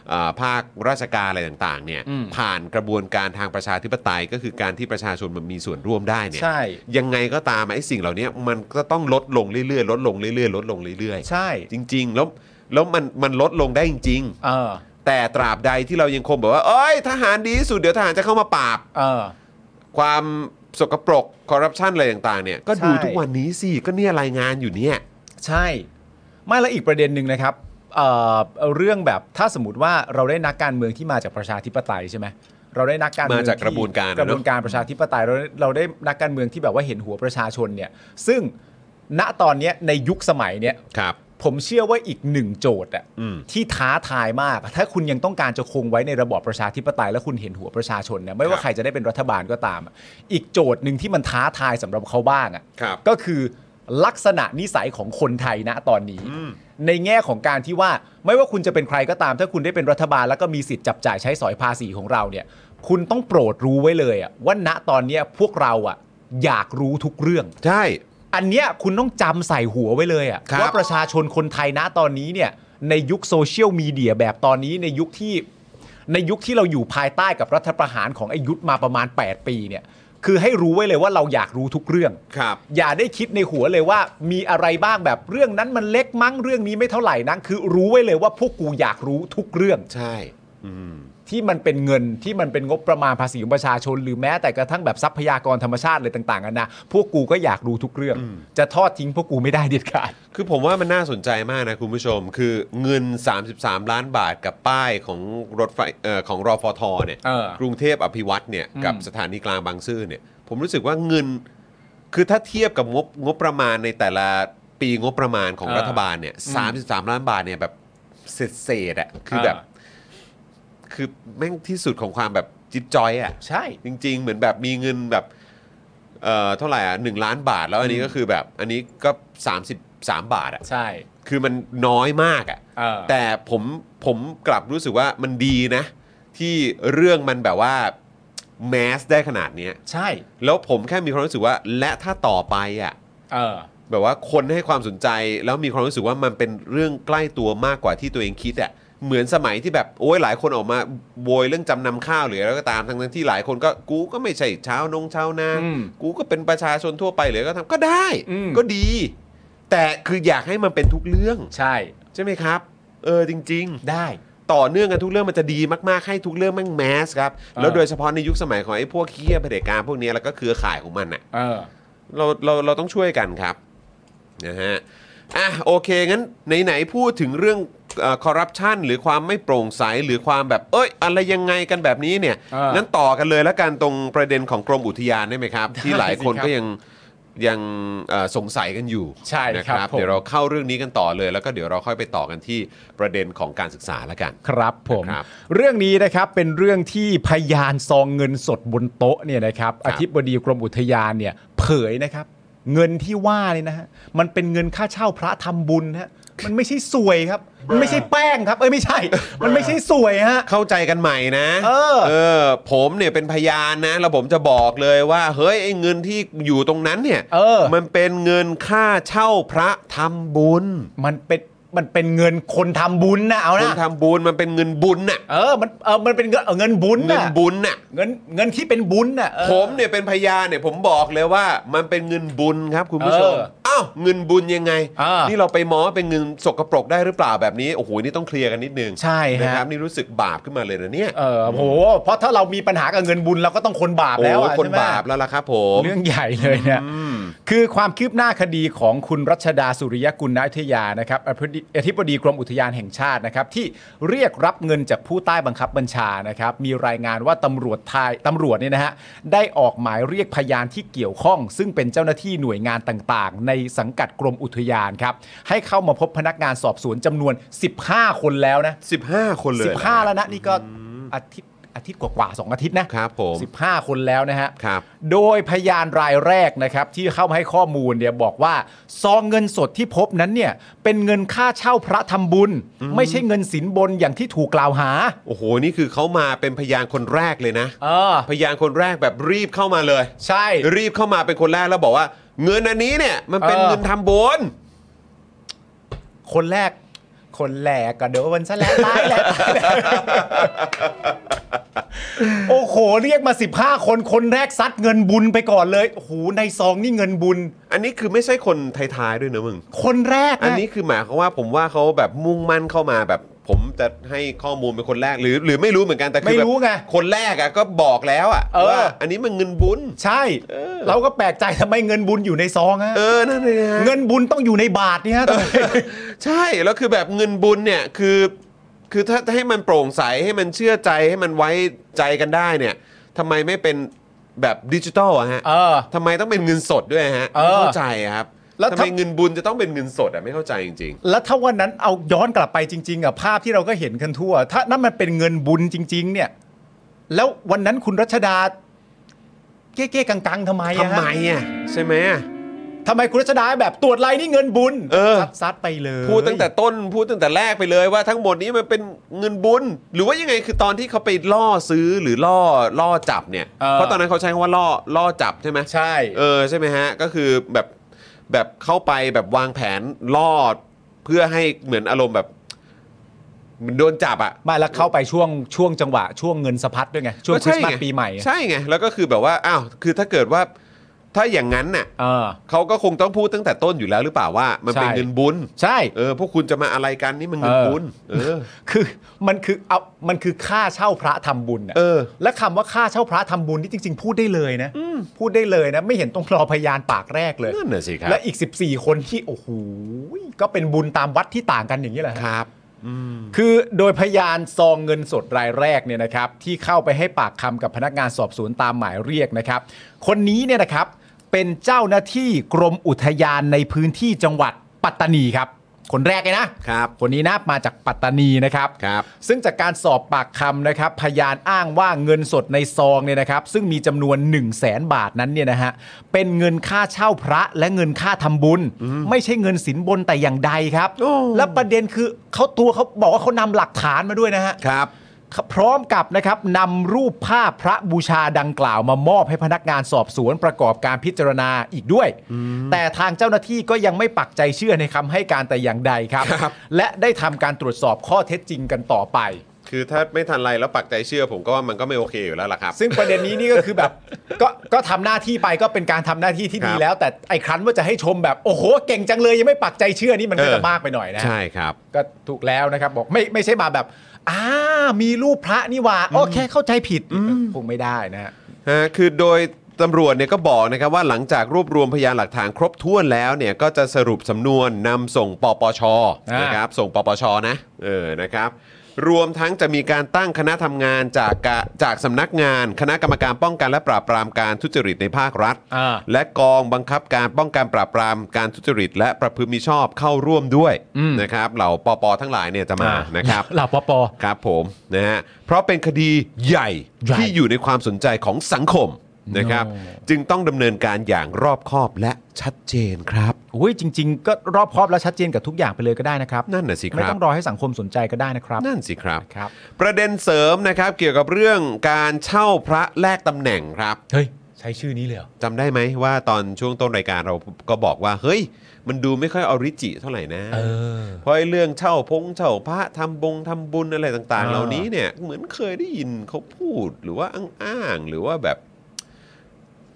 เอ่อภาคราชการอะไรต่างๆเนี่ย อืม ผ่านกระบวนการทางประชาธิปไตยก็คือการที่ประชาชนมันมีส่วนร่วมได้เนี่ย ใช่ ยังไงก็ตามไอ้สิ่งเหล่านี้มันก็ต้องลดลงเรื่อยๆลดลงเรื่อยๆลดลงเรื่อย ใช่ ๆจริง ๆ แล้วแล้วมันมันลดลงได้จริง เออ ๆ แต่ตราบใดที่เรายังคงแบบว่าเอ้ยทหารดีที่สุดเดี๋ยวทหารจะเข้ามาปราบ เออ ความสกปรกคอร์รัปชันอะไรต่างๆเนี่ยก็ดู ใช่ ทุกวันนี้สิก็เนี่ยรายงานอยู่เนี่ย ใช่ ไม่และอีกประเด็นหนึ่งนะครับเอ่อเรื่องแบบถ้าสมมติว่าเราได้นักการเมืองที่มาจากประชาธิปไตยใช่ไหมเราได้นักการเมือง มาจาก ที่ กระบวนการนะ กระบวนการประชาธิปไตยเราเราได้นักการเมืองที่แบบว่าเห็นหัวประชาชนเนี่ย ซึ่งณตอนเนี้ยในยุคสมัยเนี้ย ครับ ผมเชื่อว่าอีกหนึ่งโจทย์อะ อืม ที่ท้าทายมาก ถ้าคุณยังต้องการจะคงไว้ในระบอบประชาธิปไตย และคุณเห็นหัวประชาชนเนี่ยไม่ว่าใครจะได้เป็นรัฐบาลก็ตามอะอีกโจทย์หนึ่งที่มันท้าทายสำหรับเขาบ้างอะ ครับ ก็คือลักษณะนิสัยของคนไทยณตอนนี้ ในแง่ของการที่ว่าไม่ว่าคุณจะเป็นใครก็ตาม ถ้าคุณได้เป็นรัฐบาล แล้วก็มีสิทธิ์จับจ่ายใช้สอยภาษีของเราเนี่ย คุณต้องโปรดรู้ไว้เลยอะว่าณตอนเนี้ยพวกเราอะอยากรู้ทุกเรื่อง ใช่ อันเนี้ยคุณต้องจำใส่หัวไว้เลยอะ ครับ ว่าประชาชนคนไทยณตอนนี้เนี่ย ในยุคโซเชียลมีเดียแบบตอนนี้ในยุคที่ ในยุคที่เราอยู่ภายใต้กับรัฐประหารของไอยุทธมาประมาณ 8 ปีเนี่ย คือให้รู้ไว้เลยว่าเราอยากรู้ทุกเรื่อง ครับ อย่าได้คิดในหัวเลยว่ามีอะไรบ้างแบบเรื่องนั้นมันเล็กมั้งเรื่องนี้ไม่เท่าไหร่นั่นคือรู้ไว้เลยว่าพวกกูอยากรู้ทุกเรื่อง ใช่ อืม ที่มันเป็นเงินที่มันเป็นงบประมาณภาษีของประชาชน หรือแม้แต่กระทั่งแบบทรัพยากรธรรมชาติอะไรต่างๆกันานะพวกกูก็อยากรู้ทุกเรื่อง จะทอดทิ้งพวกกูไม่ได้เด็ดขาด คือผมว่ามันน่าสนใจมากนะคุณผู้ชม คือเงิน 33 ล้านบาทกับป้ายของรถไฟเอ่อของรอฟอทอเนี่ย เออก รุงเทพอภิวัตเนี่ย อืม กับสถานีกลางบางซื่อเนี่ยผมรู้สึกว่าเงิน คือถ้าเทียบกับงบงบประมาณในแต่ละปีงบประมาณของรัฐบาลเนี่ย33 ล้านบาทเนี่ยแบบเศษเศษๆอะคือแบบ คือแม่งที่สุดของความแบบจิ๊บจอยอะ ใช่ จริงๆ เหมือนแบบมีเงินแบบเอ่อเท่าไหร่อ่ะหนึ่งล้านบาทแล้วอันนี้ อืม ก็คือแบบอันนี้ก็ 33 บาทอ่ะ ใช่ คือมันน้อยมากอ่ะ เออ แต่ผมผมกลับรู้สึกว่ามันดีนะ ที่เรื่องมันแบบว่าแมสได้ขนาดเนี้ย ใช่ แล้วผมแค่มีความรู้สึกว่า และถ้าต่อไปอ่ะ เออ แบบว่าคนให้ความสนใจแล้วมีความรู้สึกว่ามันเป็นเรื่องใกล้ตัวมากกว่าที่ตัวเองคิดอ่ะเหมือนสมัยที่แบบโอ้ยหลายคนออกมาโวยเรื่องจำนำข้าวหรืออะไรก็ตามทั้งๆที่หลายคนก็กูก็ไม่ใช่ชาวนงชาวนา อืม กูก็เป็นประชาชนทั่วไปเลยก็ทำก็ได้ อืม ก็ดี แต่คืออยากให้มันเป็นทุกเรื่อง ใช่ ใช่ไหมครับ เออจริง ได้ ๆ ต่อเนื่องกันทุกเรื่องมันจะดีมากๆให้ทุกเรื่องแม่งแมสครับ แล้วโดยเฉพาะในยุคสมัยของไอ้พวกเคียเผด็จการพวกเนี้ยแล้วก็เครือข่ายของมันน่ะ เออ เราเราเราต้องช่วยกันครับนะฮะอ่ะโอเค งั้นไหนๆพูดถึงเรื่องคอร์รัปชันหรือความไม่โปร่งใสหรือความแบบ เอ้ย อะไรยังไงกันแบบนี้เนี่ย อ่างั้ นั้นต่อกันเลยแล้วกันตรงประเด็นของกรมอุทยานได้ไหมครับ ที่หลายคน สิครับ ก็ยังยังเอ่อสงสัยกันอยู่ ใช่ นะครับ ผม เดี๋ยวเราเข้าเรื่องนี้กันต่อเลย แล้วก็เดี๋ยวเราค่อยไปต่อกันที่ประเด็นของการศึกษาละกัน ครับผม ครับ เรื่องนี้นะครับเป็นเรื่องที่พยานซองเงินสดบนโต๊ะเนี่ยนะครับ ครั อบ ธิบดีกรมอุทยานเนี่ยเผยนะครับ เงินที่ว่าเนี่ยนะฮะมันเป็นเงินค่าเช่าพระทำบุญนะฮะมันไม่ใช่สวยครับมันไม่ใช่แป้งครับเอ้ยไม่ใช่ มันไม่ใช่สวยฮะ เข้าใจกันใหม่นะ เออ อผมเนี่ยเป็นพยานนะ แล้วผมจะบอกเลยว่า เฮ้ยไอ้เงินที่อยู่ตรงนั้นเนี่ย เออ มันเป็นเงินค่าเช่าพระทำบุญ มันเป็นมันเป็นเงินคนทำบุญนะเอา คน นะ ทำบุญมันเป็นเงินบุญน่ะ เออมันเออมันเป็นเงินเออเงินบุญ เงิน นะ บุญน่ะ เงินเงินที่เป็นบุญนะออ ผมเนี่ยเป็นพยานเนี่ยผมบอกเลยว่ามันเป็นเงินบุญครับคุณผู้ชม เออ อ้าวเงินบุญยังไง อ่านี่ นี่เราไปมองว่าเป็นเงินสกปรกได้หรือเปล่าแบบนี้ โอ้โห นี่ต้องเคลียร์กันนิดนึง ใช่ฮะ นะครับ นี่รู้สึกบาปขึ้นมาเลยนะเนี่ย เออโหเพราะถ้าเรามีปัญหากับเงินบุญเราก็ต้องคนบาปแล้ว โอ้ย อะ คน ใช่ไหม บาปแล้วล่ะครับผม เรื่องใหญ่เลยเนี่ยคือความคืบหน้าคดีของคุณรัชดาสุริยกุลนายุทยานะครับอธิบดีอธิบดีกรมอุทยานแห่งชาตินะครับ ที่เรียกรับเงินจากผู้ใต้บังคับบัญชานะครับ มีรายงานว่าตำรวจไทยตำรวจเนี่ยนะฮะได้ออกหมายเรียกพยานที่เกี่ยวข้อง ซึ่งเป็นเจ้าหน้าที่หน่วยงานต่างๆ ในสังกัดกรมอุทยานครับ ให้เข้ามาพบพนักงานสอบสวนจำนวน 15 คนแล้วนะ 15 คนเลย สิบ นะ ห้าแล้วนะนี่ก็อาทิตย์อาทิตย์กว่าๆสองอาทิตย์นะครับ ผม สิบห้าคนแล้วนะฮะ ครับ โดยพยานรายแรกนะครับ ที่เข้ามาให้ข้อมูลเนี่ยบอกว่าซองเงินสดที่พบนั้นเนี่ยเป็นเงินค่าเช่าพระทำบุญ ไม่ใช่เงินสินบนอย่างที่ถูกกล่าวหา โอ้โห นี่คือเขามาเป็นพยานคนแรกเลยนะ เออ พยานคนแรกแบบรีบเข้ามาเลย ใช่ รีบเข้ามาเป็นคนแรกแล้วบอกว่า เงินอันนี้เนี่ย มันเป็น เออ เงินทำบุญ คนแรก คนแรกก็เดี๋ยววันซะ (laughs) แล้วตายแล้วตายแล้วโอ้โหเรียกมา 15 คนคนแรกซัดเงินบุญไปก่อนเลยโอ้โหในซองนี่เงินบุญ อันนี้คือไม่ใช่คนท้ายๆด้วยนะมึง คนแรกะ อันนี้คือหมายความว่าผมว่าเขาแบบมุ่งมั่นเข้ามาแบบ ผมจะให้ข้อมูลเป็นคนแรกหรือ หรือไม่รู้เหมือนกันแต่คือ ไม่ แบบ รู้ไง คนแรกอะก็บอกแล้วอะ เออ ว่าอันนี้มันเงินบุญ ใช่ เออ เราก็แปลกใจทำไมเงินบุญอยู่ในซองฮะ เออนั่นเลยนะ เงินบุญต้องอยู่ในบาทเนี่ยฮะ ใช่แล้วคือแบบเงินบุญเนี่ยคือคือถ้าถ้าให้มันโปร่งใสให้มันเชื่อใจให้มันไว้ใจกันได้เนี่ยทำไมไม่เป็นแบบดิจิตอลอะฮะ เออ ทำไมต้องเป็นเงินสดด้วยฮะ เออ ไม่เข้าใจอะครับ แล้ว ทำ ถ้า ไมเงินบุญจะต้องเป็นเงินสดอะไม่เข้าใจจริง แล้วถ้าวันนั้นเอาย้อนกลับไปจริง ๆอ่ะภาพที่เราก็เห็นกันทั่ว ถ้านั่นมันเป็นเงินบุญจริง ๆ เนี่ย แล้ววันนั้นคุณรัชดา เก้เก้ๆกังๆทำไม ๆ อะ ทำ ฮะ ไมอะใช่ไหมอะ ทำไมคุณรัชดาแบบตรวจลายนี่เงินบุญ เออ ซัดซัดไปเลย พูดตั้งแต่ต้นพูดตั้งแต่แรกไปเลยว่าทั้งหมดนี้มันเป็นเงินบุญ หรือว่ายังไงคือตอนที่เขาไปล่อซื้อหรือล่อล่อจับเนี่ยเพราะตอนนั้นเขาใช้คำว่าล่อล่อจับใช่ไหม ใช่ เออใช่ไหมฮะ ก็คือแบบแบบเข้าไปแบบวางแผนล่อเพื่อให้เหมือนอารมณ์แบบเหมือนโดนจับอะ มาแล้วเข้าไปช่วงช่วงจังหวะ ช่วงเงินสะพัดด้วยไงช่วงคริสต์มาสปีใหม่อะ ใช่ไงแล้วก็คือแบบว่าอ้าวคือถ้าเกิดว่าถ้าอย่างนั้นน่ะ เออ เขาก็คงต้องพูดตั้งแต่ต้นอยู่แล้วหรือเปล่าว่า มันเป็น ใช่ เงินบุญ ใช่ เออพวกคุณจะมาอะไรกันนี่มันเงินบุญเออ คือมันคือเอามันคือค่าเช่าพระทำบุญน่ะ เออ และคำว่าค่าเช่าพระทำบุญนี่จริง ๆ พูดได้เลยนะพูดได้เลยนะ ไม่เห็นต้องรอพยานปากแรกเลย นั่นน่ะสิครับ และอีก 14 คนที่โอ้โหก็เป็นบุญตามวัดที่ต่างกันอย่างนี้แหละฮะ ครับ คือโดยพยานซองเงินสดรายแรกเนี่ยนะครับ ที่เข้าไปให้ปากคำกับพนักงานสอบสวนตามหมายเรียกนะครับ คนนี้เนี่ยนะครับเป็นเจ้าหน้าที่กรมอุทยานในพื้นที่จังหวัดปัตตานีครับ คนแรกเลยนะครับ คนนี้นะมาจากปัตตานีนะครับ ครับ ซึ่งจากการสอบปากคำนะครับ พยานอ้างว่าเงินสดในซองเนี่ยนะครับ ซึ่งมีจำนวน 1 0 0 0 0แสนบาทนั้นเนี่ยนะฮะเป็นเงินค่าเช่าพระและเงินค่าทำบุญ ไม่ใช่เงินสินบนแต่อย่างใดครับ และประเด็นคือเขาตัวเขาบอกว่าเขานำหลักฐานมาด้วยนะฮะ ครับ พร้อมกับนะครับนำรูปภาพพระบูชาดังกล่าวมามอบให้พนักงานสอบสวนประกอบการพิจารณาอีกด้วย แต่ทางเจ้าหน้าที่ก็ยังไม่ปักใจเชื่อในคำให้การแต่อย่างใดครับ ครับ และได้ทำการตรวจสอบข้อเท็จจริงกันต่อไป คือถ้าไม่ทันไรแล้วปักใจเชื่อผมก็ว่ามันก็ไม่โอเคอยู่แล้วล่ะครับ ซึ่งประเด็นนี้นี่ก็คือแบบ ก็ก็ทำหน้าที่ไปก็เป็นการทำหน้าที่ที่ดี ครับ แล้ว แต่ไอ้ครั้นว่าจะให้ชมแบบโอ้โหเก่งจังเลยยังไม่ปักใจเชื่อนี่มันก็จะมากไปหน่อยนะ ใช่ครับ ก็ถูกแล้วนะครับบอกไม่ไม่ใช่มาแบบอ่ามีรูปพระนี่หว่าโอเคเข้าใจผิดคงไม่ได้นะฮะ ฮะคือโดย ตำรวจเนี่ยก็บอกนะครับว่าหลังจากรวบรวมพยานหลักฐานครบถ้วนแล้วเนี่ยก็จะสรุปสำนวนนำส่งปปช อ่าน นะครับส่งปปชนะเออนะครับ รวมทั้งจะมีการตั้งคณะทำงานจากกะจากสำนักงาน คณะกรรมการป้องกันและปราบปรามการทุจริตในภาครัฐ อ่า และกองบังคับการป้องกันปราบปรามการทุจริต และประพฤติมิชอบเข้าร่วมด้วยนะครับเหล่าปปทั้งหลายเนี่ยจะมา อ่า นะครับ เหล่าปป ครับผมนะฮะเพราะเป็นคดีใหญ่ ใหญ่ ที่อยู่ในความสนใจของสังคมนะครับ จึงต้องดำเนินการอย่างรอบคอบและชัดเจนครับ อุ้ยจริง ๆ ก็รอบครอบและชัดเจนกับทุกอย่างไปเลยก็ได้นะครับ นั่นน่ะสิครับ ไม่ต้องรอให้สังคมสนใจก็ได้นะครับ นั่นสิครับ ครับ ประเด็นเสริมนะครับเกี่ยวกับเรื่องการเช่าพระแลกตำแหน่งครับ เฮ้ย ใช้ชื่อนี้เลยเหรอ จำได้ไหมว่าตอนช่วงต้นรายการเราก็บอกว่า เฮ้ย มันดูไม่ค่อยออริจิเท่าไหร่นะ อ เพราะไอ้เรื่องเช่าพงเช่าพระทำบงทำบุญอะไรต่าง ๆ อ่า เหล่านี้เนี่ยเหมือนเคยได้ยินเขาพูดหรือว่าอ้างๆหรือว่าแบบ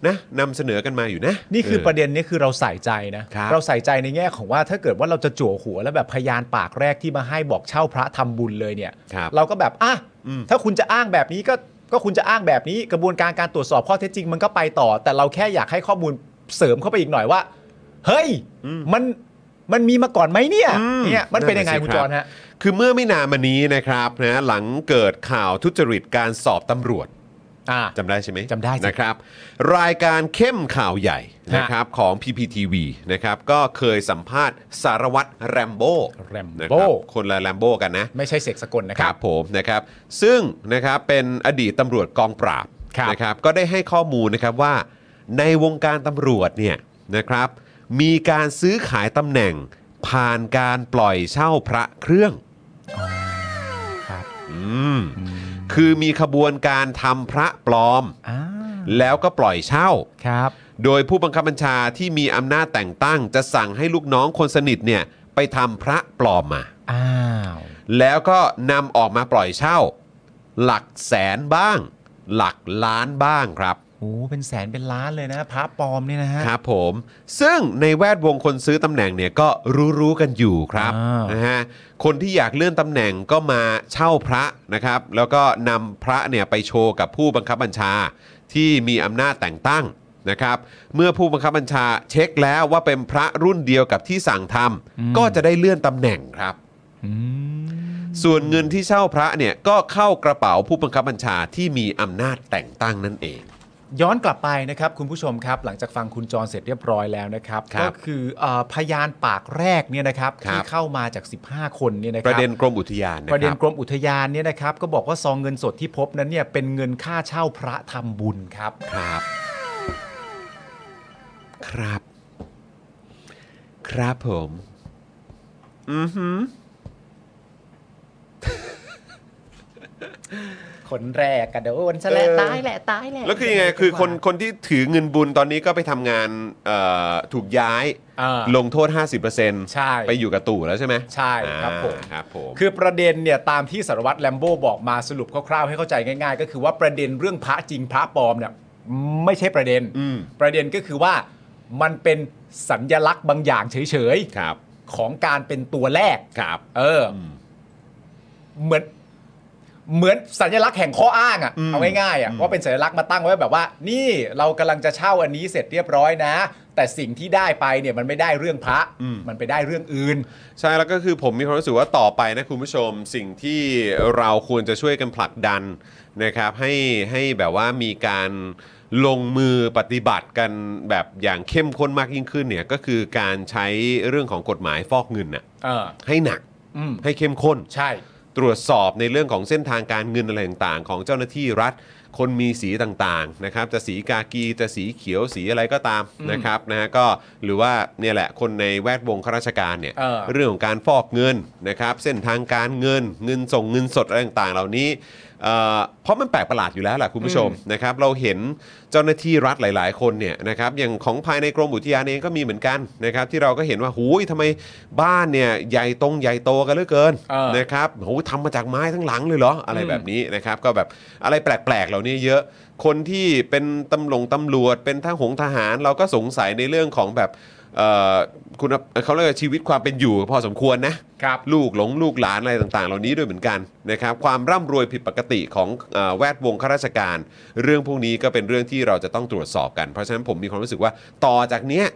นะนำเสนอกันมาอยู่นะ นี่คือ เ ประเด็นนี้คือเราใส่ใจนะ ครับ เราใส่ใจในแง่ของว่าถ้าเกิดว่าเราจะจั่วหัว แล้วแบบพยานปากแรกที่มาให้บอกเช่าพระทำบุญเลยเนี่ย ครับ เราก็แบบอ่ะ อืม ถ้าคุณจะอ้างแบบนี้ก็ก็คุณจะอ้างแบบนี้กระบวนการการตรวจสอบข้อเท็จจริงมันก็ไปต่อ แต่เราแค่อยากให้ข้อมูลเสริมเข้าไปอีกหน่อยว่า เฮ้ยมันมันมีมาก่อนไหมเนี่ยเนี่ยมันเป็นยังไงคุณจรฮะ คือเมื่อไม่นานมานี้นะครับนะหลังเกิดข่าวทุจริตการสอบตำรวจ อ่า จำได้ใช่ไหม จำได้สิ นะครับ รายการเข้มข่าวใหญ่ ฮะ นะครับของ PPTV นะครับก็เคยสัมภาษณ์สารวัตรแรมโบ้ แรมโบ้ นะครับคนละแรมโบ้กันนะ ไม่ใช่เสกสกลนะ ค ค รั รั บบ ผมนะครับซึ่งนะครับเป็นอดีตตำรวจกองปราบ ครับ นะครับก็ได้ให้ข้อมูลนะครับว่า ในวงการตำรวจเนี่ยนะครับมีการซื้อขายตำแหน่งผ่านการปล่อยเช่าพระเครื่อง ครับ อืมคือมีขบวนการทำพระปลอม อ่า แล้วก็ปล่อยเช่า ครับ โดยผู้บังคับบัญชาที่มีอำนาจแต่งตั้ง จะสั่งให้ลูกน้องคนสนิทเนี่ยไปทำพระปลอมมา อ้าว แล้วก็นำออกมาปล่อยเช่า หลักแสนบ้าง หลักล้านบ้างครับ โอ้เป็นแสนเป็นล้านเลยนะพระปลอมเนี่ยนะฮะ ครับผม ซึ่งในแวดวงคนซื้อตำแหน่งเนี่ยก็รู้ๆกันอยู่ครับ อ้าว นะฮะคนที่อยากเลื่อนตำแหน่งก็มาเช่าพระนะครับ แล้วก็นำพระเนี่ยไปโชว์กับผู้บังคับบัญชาที่มีอำนาจแต่งตั้งนะครับ เมื่อผู้บังคับบัญชาเช็คแล้วว่าเป็นพระรุ่นเดียวกับที่สั่งทำก็จะได้เลื่อนตำแหน่งครับ อืม ส่วนเงินที่เช่าพระเนี่ยก็เข้ากระเป๋าผู้บังคับบัญชาที่มีอำนาจแต่งตั้งนั่นเอง ย้อนกลับไปนะครับคุณผู้ชมครับ หลังจากฟังคุณจรเสร็จเรียบร้อยแล้วนะครับ ครับ ก็คือเออพยานปากแรกเนี่ยนะครับ ครับ ที่เข้ามาจาก 15 คนเนี่ยนะค ป รั ระเด็นกรมอุทยานนะ ประ ค เด็น รับ กรมอุทยานเนี่ยนะครับ ก็บอกว่าซองเงินสดที่พบนั้นเนี่ยเป็นเงินค่าเช่าพระทำบุญครับ ครับ ครับ ครับผม อือหือ คนแรกกันเดี๋ยวโอนซะแล้วตายแหละตายแหละ แล้วคือยังไง คือคนคนที่ถือเงินบุญตอนนี้ก็ไปทำงานเอ่อถูกย้าย อ่า ลงโทษ 50% ใช่ ไปอยู่กับตู่แล้วใช่ไหม ใช่ครับผม อ่าครับผม คือประเด็นเนี่ยตามที่สารวัตรแลมโบ้บอกมาสรุปคร่าวๆให้เข้าใจง่าย ๆ ก็คือว่าประเด็นเรื่องพระจริงพระปลอมเนี่ยไม่ใช่ประเด็น อืม ประเด็นก็คือว่ามันเป็นสัญญลักษณ์บางอย่างเฉย ครับ ๆของการเป็นตัวแรก ครับ เอออเหมือนเหมือนสัญลักษณ์แห่งข้ออ้างอะ อืม เอาง่ายๆอะว่าเป็นสัญลักษณ์มาตั้งไว้แบบว่า นี่เรากำลังจะเช่าอันนี้เสร็จเรียบร้อยนะ แต่สิ่งที่ได้ไปเนี่ยมันไม่ได้เรื่องพระ อืม มันไปได้เรื่องอื่น ใช่แล้วก็คือผมมีความรู้สึกว่าต่อไปนะคุณผู้ชมสิ่งที่เราควรจะช่วยกันผลักดันนะครับให้ให้แบบว่ามีการลงมือปฏิบัติกันแบบอย่างเข้มข้นมากยิ่งขึ้นเนี่ยก็คือการใช้เรื่องของกฎหมายฟอกเงินน่ะ เออ ให้หนัก อืม ให้เข้มข้น ใช่ ตรวจสอบในเรื่องของเส้นทางการเงินอะไรต่างๆ ของเจ้าหน้าที่รัฐ คนมีสีต่างๆนะครับจะสีกากีจะสีเขียวสีอะไรก็ตามนะครับนะฮะก็หรือว่าเนี่ยแหละคนในแวดวงข้าราชการเนี่ย เออ องของการฟอกเงินนะครับเส้นทางการเงิน เงินส่งเงินสดอะไรต่างๆ เหล่านี้เอ่อเพราะมันแปลกประหลาดอยู่แล้วแหละคุณผู้ชมนะครับเราเห็นเจ้าหน้าที่รัฐหลาย ๆ คนเนี่ยนะครับอย่างของภายในกรมอุทยานเองก็มีเหมือนกันนะครับที่เราก็เห็นว่าหูยทำไมบ้านเนี่ยใหญ่ตรงใหญ่โตกันเหลือเกิน เออ นะครับโหทำมาจากไม้ทั้งหลังเลยเหรอ อะไรแบบนี้นะครับ ก็แบบอะไรแปลกๆ เหล่านี้เยอะ คนที่เป็นตำรวจตำรวจ เป็นทหารทหาร เราก็สงสัยในเรื่องของแบบ เอ่อคุณเขาเรียกว่าชีวิตความเป็นอยู่พอสมควรนะ ครับ ลูกหลงลูกหลานอะไรต่างๆ เหล่านี้ด้วยเหมือนกันนะครับความร่ำรวยผิดปกติของเออแวดวงข้าราชการ เรื่องพวกนี้ก็เป็นเรื่องที่เราจะต้องตรวจสอบกัน เพราะฉะนั้นผมมีความรู้สึกว่าต่อจากเนี้ย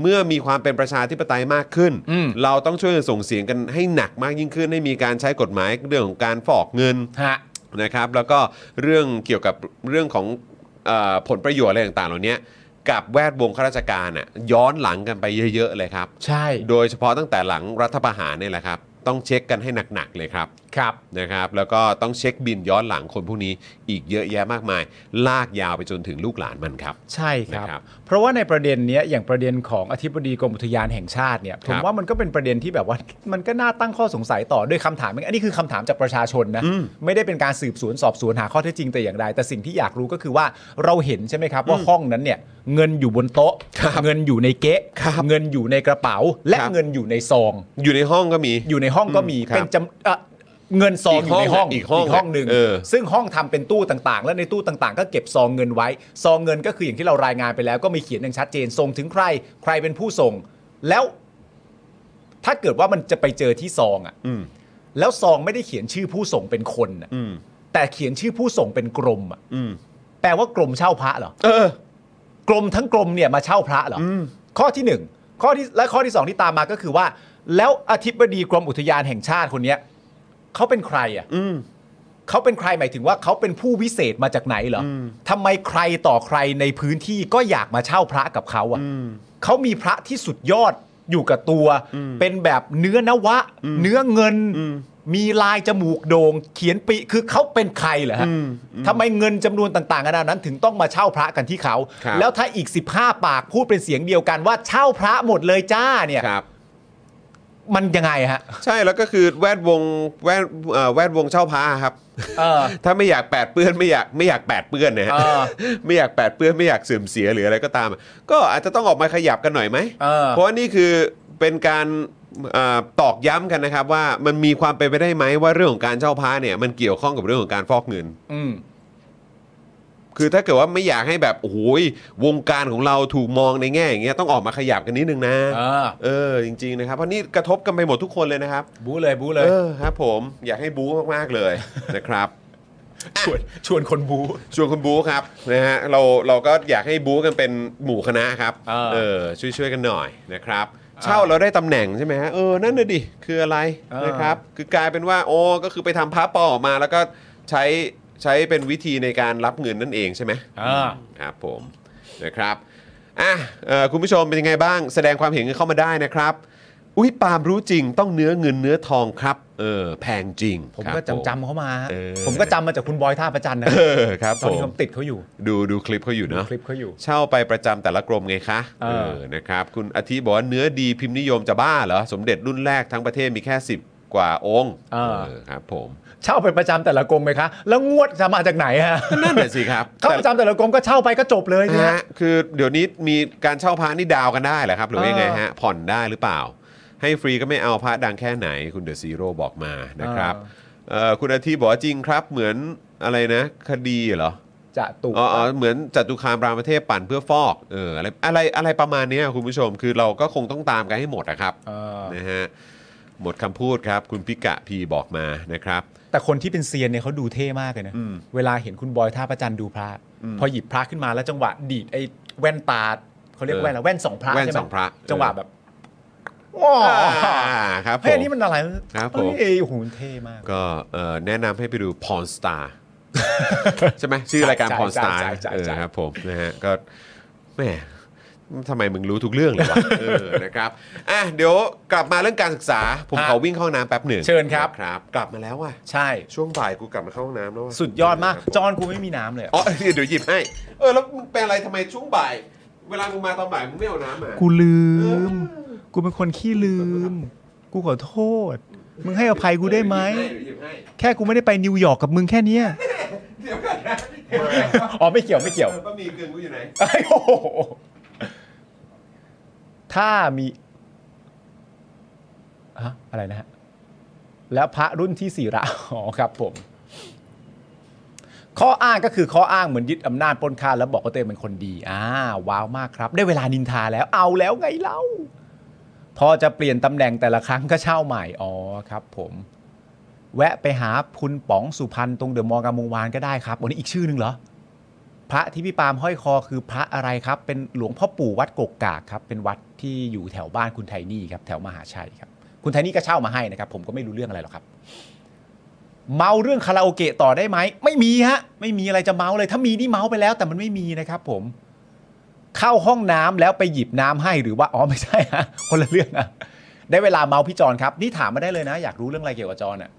เมื่อมีความเป็นประชาธิปไตยมากขึ้น อืม เราต้องช่วยกันส่งเสียงกันให้หนักมากยิ่งขึ้น ให้มีการใช้กฎหมายเรื่องของการฟอกเงิน ฮะ นะครับแล้วก็เรื่องเกี่ยวกับเรื่องของเออผลประโยชน์อะไรต่างๆ เหล่านี้กับแวดวงข้าราชการอ่ะย้อนหลังกันไปเยอะ ๆ เลยครับ ใช่ โดยเฉพาะตั้งแต่หลังรัฐประหารเนี่ยแหละครับ ต้องเช็คกันให้หนัก ๆ เลยครับ ครับ นะครับ แล้วก็ต้องเช็คบินย้อนหลังคนพวกนี้อีกเยอะแยะมากมาย ลากยาวไปจนถึงลูกหลานมันครับ ใช่ครับ นะครับ เพราะว่าในประเด็นเนี้ยอย่างประเด็นของอธิบดีกรมอุทยานแห่งชาติเนี่ยผ ค ม รับ ว่ามันก็เป็นประเด็นที่แบบว่ามันก็น่าตั้งข้อสงสัยต่อด้วยคำถามอันนี้คือคำถามจากประชาชนนะ อืม ไม่ได้เป็นการสืบสวนสอบสวนหาข้อเท็จจริงแต่อย่างใดแต่สิ่งที่อยากรู้ก็คือว่าเราเห็นใช่ไหมครับว่าห้องนั้นเนี่ยเงินอยู่บนโต๊ะ ครับ เงินอยู่ในเก๊ะ ครับ เงินอยู่ในกระเป๋า และ ครับ เงินอยู่ในซอง อยู่ในห้องก็มี อยู่ในห้องก็มี อืมครับ เป็นจำเอ่อเงินซอง อี อก ห้ ยู่ในองห้อง อีกห้อง หนึ่ง เออ ซึ่งห้องทำเป็นตู้ต่างๆ และในตู้ต่างๆ ก็เก็บซองเงินไว้ ซองเงินก็คืออย่างที่เรารายงานไปแล้ว ก็มีเขียนอย่างชัดเจนส่งถึงใคร ใครเป็นผู้ส่ง แล้ว ถ้าเกิดว่ามันจะไปเจอที่ซองอ่ะ อืม แล้วซองไม่ได้เขียนชื่อผู้ส่งเป็นคนน่ะ อืม แต่เขียนชื่อผู้ส่งเป็นกรมอ่ะ อืม แปลว่ากรมเช่าพระเหรอ เออ กรมทั้งกรมเนี่ยมาเช่าพระเหรออ ม ข้อที่หนึ่งข้อที่และข้อที่สองที่ตามมาก็คือว่า แล้วอธิบดีกรมอุทยานแห่งชาติคนเนี้ยเขาเป็นใครอ่ะ อืม เขาเป็นใครหมายถึงว่าเขาเป็นผู้วิเศษมาจากไหนเหรอทำไมใครต่อใครในพื้นที่ก็อยากมาเช่าพระกับเขาอ่ะเขามีพระที่สุดยอดอยู่กับตัว เป็นแบบเนื้อนวะ เนื้อเงิน มีลายจมูกโดง่งเขียนปีคือเขาเป็นใครเหรอฮะทำไมเงินจำนวนต่างๆขนาดนั้นถึงต้องมาเช่าพระกันที่เขา ครับ แล้วถ้าอีก 15 ปากพูดเป็นเสียงเดียวกันว่าเช่าพระหมดเลยจ้าเนี่ย ครับ มันยังไงฮะ ใช่แล้วก็คือแวดวงแวดเอ่อแวดวงเช่าพระครับ เออ (laughs) ถ้าไม่อยากแปดเปื้อนไม่อยากไม่อยากแปดเปื้อนนะฮะ เออ (laughs) ไม่อยากแปดเปื้อนไม่อยากเสื่อมเสียหรืออะไรก็ตาม ก็อาจจะต้องออกมาขยับกันหน่อยไหม เออ ราะว่านี่คือเป็นการเอ่อตอกย้ำกันนะครับว่ามันมีความเป็นไปได้ไหมว่าเรื่องของการเช่าพ้าเนี่ยมันเกี่ยวข้องกับเรื่องของการฟอกเงิน อืม คือถ้าเกิดว่าไม่อยากให้แบบโอ้โหยวงการของเราถูกมองในแง่อย่างเงี้ยต้องออกมาขยับกันนิดนึงนะ เออ เออจริงๆนะครับเพราะนี่กระทบกันไปหมดทุกคนเลยนะครับ บู๊เลยบู๊เลย เออครับผมอยากให้บู๊มากๆเลย นะครับ ชวนชวนคนบู๊ ชวนคุณบู๊ครับนะฮะเราเราก็อยากให้บู๊กันเป็นหมู่คณะครับ เออ ช่วยช่วยๆกันหน่อยนะครับ เช่าเราได้ตำแหน่งใช่ไหมฮะเออนั่นน่ะดิคืออะไรนะครับ คือกลายเป็นว่าโอ้ก็คือไปทำพาปลอมออกมาแล้วก็ใช้ใช้เป็นวิธีในการรับเงินนั่นเองใช่ไหม อ่า ครับผมนะครับอ่ะเอ่อคุณผู้ชมเป็นยังไงบ้าง แสดงความเห็นกันเข้ามาได้นะครับ อุ้ยปาล์มรู้จริงต้องเนื้อเงินเนื้อทองครับเออแพงจริง ผม ครับ ก็จำจำเขามา เออ ผมก็จำมาจากคุณบอยท่าประจันนะ เออครับ ตอ ผ นที่ผม มติดเขาอยู่ ดูดูคลิปเขาอยู่เนาะ คลิปเขาอยู่ เช่าไปประจำแต่ละกรมไงคะ เออ นะครับ คุณอาทิบอกว่าเนื้อดีพิมพ์นิยมจะบ้าเหรอ สมเด็จรุ่นแรกทั้งประเทศมีแค่ 10 กว่าองค์เออครับผม เช่าไปประจำแต่ละกรมไหมคะ แล้วงวดจะมาจากไหนฮะ นั่นแหละสิครับ เข้าประจำแต่ละกรมก็เช่าไปก็จบเลย แต่ สิ นะ ฮะ ฮะคือเดี๋ยวนี้มีการเช่าพานี่ดาวกันได้เหรอครับ หรือว่ายังไงฮะ ผ่อนได้หรือเปล่า ให้ฟรีก็ไม่เอาพระดังแค่ไหน คุณเดอะซีโร่บอกมานะครับเอ่อคุณอาทิบอกว่าจริงครับ เหมือนอะไรนะ คดีเหรอ จะตุ อ๋ออ๋อเหมือนจตุคามรามเทพปั่นเพื่อฟอกเอออะไรอะไรอะไรประมาณเนี้ยคุณผู้ชมคือเราก็คงต้องตามกันให้หมดนะครับ เออ นะฮะหมดคำพูดครับ คุณพิกะพีบอกมานะครับ แต่คนที่เป็นเซียนเนี่ยเขาดูเท่มากเลยนะ อืม เวลาเห็นคุณบอยท่าประจันดูพระ พอหยิบพระขึ้นมาแล้วจังหวะดีดไอ้แว่นตาเขาเรียกแว่นอะไรแว่นสองพระ แว่น ใช่ไหม สองพระ จังหวะแบบว้าว อ่าครับผ เฮ้ยอั ม นนี่มันอะไร ครับผม เอ้ยโอ้โหเท่มาก ก็เอ่อแนะนำให้ไปดูพรสตาร์ ใช่ไหมชื่อรายการ ใช่ พรสตาร์ ใช่ใช่ เออ ใช่ ครับผมนะฮะก็แหมทำไมมึงรู้ทุกเรื่องเลยวะ เออนะครับอ่ะเดี๋ยวกลับมาเรื่องการศึกษา ผมขอวิ่งเข้าห้องน้ำแป๊บหนึ่ง เชิญครับ ครับ กลับมาแล้วว่ะ ใช่ ช่วงบ่ายกูกลับมาเข้าห้องน้ำแล้วว่ะ สุดยอดมาก เ จอห์นกูไม่มีน้ำเลยอะ อ๋อ (laughs) เดี๋ยวหยิบให้ เออ แล้วมึงเป็นอะไรทำไมช่วงบ่าย เวลามึงมาตอนบ่ายมึงไม่เอาน้ำมา กูลืม กูเป็นคนขี้ลืม กูขอโทษ มึงให้อภัยกูได้ไหม เดี๋ยวหยิบให้ แค่กูไม่ได้ไปนิวยอร์กกับมึงแค่เนี้ย เดี๋ยวก่อนนะ อ๋อไม่เกี่ยวไม่เกี่ยว บะหมี่กึ่งกูอยู่ไหน ไอ้โหถ้ามีฮะอะไรนะฮะ แล้วพระรุ่นที่สี่ระ อ๋อครับผม ข้ออ้างก็คือข้ออ้างเหมือนยึดอำนาจปล้นค่าแล้วบอกว่าตัวเองเป็นคนดีอ่าว้าวมากครับ ได้เวลานินทาแล้วเอาแล้วไงเล่า พอจะเปลี่ยนตำแหน่งแต่ละครั้งก็เช่าใหม่อ๋อครับ ผม แวะไปหาคุณป๋องสุพรรณตรงเดอะมอลล์งามวงศ์วานก็ได้ครับวันนี้อีกชื่อหนึ่งเหรอ พระที่พี่ปาล์มห้อยคอคือพระอะไรครับ เป็นหลวงพ่อปู่วัดกกกากครับ เป็นวัดที่อยู่แถวบ้านคุณไทนี่ครับ แถวมหาชัยครับ คุณไทนี่ก็เช่ามาให้นะครับ ผมก็ไม่รู้เรื่องอะไรหรอกครับ เมาเรื่องคาราโอเกะต่อได้ไหมไม่มีฮะ ไม่มีอะไรจะเมาเลย ถ้ามีนี่เมาไปแล้ว แต่มันไม่มีนะครับผม เข้าห้องน้ำแล้วไปหยิบน้ำให้หรือว่าอ๋อไม่ใช่ฮะคนละเรื่องอะได้เวลาเมาพี่จอนครับ นี่ถามมาได้เลยนะ อยากรู้เรื่องอะไรเกี่ยวกับจอนอะ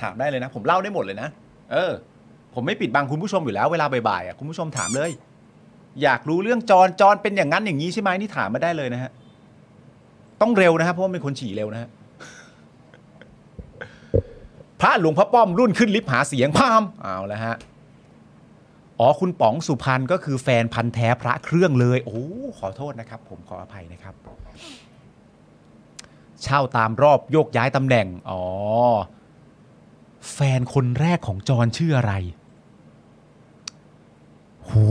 ถามได้เลยนะ ผมเล่าได้หมดเลยนะเออ ผมไม่ปิดบังคุณผู้ชมอยู่แล้วเวลาบ่ายๆอ่ะคุณผู้ชมถามเลย อยากรู้เรื่องจอนจอนเป็นอย่างนั้นอย่างนี้ใช่ไหมนี่ถามมาได้เลยนะฮะต้องเร็วนะครับเพราะว่าเป็นคนฉี่เร็วนะฮะพระหลวงพ่อป้อมรุ่นขึ้นลิฟต์หาเสียงพามเอาแล้วฮะอ๋อคุณป๋องสุพรรณก็คือแฟนพันธ์แท้พระเครื่องเลย โอ้ขอโทษนะครับ ผมขออภัยนะครับ เช่าตามรอบโยกย้ายตำแหน่งอ๋อ แฟนคนแรกของจอนชื่ออะไร หู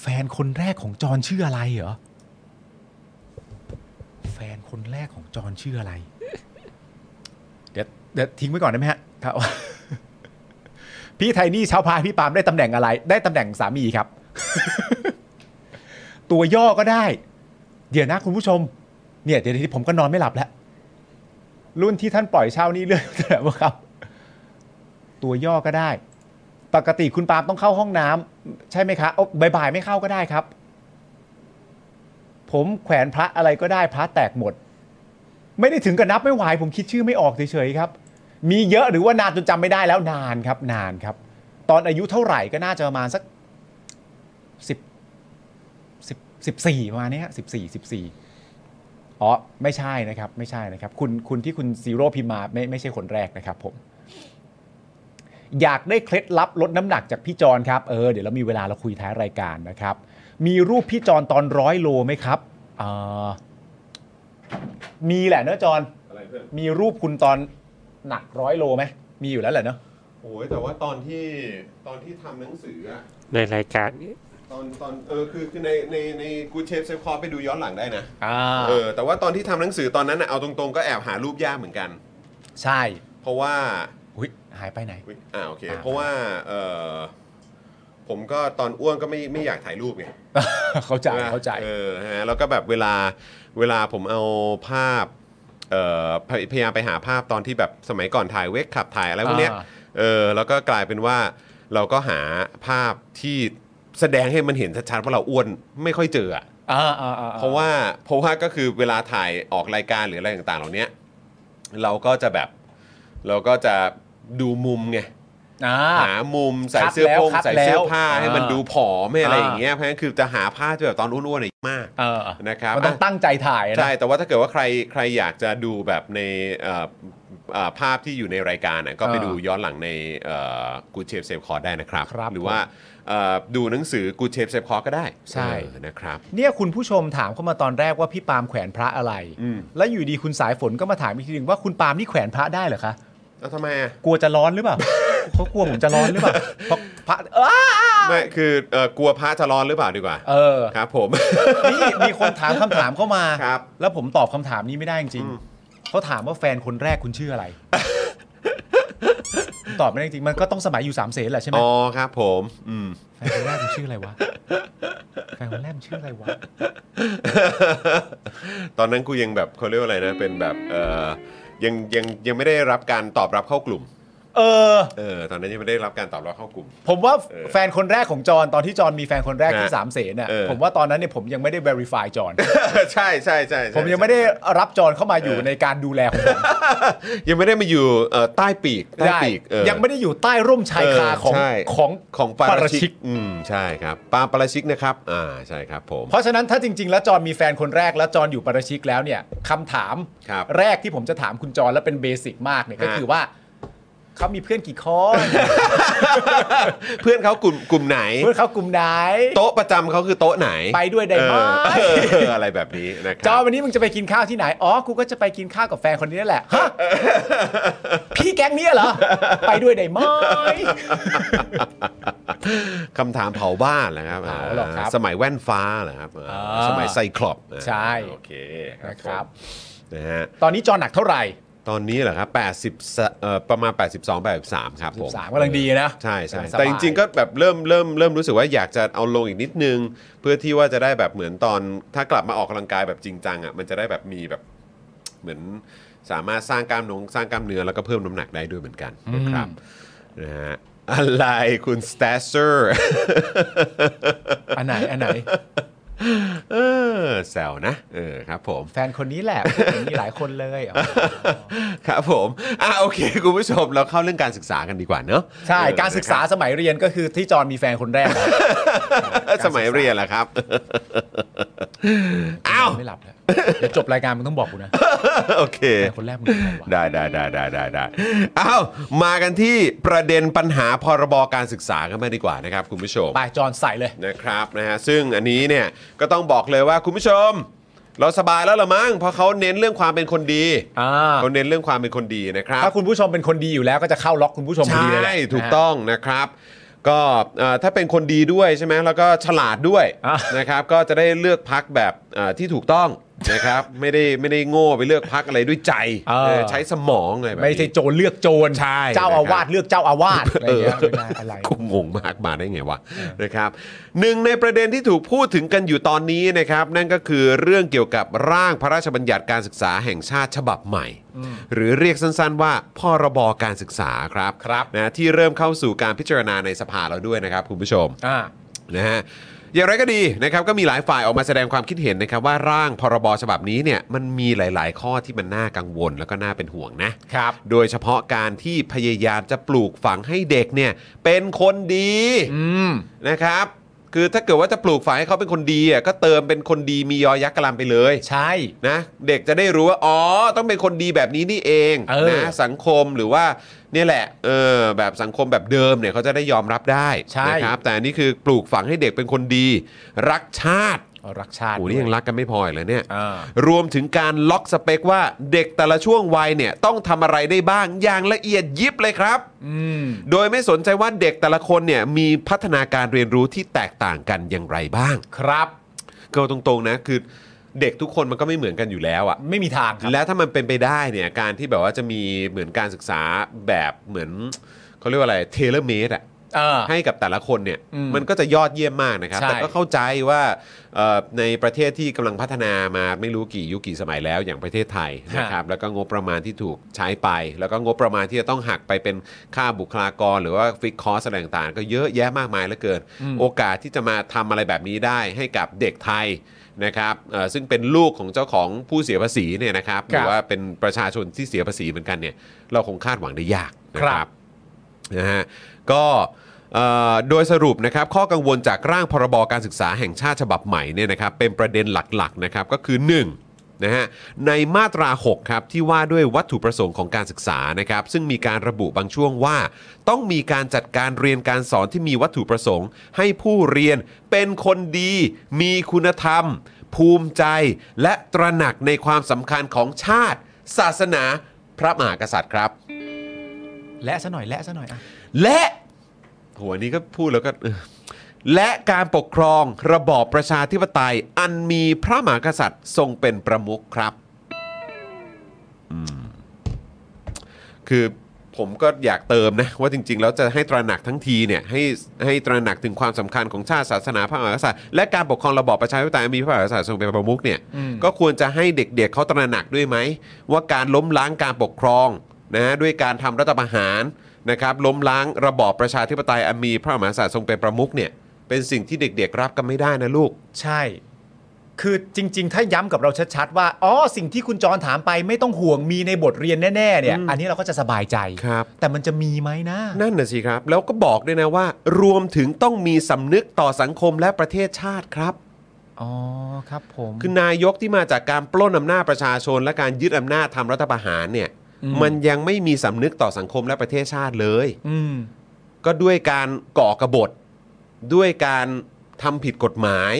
แฟนคนแรกของจอนชื่ออะไรเหรอ แฟนคนแรกของจอนชื่ออะไร เดี๋ยวเดี๋ยวทิ้งไว้ก่อนได้ไหมฮะครับ (laughs) พี่ไทนี่ชาวพายพี่ปาล์มได้ตำแหน่งอะไร ได้ตำแหน่งสามีครับ (laughs) ตัวย่อก็ได้ เดี๋ยวนะคุณผู้ชม เนี่ยเดี๋ยวนี้ผมก็นอนไม่หลับแล้ว รุ่นที่ท่านปล่อยเช่านี่เรื่อง (laughs) อะไรบ้างครับ ตัวย่อก็ได้ ปกติคุณปาล์มต้องเข้าห้องน้ำใช่ไหมคะโอ้บ่ายๆไม่เข้าก็ได้ครับ ผมแขวนพระอะไรก็ได้พระแตกหมด ไม่ได้ถึงกับนับไม่ไหวผมคิดชื่อไม่ออกเฉยๆครับ มีเยอะหรือว่านานจนจำไม่ได้แล้วนานครับ นานครับ ตอนอายุเท่าไหร่ก็น่าจะประมาณสักสิบสิบสิบสี่ประมาณเนี้สิบสี่สิบสี่ อ๋อไม่ใช่นะครับ ไม่ใช่นะครับ คุณคุณที่คุณซีโร่พิมพ์มาไม่ไม่ใช่คนแรกนะครับผม อยากได้เคล็ดลับลดน้ำหนักจากพี่จอนครับ เออเดี๋ยวเรามีเวลาเราคุยท้ายรายการนะครับ มีรูปพี่จอนตอนร้อยโลไหมครับเอ่อมีแหละเนอะจอน อะไรเพื่อน มีรูปคุณตอนหนักร้อยโลไหมมีอยู่แล้วแหละเนอะ โอ้ยแต่ว่าตอนที่ตอนที่ทำหนังสืออะ ในรายการ ตอนตอนเออคือคือในในในกูเชฟเซฟคอไปดูย้อนหลังได้นะ อ่า เออแต่ว่าตอนที่ทำหนังสือตอนนั้นน่ะเอาตรงๆก็แอบหารูปยากเหมือนกัน ใช่ เพราะว่า อุ้ยหายไปไหน (laughs) อุ๊ยอ่าโอเค อ่า เพราะว่าเออผมก็ตอนอ้วนก็ไม่ไม่อยากถ่ายรูปไง เข้าใจ ช่ไหม เข้าใจ เออฮะแล้วก็แบบเวลาเวลาผมเอาภาพเอ่อพยพยายามไปหาภาพตอนที่แบบสมัยก่อนถ่ายเวกขับถ่ายอะไรพวกเนี้ย อ่า เออแล้วก็กลายเป็นว่าเราก็หาภาพที่แสดงให้มันเห็นชัดๆว่าเราอ้วนไม่ค่อยเจออะ อ่าอ่าอ่ เพราะว่าเพราะว่าก็คือเวลาถ่ายออกรายการหรืออะไรต่างๆ เหล่าเนี้ยเราก็จะแบบเราก็จะดูมุมไง อ่า หามุมใส่ คัด เสื้อ แล้ว โพง คัด ใส่เสื้อ แล้ว ผ้าให้มัน อ่า ดูผอมให้อะไร อ่า อย่างเงี้ยเพราะฉะนั้นคือจะหาผ้าที่แบบตอนอ้วนๆหน่อยมาก เออ นะครับ มันต้องตั้งใจถ่ายนะ ใช่แต่ว่าถ้าเกิดว่าใครใครอยากจะดูแบบในเอ่อเอ่อภาพที่อยู่ในรายการน่ะก็ไป อ่า ดูย้อนหลังในกูเชฟเซฟคอร์ได้นะครับ ครับ หรือว่าเอ่อดูหนังสือกูเชฟเซฟคอร์ก็ได้ ใช่ เออนะครับ เนี่ยคุณผู้ชมถามเข้ามาตอนแรกว่าพี่ปาล์มแขวนพระอะไร อืม แล้วอยู่ดีคุณสายฝนก็มาถามอีกทีหนึ่งว่าคุณปาล์มนี่แขวนพระได้เหรอคะ แล้วทำไมอะ กลัวจะร้อนหรือเป (laughs) ล่า เขากลัวผมจะร้อนหรือเปล่าเพราะพระเออ ไม่คือเอ่อกลัวพระจะร้อนหรือเปล่าดีกว่า เออ ครับผม นี่มีคนถามคำถามเข้ามา ครับ แล้วผมตอบคำถามนี้ไม่ได้จริงๆเขาถามว่าแฟนคนแรกคุณชื่อ (laughs) อะไร ผมตอบไม่ได้จริงมันก็ต้องสมัยอยู่สามเสนแหละใช่ไหม อ๋อครับผม อืม (laughs) แฟนคนแรกคุณชื่ออะไรวะแฟนคนแรกมันชื่ออะไรวะ ตอนนั้นกูยังแบบเขาเรียกว่าอะไรนะ เป็นแบบเอ่อยังยังยังไม่ได้รับการตอบรับเข้ากลุ่ม เออ เออ ตอนนั้นยังไม่ได้รับการตอบรับเข้ากลุ่ม (laughs) ผมว่า เออ แฟนคนแรกของจอนตอนที่จอนมีแฟนคนแรกที่ ฮะ สามเสนน่ะ เออ ผมว่าตอนนั้นเนี่ยผมยังไม่ได้ verify จอน ใช่ใช่ใช่ใช่ ผมยังไม่ได้รับจอนเข้ามาอยู่ในการดูแลของผม ยังไม่ได้มาอยู่เอ่อใต้ปีกใต้ ได้ ปีกเออ ยังไม่ได้อยู่ใต้ร่มชายคาของ เออใช่ ของ ของปา ปา รา ราชิ ชิ ก ก อืมใช่ครับปาปาราชิกนะครับ อ่าใช่ครับผม เพราะฉะนั้นถ้าจริง ๆ แล้วจอนมีแฟนคนแรกแล้วจอนอยู่ปาราชิกแล้วเนี่ยคำถาม ครับ แรกที่ผมจะถามคุณจอนและเป็นเบสิกมากเนี่ย ฮะ ก็คือว่า เขามีเพื่อนกี่คน เพื่อนเขากลุ่มกลุ่มไหน เพื่อนเขากลุ่มไหน โต๊ะประจำเขาคือโต๊ะไหน ไปด้วยได้ไหม เออเอออะไรแบบนี้นะค จอ รั วันนี้มึงจะไปกินข้าวที่ไหน อ๋อ กูก็จะไปกินข้าวกับแฟนคนนี้นั่นแหละฮะพี่แก๊งเนี้ยเหรอ ไปด้วยได้ไหม (laughs) คำถามเผาบ้านเหรอครับ เผาหรอกครับ สมัยแว่นฟ้าเหรอครับ อ่า สมัยไซคลอป ใช่ โอเค นะครับ ผมนะฮะ ตอนนี้จอหนักเท่าไหร่ ตอนนี้เหรอครับ80สะเอ่อประมาณ 82 83 ครับผม 83กำลังดีนะ ใช่ใช่ สบาย แต่จริงๆก็แบบเริ่มเริ่มเริ่มรู้สึกว่าอยากจะเอาลงอีกนิดนึง เพื่อที่ว่าจะได้แบบเหมือนตอนถ้ากลับมาออกกำลังกายแบบจริงจังอ่ะมันจะได้แบบมีแบบเหมือนสามารถสร้างกล้ามเนงสร้างกล้ามเนื้อแล้วก็เพิ่มน้ำหนักได้ด้วยเหมือนกันนะครับ นะฮะอะไรคุณส t ตสเซอร์ อันไหน อันไหน เออแซวนะ เออครับผม แฟนคนนี้แหละผมมีหลายคนเลยอ๋อ ครับผม อ่ะโอเค คุณผู้ชมเราเข้าเรื่องการศึกษากันดีกว่าเนอะ ใช่ เออ การศึกษาสมัยเรียนก็คือที่จอนมีแฟนคนแรกนะ นะครับสมัยเรียนแหละครับ อ้าว ไม่หลับแล้วเดี๋ยวจบรายการมึงต้องบอกกูนะ โอเค แฟนคนแรกมึงเป็นใครวะ ได้ได้ได้ได้ได้ได้อ้าวมากันที่ประเด็นปัญหาพรบการศึกษากันมางดีกว่านะครับ คุณผู้ชม ไปจอนใส่เลย นะครับนะฮะซึ่งอันนี้เนี่ยก็ต้องบอกเลยว่าคุณผู้ชม เราสบายแล้วเหรอมั้งเพราะเขาเน้นเรื่องความเป็นคนดี อ่า เขาเน้นเรื่องความเป็นคนดีนะครับ ถ้าคุณผู้ชมเป็นคนดีอยู่แล้วก็จะเข้าล็อกคุณผู้ชมพอดีเลยแห ใช่ ละ ถูก นะฮะ ต้องนะครับ ก็เอ่อถ้าเป็นคนดีด้วยใช่ไหมแล้วก็ฉลาดด้วย อ่ะ นะครับก็จะได้เลือกพักแบบเอ่อที่ถูกต้องนะครับ ไม่ได้ไม่ได้โง่ไปเลือกพักอะไรด้วยใจเออใช้สมองอะไรแบบนี้ ไม่ใช่โจรเลือกโจร ใช่ เจ้า นะครับ อาวาสเลือกเจ้าอาวาสอะไรอย่างเงี้ยไม่ได้อะไร กูงงมากมาได้ไงวะนะครับหนึ่งในประเด็นที่ถูกพูดถึงกันอยู่ตอนนี้นะครับนั่นก็คือเรื่องเกี่ยวกับร่างพระราชบัญญัติการศึกษาแห่งชาติฉบับใหม่ หรือเรียกสั้นๆ ว่าพรบการศึกษาครับ ครับ นะที่เริ่มเข้าสู่การพิจารณาในสภาแล้วด้วยนะครับคุณผู้ชม อ่า นะฮะอย่างไรก็ดีนะครับก็มีหลายฝ่ายออกมาแสดงความคิดเห็นนะครับว่าร่างพรบฉบับนี้เนี่ยมันมีหลาย ๆ ข้อที่มันน่ากังวลแล้วก็น่าเป็นห่วงนะครับโดยเฉพาะการที่พยายามจะปลูกฝังให้เด็กเนี่ยเป็นคนดีนะครับคือถ้าเกิดว่าจะปลูกฝังให้เขาเป็นคนดีอ่ะก็เติมเป็นคนดีมียอยักษ์กะลำไปเลย ใช่ นะเด็กจะได้รู้ว่าอ๋อต้องเป็นคนดีแบบนี้นี่เอง เออ นะสังคมหรือว่าเนี่ยแหละเออแบบสังคมแบบเดิมเนี่ยเขาจะได้ยอมรับได้ ใช่ นะครับแต่อันนี่คือปลูกฝังให้เด็กเป็นคนดี รักชาติ อ๋อรักชาติ โอ้นี่ยัง ด้วย รักกันไม่พออีกเลยเนี่ย อ่าร วมถึงการล็อกสเปคว่าเด็กแต่ละช่วงวัยเนี่ยต้องทำอะไรได้บ้างอย่างละเอียดยิบเลยครับ ม โดยไม่สนใจว่าเด็กแต่ละคนเนี่ยมีพัฒนาการเรียนรู้ที่แตกต่างกันอย่างไรบ้าง ครับ ก็เอาตรงๆนะคือเด็กทุกคนมันก็ไม่เหมือนกันอยู่แล้วอะ ไม่มีทางครับ และถ้ามันเป็นไปได้เนี่ยการที่แบบว่าจะมีเหมือนการศึกษาแบบเหมือนเขาเรียกว่าอะไรเทเลเมดอะ เออ ให้กับแต่ละคนเนี่ย อืม มันก็จะยอดเยี่ยมมากนะครับ ใช่ แต่ก็เข้าใจว่าเอ่อในประเทศที่กำลังพัฒนามาไม่รู้กี่ยุคกี่สมัยแล้วอย่างประเทศไทย ฮะ นะครับแล้วก็งบประมาณที่ถูกใช้ไป แล้วก็งบประมาณที่จะต้องหักไปเป็นค่าบุคลากร หรือว่าฟิกคอสอะไรต่างๆก็เยอะแยะมากมายเหลือเกิน อืม โอกาสที่จะมาทำอะไรแบบนี้ได้ให้กับเด็กไทยนะครับเอ่อซึ่งเป็นลูกของเจ้าของผู้เสียภาษีเนี่ยนะครับ ห ครั รื บ อว่าเป็นประชาชนที่เสียภาษีเหมือนกันเนี่ยเราคงคาดหวังได้ยากนะคครั รับบ นะฮะก็เอ่อโดยสรุปนะครับข้อกังวลจากร่างพรบการศึกษาแห่งชาติฉบับใหม่เนี่ยนะครับเป็นประเด็นหลักๆนะครับก็คือ 1. นะฮะในมาตรา 6 ครับ ที่ว่าด้วยวัตถุประสงค์ของการศึกษานะครับซึ่งมีการระบุบางช่วงว่า ต้องมีการจัดการเรียนการสอนที่มีวัตถุประสงค์ ให้ผู้เรียนเป็นคนดี มีคุณธรรม ภูมิใจและตระหนักในความสำคัญของชาติ ศาสนาพระมหากษัตริย์ครับ และซะหน่อยและซะหน่อยอ่ะ และหัวนี้ก็พูดแล้วก็เออและการปกครองระบอบประชาธิปไตย อันมีพระมหากษัตริย์ทรงเป็นประมุขครับอืมคือผมก็อยากเติมนะ ว่าจริง ๆ แล้วจะให้ตระหนักทั้งทีเนี่ยให้ให้ตระหนักถึงความสำคัญของชาติศาสนาพระมหากษัตริย์และการปกครองระบอบประชาธิปไตยอันมีพระมหากษัตริย์ทรงเป็นประมุขเนี่ย ก็ควรจะให้เด็กๆเขาตระหนักด้วยไหม ว่าการล้มล้างการปกครองนะฮะด้วยการทำรัฐประหารนะครับล้มล้างระบอบประชาธิปไตยอันมีพระมหากษัตริย์ทรงเป็นประมุขเนี่ยเป็นสิ่งที่เด็กๆ รับกันไม่ได้นะลูก ใช่ คือจริง ๆ ถ้าย้ำกับเราชัดๆว่า อ๋อ สิ่งที่คุณจรถามไปไม่ต้องห่วงมีในบทเรียนแน่ ๆ เนี่ย อันนี้เราก็จะสบายใจ ครับ แต่มันจะมีไหมนะ นั่นน่ะสิครับ แล้วก็บอกด้วยนะว่า รวมถึงต้องมีสำนึกต่อสังคมและประเทศชาติครับ อ๋อ ครับผม คือนายกที่มาจากการปล้นอำนาจประชาชน และการยึดอำนาจทำรัฐประหารเนี่ย มันยังไม่มีสำนึกต่อสังคมและประเทศชาติเลย อืม ก็ด้วยการก่อกบฏด้วยการทำผิดกฎหมาย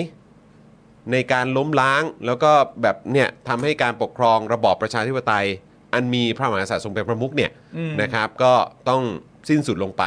ในการล้มล้างแล้วก็แบบเนี่ยทำให้การปกครองระบอบประชาธิปไตย อันมีพระมหากษัตริย์ทรงเป็นประมุขเนี่ย อืม นะครับ ก็ต้องสิ้นสุดลงไป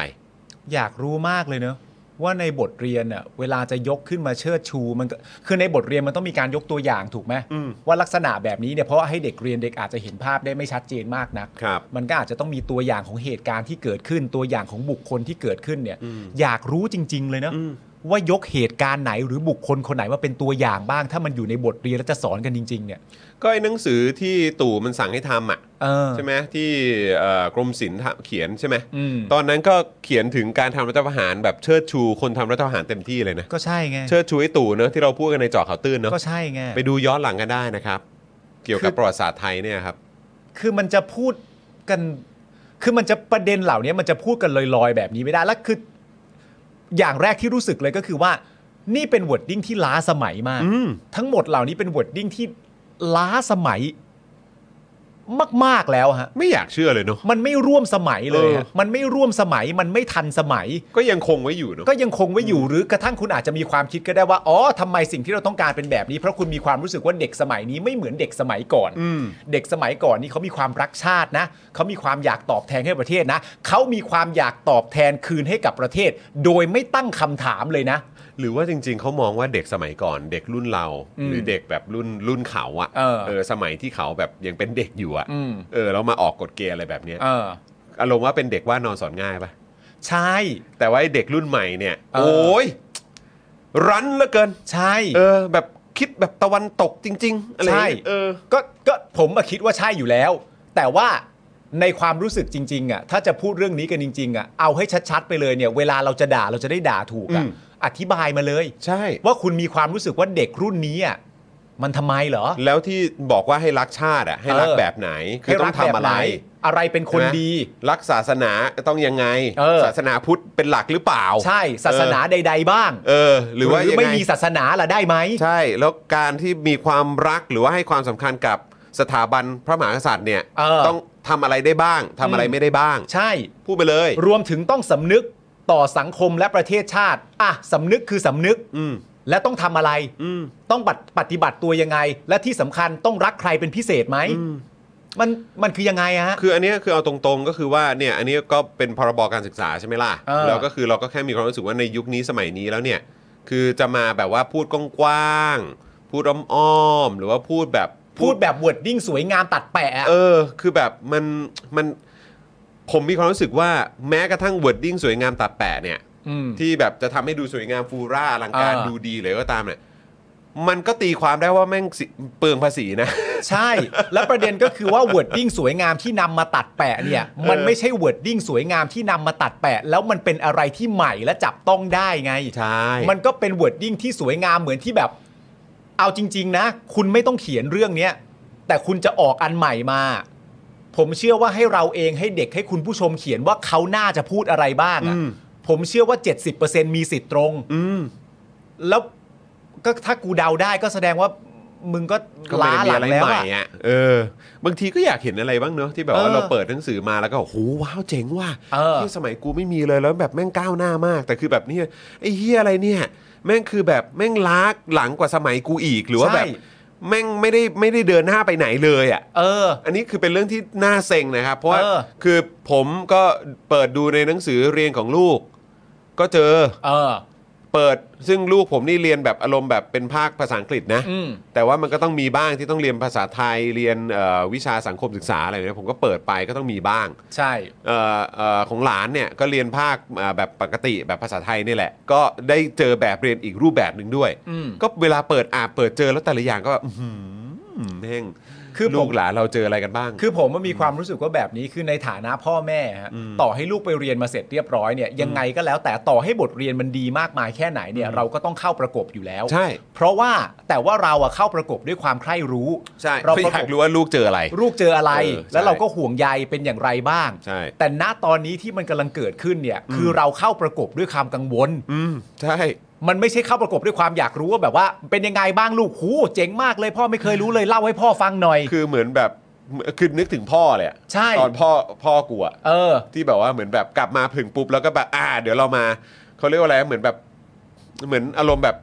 อยากรู้มากเลยเนอะว่าในบทเรียนอ่ะเวลาจะยกขึ้นมาเชิดชูมันก็คือในบทเรียนมันต้องมีการยกตัวอย่างถูกไหม อืม ว่าลักษณะแบบนี้เนี่ยเพราะว่าให้เด็กเรียนเด็กอาจจะเห็นภาพได้ไม่ชัดเจนมากนัก ครับ มันก็อาจจะต้องมีตัวอย่างของเหตุการณ์ที่เกิดขึ้น ตัวอย่างของบุคคลที่เกิดขึ้นเนี่ย อืม อยากรู้จริง ๆ เลยเนอะ อืม ว่ายกเหตุการณ์ไหนหรือบุคคลคนไหนมาเป็นตัวอย่างบ้าง ถ้ามันอยู่ในบทเรียนแล้วจะสอนกันจริง ๆ เนี่ย ก็ไอ้หนังสือที่ตู่มันสั่งให้ทำอ่ะ เออ ใช่ไหมที่เอ่อกรมศิลป์ทำเขียนใช่ไหม อืม ตอนนั้นก็เขียนถึงการทำรัฐประหารแบบเชิดชูคนทำรัฐประหารเต็มที่เลยนะ ก็ใช่ไง เชิดชูไอ้ตู่เนอะที่เราพูดกันในเจอข่าวตื้นเนอะ ก็ใช่ไง ไปดูย้อนหลังกันได้นะครับ เกี่ยวกับ คือ ประวัติศาสตร์ไทยเนี่ยครับ คือมันจะพูดกัน คือมันจะประเด็นเหล่านี้มันจะพูดกันลอยๆ แบบนี้ไม่ได้ แล้วคือ อย่างแรกที่รู้สึกเลยก็คือว่า นี่เป็นวอร์ดดิ้งที่ล้าสมัยมาก อืม ทั้งหมดเหล่านี้เป็นวอร์ดดิ้งที่ล้าสมัยมากๆแล้วฮะ ไม่อยากเชื่อเลยเนอะ มันไม่ร่วมสมัยเลยฮะ เออ มันไม่ร่วมสมัย มันไม่ทันสมัย ก็ยังคงไว้อยู่เนอะ ก็ยังคงไว้อยู่หรือกระทั่งคุณอาจจะมีความคิดก็ได้ว่า อ๋อทำไมสิ่งที่เราต้องการเป็นแบบนี้ เพราะคุณมีความรู้สึกว่าเด็กสมัยนี้ไม่เหมือนเด็กสมัยก่อน อืม เด็กสมัยก่อนนี่เขามีความรักชาตินะ เขามีความอยากตอบแทนให้ประเทศนะ เขามีความอยากตอบแทนคืนให้กับประเทศ โดยไม่ตั้งคำถามเลยนะ หรือว่าจริง ๆเขามองว่าเด็กสมัยก่อน เด็กรุ่นเรา หรือเด็กแบบรุ่นรุ่นเขาอะ เออ สมัยที่เขาแบบยังเป็นเด็กอยู่อะ อืม เออแล้วมาออกกฎเกณฑ์อะไรแบบเนี้ย เออ อารมณ์ว่าเป็นเด็กว่านอนสอนง่ายปะ ใช่ แต่ว่าไอ้เด็กรุ่นใหม่เนี่ย เออ โอ้ยรั้นเหลือเกิน ใช่ เออ แบบคิดแบบตะวันตกจริง ๆ อะไรอย่างเงี้ย ใช่ เออ ก็ก็ผมอะคิดว่าใช่อยู่แล้ว แต่ว่าในความรู้สึกจริงๆอ่ะถ้าจะพูดเรื่องนี้กันจริงๆอ่ะเอาให้ชัดๆไปเลยเนี่ย เวลาเราจะด่าเราจะได้ด่าถูกอ่ะ อืม อธิบายมาเลย ใช่ ว่าคุณมีความรู้สึกว่าเด็กรุ่นนี้อ่ะมันทำไมเหรอ แล้วที่บอกว่าให้รักชาติอ่ะ ให้รัก เออ แบบไหนคือต้องทำอะไร ให้กแบบหนอะไรเป็นคน ใช่ไหม ดี รักศาสนาต้องยังไง เออ ศาสนาพุทธเป็นหลักหรือเปล่า ใช่ศาสนา เออ ใด ๆ บ้าง เออ หรือว่ายัง ไม่ ไง มีศาสนาล่ะได้ไหม ใช่ แล้วการที่มีความรักหรือว่าให้ความสำคัญกับสถาบันพระมหากษัตริย์เนี่ย เออ ต้องทำอะไรได้บ้างทำอะไรไม่ได้บ้าง ใช่ พูดไปเลย รวมถึงต้องสำนึกต่อสังคมและประเทศชาติ อ่ะสำนึกคือสำนึก อืม และต้องทำอะไร อืม ต้องปฏปฏิบัติตัวยังไง และที่สำคัญต้องรักใครเป็นพิเศษไหมมันมันคือยังไงอะฮะ คืออันเนี้ยคือเอาตรงๆก็คือว่าเนี่ยอันเนี้ยก็เป็นพรบการศึกษาใช่ไหมล่ะ เออ แล้วก็คือเราก็แค่มีความรู้สึกว่าในยุคนี้สมัยนี้แล้วเนี่ยคือจะมาแบบว่าพูดกว้างๆพูดอ้อมๆหรือว่าพูดแบบ พูดแบบวอร์ดดิ้งสวยงามตัดแปะอะ เออ คือแบบมันมันผมมีความรู้สึกว่าแม้กระทั่งวอร์ดดิ้งสวยงามตัดแปะเนี่ยที่แบบจะทำให้ดูสวยงามฟูร่าอลังการ เออ ดูดีเลยก็ตามเนี่ยมันก็ตีความได้ว่าแม่งสิเปลืองภาษีนะ ใช่ และประเด็นก็คือว่าวอร์ดดิ้งสวยงามที่นำมาตัดแปะเนี่ย มันไม่ใช่วอร์ดดิ้งสวยงามที่นำมาตัดแปะ แล้วมันเป็นอะไรที่ใหม่และจับต้องได้ไง ใช่ มันก็เป็นวอร์ดดิ้งที่สวยงามเหมือนที่แบบ เอาจริง ๆ นะ คุณไม่ต้องเขียนเรื่องเนี้ยแต่คุณจะออกอันใหม่มา ผมเชื่อว่าให้เราเองให้เด็กให้คุณผู้ชมเขียนว่าเขาน่าจะพูดอะไรบ้างอะ อืม ผมเชื่อว่า 70%มีสิทธิ์ตรง อืม แล้วก็ถ้ากูเดาได้ก็แสดงว่ามึงก็ ก็ไม่ ล้าหได้มี ลังอะไร แล้ว ใหม่ อะ อ่ะเออ บางทีก็อยากเห็นอะไรบ้างเนอะที่แบบว่า เออ เราเปิดหนังสือมาแล้วก็โอ้โหว้าวเจ๋งว่ะ เออ ที่สมัยกูไม่มีเลยแล้วแบบแม่งก้าวหน้ามาก แต่คือแบบเนี่ยไอ้เฮียอะไรเนี่ย แม่งคือแบบแม่งล้าหลังกว่าสมัยกูอีกหรือว่าแบบแม่งไม่ได้ไม่ได้เดินหน้าไปไหนเลยอ่ะ เออ อันนี้คือเป็นเรื่องที่น่าเซ็งนะครับ เพราะว่า เออ คือผมก็เปิดดูในหนังสือเรียนของลูก ก็เจอ เออ เปิดซึ่งลูกผมนี่เรียนแบบอารมณ์แบบเป็นภาคภาษาอังกฤษนะ อืม แต่ว่ามันก็ต้องมีบ้างที่ต้องเรียนภาษาไทยเรียนเอ่อวิชาสังคมศึกษาอะไรเนี่ยผมก็เปิดไปก็ต้องมีบ้าง ใช่ เอ่อเอ่อของหลานเนี่ยก็เรียนภาคเอ่อแบบปกติแบบภาษาไทยนี่แหละ ก็ได้เจอแบบเรียนอีกรูปแบบหนึ่งด้วย อืม ก็เวลาเปิดอ่านเปิดเจอแล้วแต่ละอย่างก็แบบอื้อหือแม่ง คือผ ลู ม กหลานเราเจออะไรกันบ้าง คือผมมันมีความรู้สึกว่าแบบนี้คือในฐานะพ่อแม่ฮะต่อให้ลูกไปเรียนมาเสร็จเรียบร้อยเนี่ยยังไงก็แล้วแต่ต่อให้บทเรียนมันดีมากมายแค่ไหนเนี่ยเราก็ต้องเข้าประกบอยู่แล้ว ใช่ เพราะว่าแต่ว่าเราอะเข้าประกบด้วยความใคร่รู้ ใช่ เรา เรา ประ อก ยาก บ รู้ว่าลูกเจออะไร ลูกเจออะไร เออใช่ แล้วเราก็ห่วงใยเป็นอย่างไรบ้าง ใช่ แต่ณตอนนี้ที่มันกำลังเกิดขึ้นเนี่ยคือเราเข้าประกบด้วยความกังวล อืมใช่ มันไม่ใช่เข้าประกบด้วยความอยากรู้ว่าแบบว่า เป็นยังไงบ้างลูกหูเจ๋งมากเลยพ่อไม่เคยรู้เลยเล่าให้พ่อฟังหน่อย คือเหมือนแบบ คือนึกถึงพ่อเลยอะ ใช่ ตอนพ่อพ่อกูอะ เออ ที่แบบว่าเหมือนแบบกลับมาพึงปุ๊บแล้วก็แบบอ่า เดี๋ยวเรามาเขาเรียกว่าอะไรเหมือนแบบเหมือนอารมณ์แบบ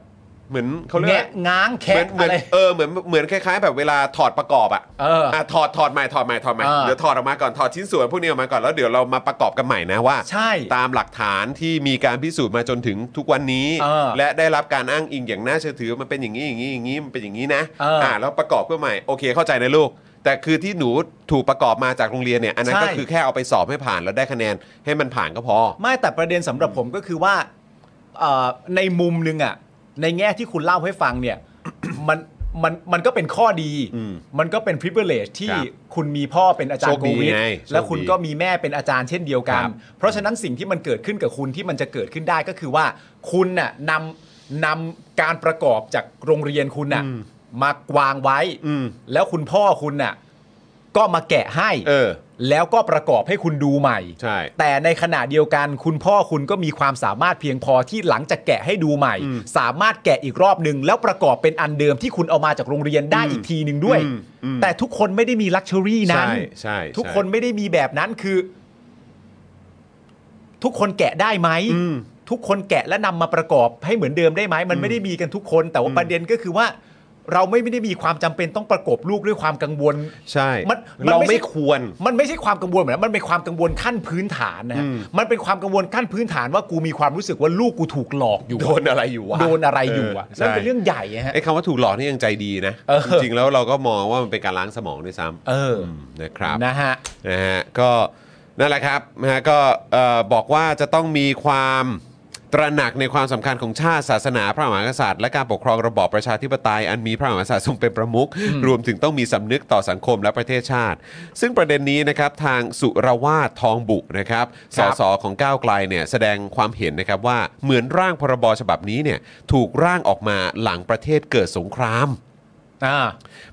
เหมือนเขาเรียก แงะ ว่า ง้าง เหมื แคะ อนเหมื อะ อน ไร เออเหมือนเหมือนคล้าย ๆ แบบเวลาถอดประกอบอะ เอออ่ ะถอดถอดใหม่ถอดใหม่ถอดใหม่ อ่า เดี๋ยวถอดออกมาก่อนถอดชิ้นส่วนพวกนี้ออกมาก่อนแล้วเดี๋ยวเรามาประกอบกันใหม่นะว่า ใช่ ตามหลักฐานที่มีการพิสูจน์มาจนถึงทุกวันนี้ เออ และได้รับการอ้างอิงอย่างน่าเชื่อถือมันเป็นอย่างนี้อย่างนี้อย่างนี้มันเป็นอย่างนี้นะ เอออ่ ะแล้วประกอบขึ้นใหม่โอเคเข้าใจนะลูก แต่คือที่หนูถูกประกอบมาจากโรงเรียนเนี่ยอันนั้น ใช่ ก็คือแค่เอาไปสอบให้ผ่านแล้วได้คะแนนให้มันผ่านก็พอ ไม่แต่ประเด็นสำหรับผมก็คือว่าเอ่อในมุมหนึงอะในแง่ที่คุณเล่าให้ฟังเนี่ย (coughs) มันมันมันก็เป็นข้อดี อืม มันก็เป็น privilege ที่ ครับ คุณมีพ่อเป็นอาจารย์ โชค โค ดี วิด ไง และคุณ โชคดี ก็มีแม่เป็นอาจารย์เช่นเดียวกัน ครับ เพราะฉะนั้นสิ่งที่มันเกิดขึ้นกับคุณที่มันจะเกิดขึ้นได้ก็คือว่า คุณน่ะนำนำการประกอบจากโรงเรียนคุณน่ะมาวางไว้ อืม แล้วคุณพ่อคุณน่ะก็มาแกะให้ เออ แล้วก็ประกอบให้คุณดูใหม่ ใช่ แต่ในขณะเดียวกันคุณพ่อคุณก็มีความสามารถเพียงพอที่หลังจากแกะให้ดูใหม่ สามารถแกะอีกรอบหนึ่งแล้วประกอบเป็นอันเดิมที่คุณเอามาจากโรงเรียนได้อีกทีหนึ่งด้วย แต่ทุกคนไม่ได้มีลักชัวรี่นั้น ใช่ใช่ ทุกคนไม่ได้มีแบบนั้นคือ ทุกคนแกะได้ไหม ทุกคนแกะและนำมาประกอบให้เหมือนเดิมได้ไหม มันไม่ได้มีกันทุกคน แต่ว่าประเด็นก็คือว่า เราไม่ได้มีความจำเป็นต้องประกบลูกด้วยความกังวล ใช่ มันมัน เรา ไม่ใช่ ไม่ควร มันไม่ใช่ความกังวลเหมือนกันมันเป็นความกังวลขั้นพื้นฐานนะฮะมันเป็นความกังวลขั้นพื้นฐานว่ากูมีความรู้สึกว่าลูกกูถูกหลอกอยู่ โดนอะไรอยู่วะ โดนอะไรอยู่อะ เออ นั่นเป็น ใช่ เรื่องใหญ่อะฮะ ไอ้คำว่าถูกหลอกนี่ยังใจดีนะ เออ จริงๆ แล้วเราก็มองว่ามันเป็นการล้างสมองด้วยซ้ำ เออ มนะครับ นะฮะ นะฮะก็นั่นแหละครับนะฮะก็เอ่อบอกว่าจะต้องมีความตระหนักในความสำคัญของชาติศาสนาพระมหากษัตริย์และการปกครองระบอบประชาธิปไตยอันมีพระมหากษัตริย์ทรงเป็นประมุขรวมถึงต้องมีสำนึกต่อสังคมและประเทศชาติ ซึ่งประเด็นนี้นะครับทางสุรวาททองบุนะครับ ค ส รับ ส สของก้าวไกลเนี่ยแสดงความเห็นนะครับว่าเหมือนร่างพรบฉบับนี้เนี่ยถูกร่างออกมาหลังประเทศเกิดสงคราม อ่า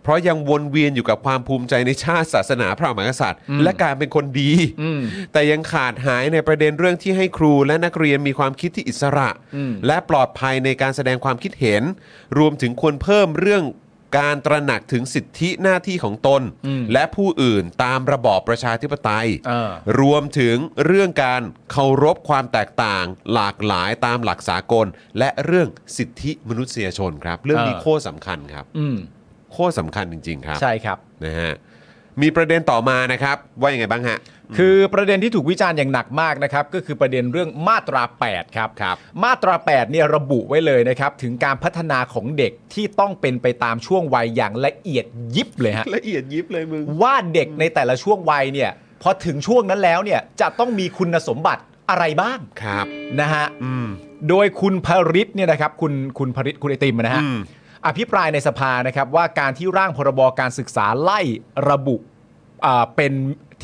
เพราะยังวนเวียนอยู่กับความภูมิใจในชาติศาสนาพระมหากษัตริย์ และการเป็นคนดี อืม แต่ยังขาดหายในประเด็นเรื่องที่ให้ครูและนักเรียนมีความคิดที่อิสระ อืม และปลอดภัยในการแสดงความคิดเห็น รวมถึงควรเพิ่มเรื่องการตระหนักถึงสิทธิหน้าที่ของตน และผู้อื่นตามระบอบประชาธิปไตย เออ รวมถึงเรื่องการเคารพความแตกต่าง หลากหลายตามหลักสากล และเรื่องสิทธิมนุษยชนครับ เรื่องนี้ เออ โคตรสำคัญครับ อืม โคตรสำคัญจริง ๆ ครับ ใช่ครับ นะฮะมีประเด็นต่อมานะครับ ว่ายังไงบ้างฮะ คือประเด็นที่ถูกวิจารณ์อย่างหนักมากนะครับ ก็คือประเด็นเรื่องมาตรา 8 ครับ ครับ มาตรา 8 เนี่ยระบุไว้เลยนะครับ ถึงการพัฒนาของเด็กที่ต้องเป็นไปตามช่วงวัยอย่างละเอียดยิบเลยฮะ ละเอียดยิบเลยมึง ว่าเด็กในแต่ละช่วงวัยเนี่ยพอถึงช่วงนั้นแล้วเนี่ยจะต้องมีคุณสมบัติอะไรบ้าง ครับ นะฮะ อืม โดยคุณพริศเนี่ยนะครับคุณคุณพริศคุณไอติมนะฮะ อืม อภิปรายในสภานะครับว่าการที่ร่างพรบการศึกษาไล่ระบุอ่าเป็น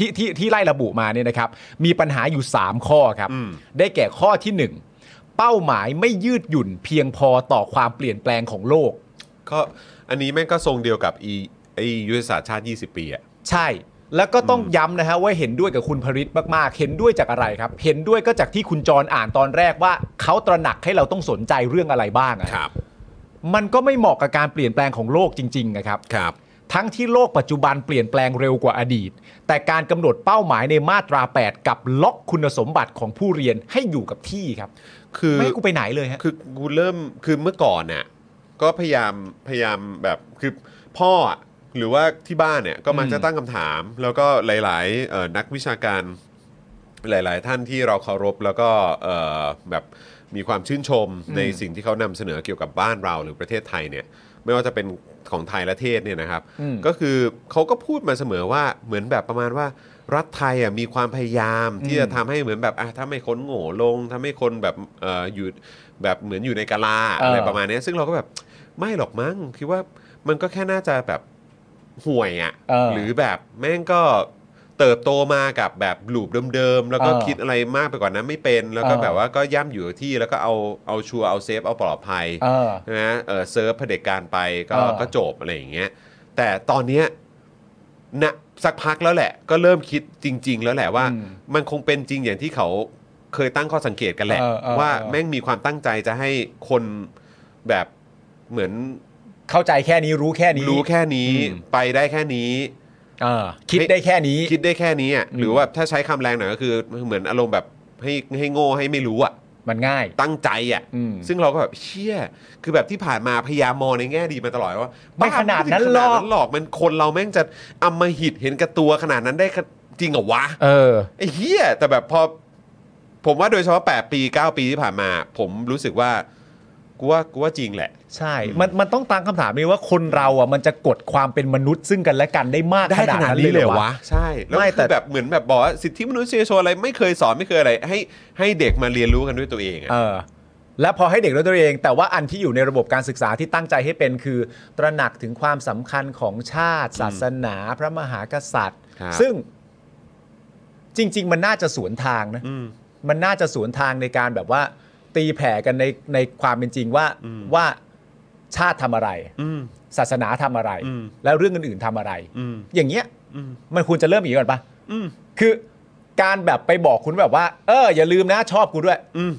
ที่ที่ที่ไล่ระบุมาเนี่ยนะครับ มีปัญหาอยู่ 3 ข้อครับ ได้แก่ข้อที่ 1 เป้าหมายไม่ยืดหยุ่นเพียงพอต่อความเปลี่ยนแปลงของโลก ก็อันนี้แม่งก็ทรงเดียวกับอีไอยุทธศาสตร์ชาติ 20 ปีอะ ใช่ แล้วก็ต้องย้ำนะฮะว่าเห็นด้วยกับคุณพริตมากๆ เห็นด้วยจากอะไรครับ เห็นด้วยก็จากที่คุณจรอ่านตอนแรกว่าเขาตระหนักให้เราต้องสนใจเรื่องอะไรบ้างอะ ครับ มันก็ไม่เหมาะกับการเปลี่ยนแปลงของโลกจริงๆนะครับ ครับ ทั้งที่โลกปัจจุบันเปลี่ยนแปลงเร็วกว่าอดีต แต่การกำหนดเป้าหมายในมาตรา 8 กับล็อกคุณสมบัติของผู้เรียนให้อยู่กับที่ครับ คือ ไม่ให้กูไปไหนเลยฮะ คือกูเริ่มคือเมื่อก่อนน่ะก็พยายามพยายามแบบคือพ่ออะหรือว่าที่บ้านเนี่ยก็มัก อืม จะตั้งคำถาม แล้วก็หลายๆเอ่อนักวิชาการหลาย ๆ ท่านที่เราเคารพแล้วก็เอ่อแบบมีความชื่นชมในสิ่งที่เขานำเสนอเกี่ยวกับบ้านเราหรือประเทศไทยเนี่ย ไม่ว่าจะเป็นของไทยและเทศเนี่ยนะครับ อืม ก็คือเขาก็พูดมาเสมอว่าเหมือนแบบประมาณว่ารัฐไทยอ่ะมีความพยายามที่จะทำให้เหมือนแบบอ่ะถ้าไม่คนโง่ลงถ้าไม่คนแบบเอ่ออยู่แบบเหมือนอยู่ในกาลา เอออ อะไรประมาณเนี้ยซึ่งเราก็แบบไม่หรอกมั้งคิดว่ามันก็แค่น่าจะแบบห่วยอ่ะ เออ หรือแบบแม่งก็เติบโตมากับแบบลูปเดิมๆแล้วก็ เออ คิดอะไรมากไปกว่านั้นไม่เป็น แล้วก็ เออ แบบว่าก็ย่ำอยู่กับที่แล้วก็เอาเอาชัวร์เอาเซฟเอาปลอดภัย เออ นะเออเซิร์ฟเผด็จการไปก็ เออ ก็จบอะไรอย่างเงี้ยแต่ตอนเนี้ยนะสักพักแล้วแหละ ก็เริ่มคิดจริง ๆ แล้วแหละว่า มันคงเป็นจริงอย่างที่เขาเคยตั้งข้อสังเกตกันแหละ เออเออ ว่า เออ แม่งมีความตั้งใจจะให้คนแบบเหมือน เข้าใจแค่นี้รู้แค่นี้ รู้แค่นี้ อืม ไปได้แค่นี้ เออคิดได้แค่นี้ คิดได้แค่นี้อะหรือว่าถ้าใช้คำแรงหน่อยก็คือเหมือนอารมณ์แบบให้ให้โง่ให้ไม่รู้อ่ะ มันง่าย ตั้งใจอ่ะ อืม ซึ่งเราก็แบบเชี่ย คือแบบที่ผ่านมาพยายามมองในแง่ดีมาตลอดว่า ไม่ บ้ ขนาดนั้น มัไม่ถึง หรอก ขนาดหรอกมันคนเราแม่งจะอำมหิตเห็นกับตัวขนาดนั้นได้ขจริงเหรอวะ เออ ไอ้เหี้ยแต่แบบพอ ผมว่าโดยเฉพาะ8ปี 9 ปีที่ผ่านมา ผมรู้สึกว่ากูว่ากูว่าจริงแหละ ใช่ มันมันต้องตั้งคำถามนี้ว่าคนเราอ่ะมันจะกดความเป็นมนุษย์ซึ่งกันและกันได้มาก ได้ขนาดนี้เลยเหรอวะ ใช่ แล้ว ไม่ คื แต่ อแบบเหมือนแบบบอกว่าสิทธิมนุษยชนอะไรไม่เคยสอนไม่เคยอะไร ให้ให้เด็กมาเรียนรู้กันด้วยตัวเองอะ เออและพอให้เด็กด้วยตัวเอง แต่ว่าอันที่อยู่ในระบบการศึกษาที่ตั้งใจให้เป็นคือ ตระหนักถึงความสำคัญของชาติ ศาสนา พระมหากษัตริย์ ครับ ซึ่งจริง ๆ มันน่าจะสวนทางนะ อืม มันน่าจะสวนทางในการแบบว่า ตีแผ่กันในในความเป็นจริงว่า อืม ว่าชาติทำอะไร อืม ศาสนาทำอะไร อืม แล้วเรื่องอื่นๆทำอะไร อืม อย่างเงี้ย อืม มันควรจะเริ่มอย่างนี้ก่อนปะ อืม คือการแบบไปบอกคุณแบบว่า เออ อย่าลืมนะชอบกูด้วย อืม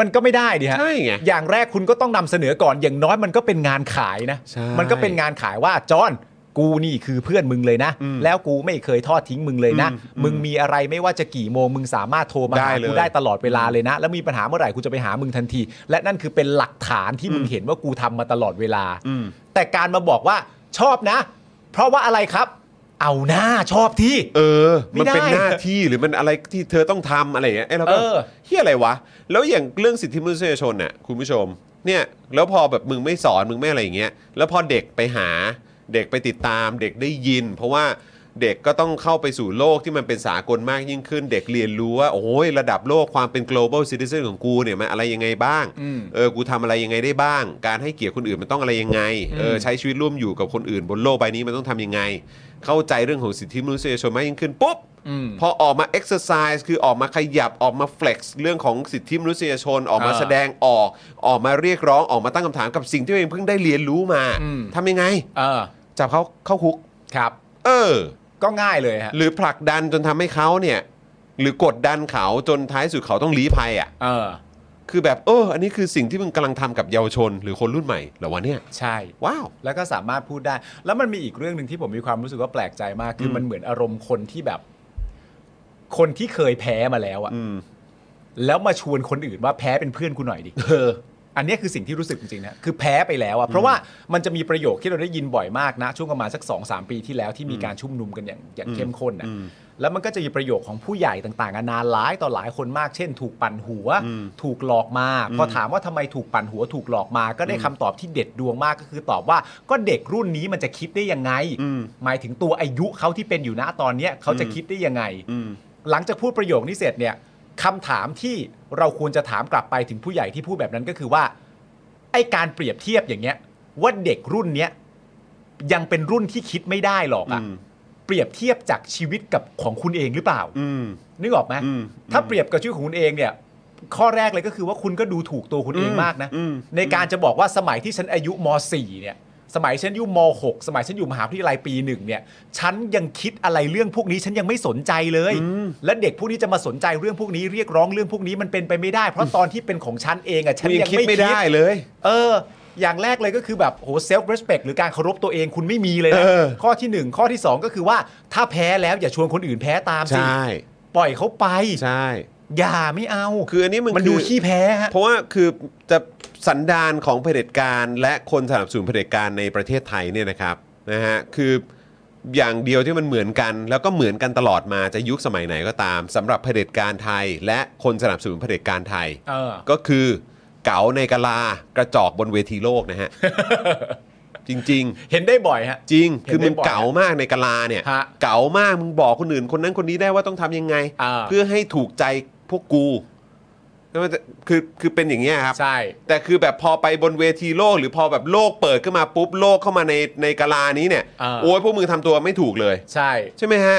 มันก็ไม่ได้ดิฮะ ใช่ไง อย่างแรกคุณก็ต้องนำเสนอก่อน อย่างน้อยมันก็เป็นงานขายนะ ใช่ มันก็เป็นงานขายว่าจอห์นกูนี่คือเพื่อนมึงเลยนะ อืม แล้วกูไม่เคยทอดทิ้งมึงเลยนะ อืมอืม มึงมีอะไรไม่ว่าจะกี่โมง มึงสามารถโทรมา ได้ หา เลย กูได้ตลอดเวลาเลยนะ แล้วมีปัญหาเมื่อไหร่กูจะไปหามึงทันที และนั่นคือเป็นหลักฐานที่มึงเห็นว่ากูทำมาตลอดเวลา อืม แต่การมาบอกว่าชอบนะ เพราะว่าอะไรครับ เอาหน้าชอบที่ เออ ไม่ มันเป็น ได้ หน้าที่หรือมันอะไรที่เธอต้องทำอะไรอย่างเงี้ยไอ้เราก็ เออ เฮียอะไรวะ แล้วอย่างเรื่องสิทธิมนุษยชนเนี่ยคุณผู้ชม เนี่ย แล้วพอแบบมึงไม่สอนมึงไม่อะไรอย่างเงี้ย แล้วพอเด็กไปหา เด็กไปติดตาม เด็กได้ยิน เพราะว่าเด็กก็ต้องเข้าไปสู่โลกที่มันเป็นสากลมากยิ่งขึ้น เด็กเรียนรู้ว่า โอ้ยระดับโลกความเป็น global citizen ของกูเนี่ยมันอะไรยังไงบ้าง เออ กูทำอะไรยังไงได้บ้าง การให้เกียรติคนอื่นมันต้องอะไรยังไง เออ ใช้ชีวิตร่วมอยู่กับคนอื่นบนโลกใบนี้มันต้องทำยังไง เข้าใจเรื่องของสิทธิมนุษยชนมากยิ่งขึ้นปุ๊บ พอออกมา exercise คือออกมาขยับออกมา flex เรื่องของสิทธิมนุษยชนออกมา อ่า แสดงออก ออกมาเรียกร้องออกมาตั้งคำถามกับสิ่งที่ตัวเองเพิ่งได้เรียนรู้มา อืม ทำยังไง เออ จับเขาเข้าคุก ครับ เออ ก็ง่ายเลยฮะ หรือผลักดันจนทำให้เขาเนี่ย หรือกดดันเขาจนท้ายสุดเขาต้องลี้ภัยอ่ะ เออ คือแบบเออ อันนี้คือสิ่งที่มึงกำลังทำกับเยาวชน หรือคนรุ่นใหม่เหรอวะเนี่ย ใช่ ว้าว แล้วก็สามารถพูดได้ แล้วมันมีอีกเรื่องหนึ่งที่ผมมีความรู้สึกว่าแปลกใจมาก คือมันเหมือนอารมณ์คนที่แบบ คนที่เคยแพ้มาแล้วอะ อืม แล้วมาชวนคนอื่นว่าแพ้เป็นเพื่อนกูหน่อยดิ อันเนี้ยคือสิ่งที่รู้สึกจริงๆนะคือแพ้ไปแล้วอะเพราะว่ามันจะมีประโยคที่เราได้ยินบ่อยมากนะ ช่วงประมาณสัก2อสปีที่แล้วที่มีการชุมนุมกันอย่างอย่างเข้มข้นนะแล้วมันก็จะมีประโยคของผู้ใหญ่ต่างๆนานาหลายต่อหลายคนมากเช่น ถูกปั่นหัว ถูกหลอกมาพอถามว่าทำไมถูกปั่นหัวถูกหลอกมาก็ได้คำตอบที่เด็ดดวงมากก็คือตอบว่าก็เด็กรุ่นนี้มันจะคิดได้ยังไง หมายถึงตัวอายุเขาที่เป็นอยู่ณตอนเนี้ยเขาจะคิดได้ยังไง อืม หลังจากพูดประโยคนี้เสร็จเนี่ยคำถามที่เราควรจะถามกลับไปถึงผู้ใหญ่ที่พูดแบบนั้นก็คือว่า ไอการเปรียบเทียบอย่างเงี้ย ว่าเด็กรุ่นเนี้ยยังเป็นรุ่นที่คิดไม่ได้หรอกอะ อืม เปรียบเทียบจากชีวิตกับของคุณเองหรือเปล่า อืม นึกออกไหม อืม ถ้าเปรียบกับชื่อของคุณเองเนี่ย ข้อแรกเลยก็คือว่าคุณก็ดูถูกตัวคุณเองมากนะ อืม ในการจะบอกว่าสมัยที่ฉันอายุม .4 เนี่ย สมัยฉันอายุม .6 สมัยฉันอยู่มหาวิทยาลัยปีหนึ่งเนี่ย ฉันยังคิดอะไรเรื่องพวกนี้ฉันยังไม่สนใจเลย และเด็กพวกนี้จะมาสนใจเรื่องพวกนี้เรียกร้องเรื่องพวกนี้มันเป็นไปไม่ได้ เพราะตอนที่เป็นของฉันเองอะฉัน มึงยั ยัง ง คิด ไม่ ไม่ คิด ได้เลย เออ อย่างแรกเลยก็คือแบบโหเซลฟ์เรสเพคหรือการเคารพตัวเองคุณไม่มีเลยนะ เออ ข้อที่หนึ่งข้อที่สองก็คือว่าถ้าแพ้แล้วอย่าชวนคนอื่นแพ้ตาม ใช สิ่ ปล่อยเขาไป ใช่ อย่าไม่เอา คืออันนี้มัน มันดู คือ ขี้แพ้ฮะ (laughs) เพราะว่าคือจะสันดานของเผด็จการและคนสนับสนุนเผด็จการในประเทศไทยเนี่ยนะครับนะฮะคืออย่างเดียวที่มันเหมือนกัน แล้วก็เหมือนกันตลอดมาจะยุคสมัยไหนก็ตามสำหรับเผด็จการไทย และคนสนับสนุนเผด็จการไทย เออ ก็คือเก๋าในกะลากระจอกบนเวทีโลก (laughs) นะฮะ จริง ๆ เห็นได้บ่อยฮะ จริง เห็น คือมึง ได้บ่อย เก๋ามากในกะลาเนี่ย ฮะ เก๋ามาก มึงบอกคนอื่นคนนั้นคนนี้ได้ว่าต้องทำยังไง อ่า เพื่อให้ถูกใจพวกกูแล้วมันจะคือ คือเป็นอย่างเงี้ยครับ ใช่ แต่คือแบบพอไปบนเวทีโลก หรือพอแบบโลกเปิดขึ้นมาปุ๊บโลกเข้ามาในในกะลานี้เนี่ย อ่า โอ้ยพวกมึงทำตัวไม่ถูกเลย ใช่ ใช่ไหมฮะ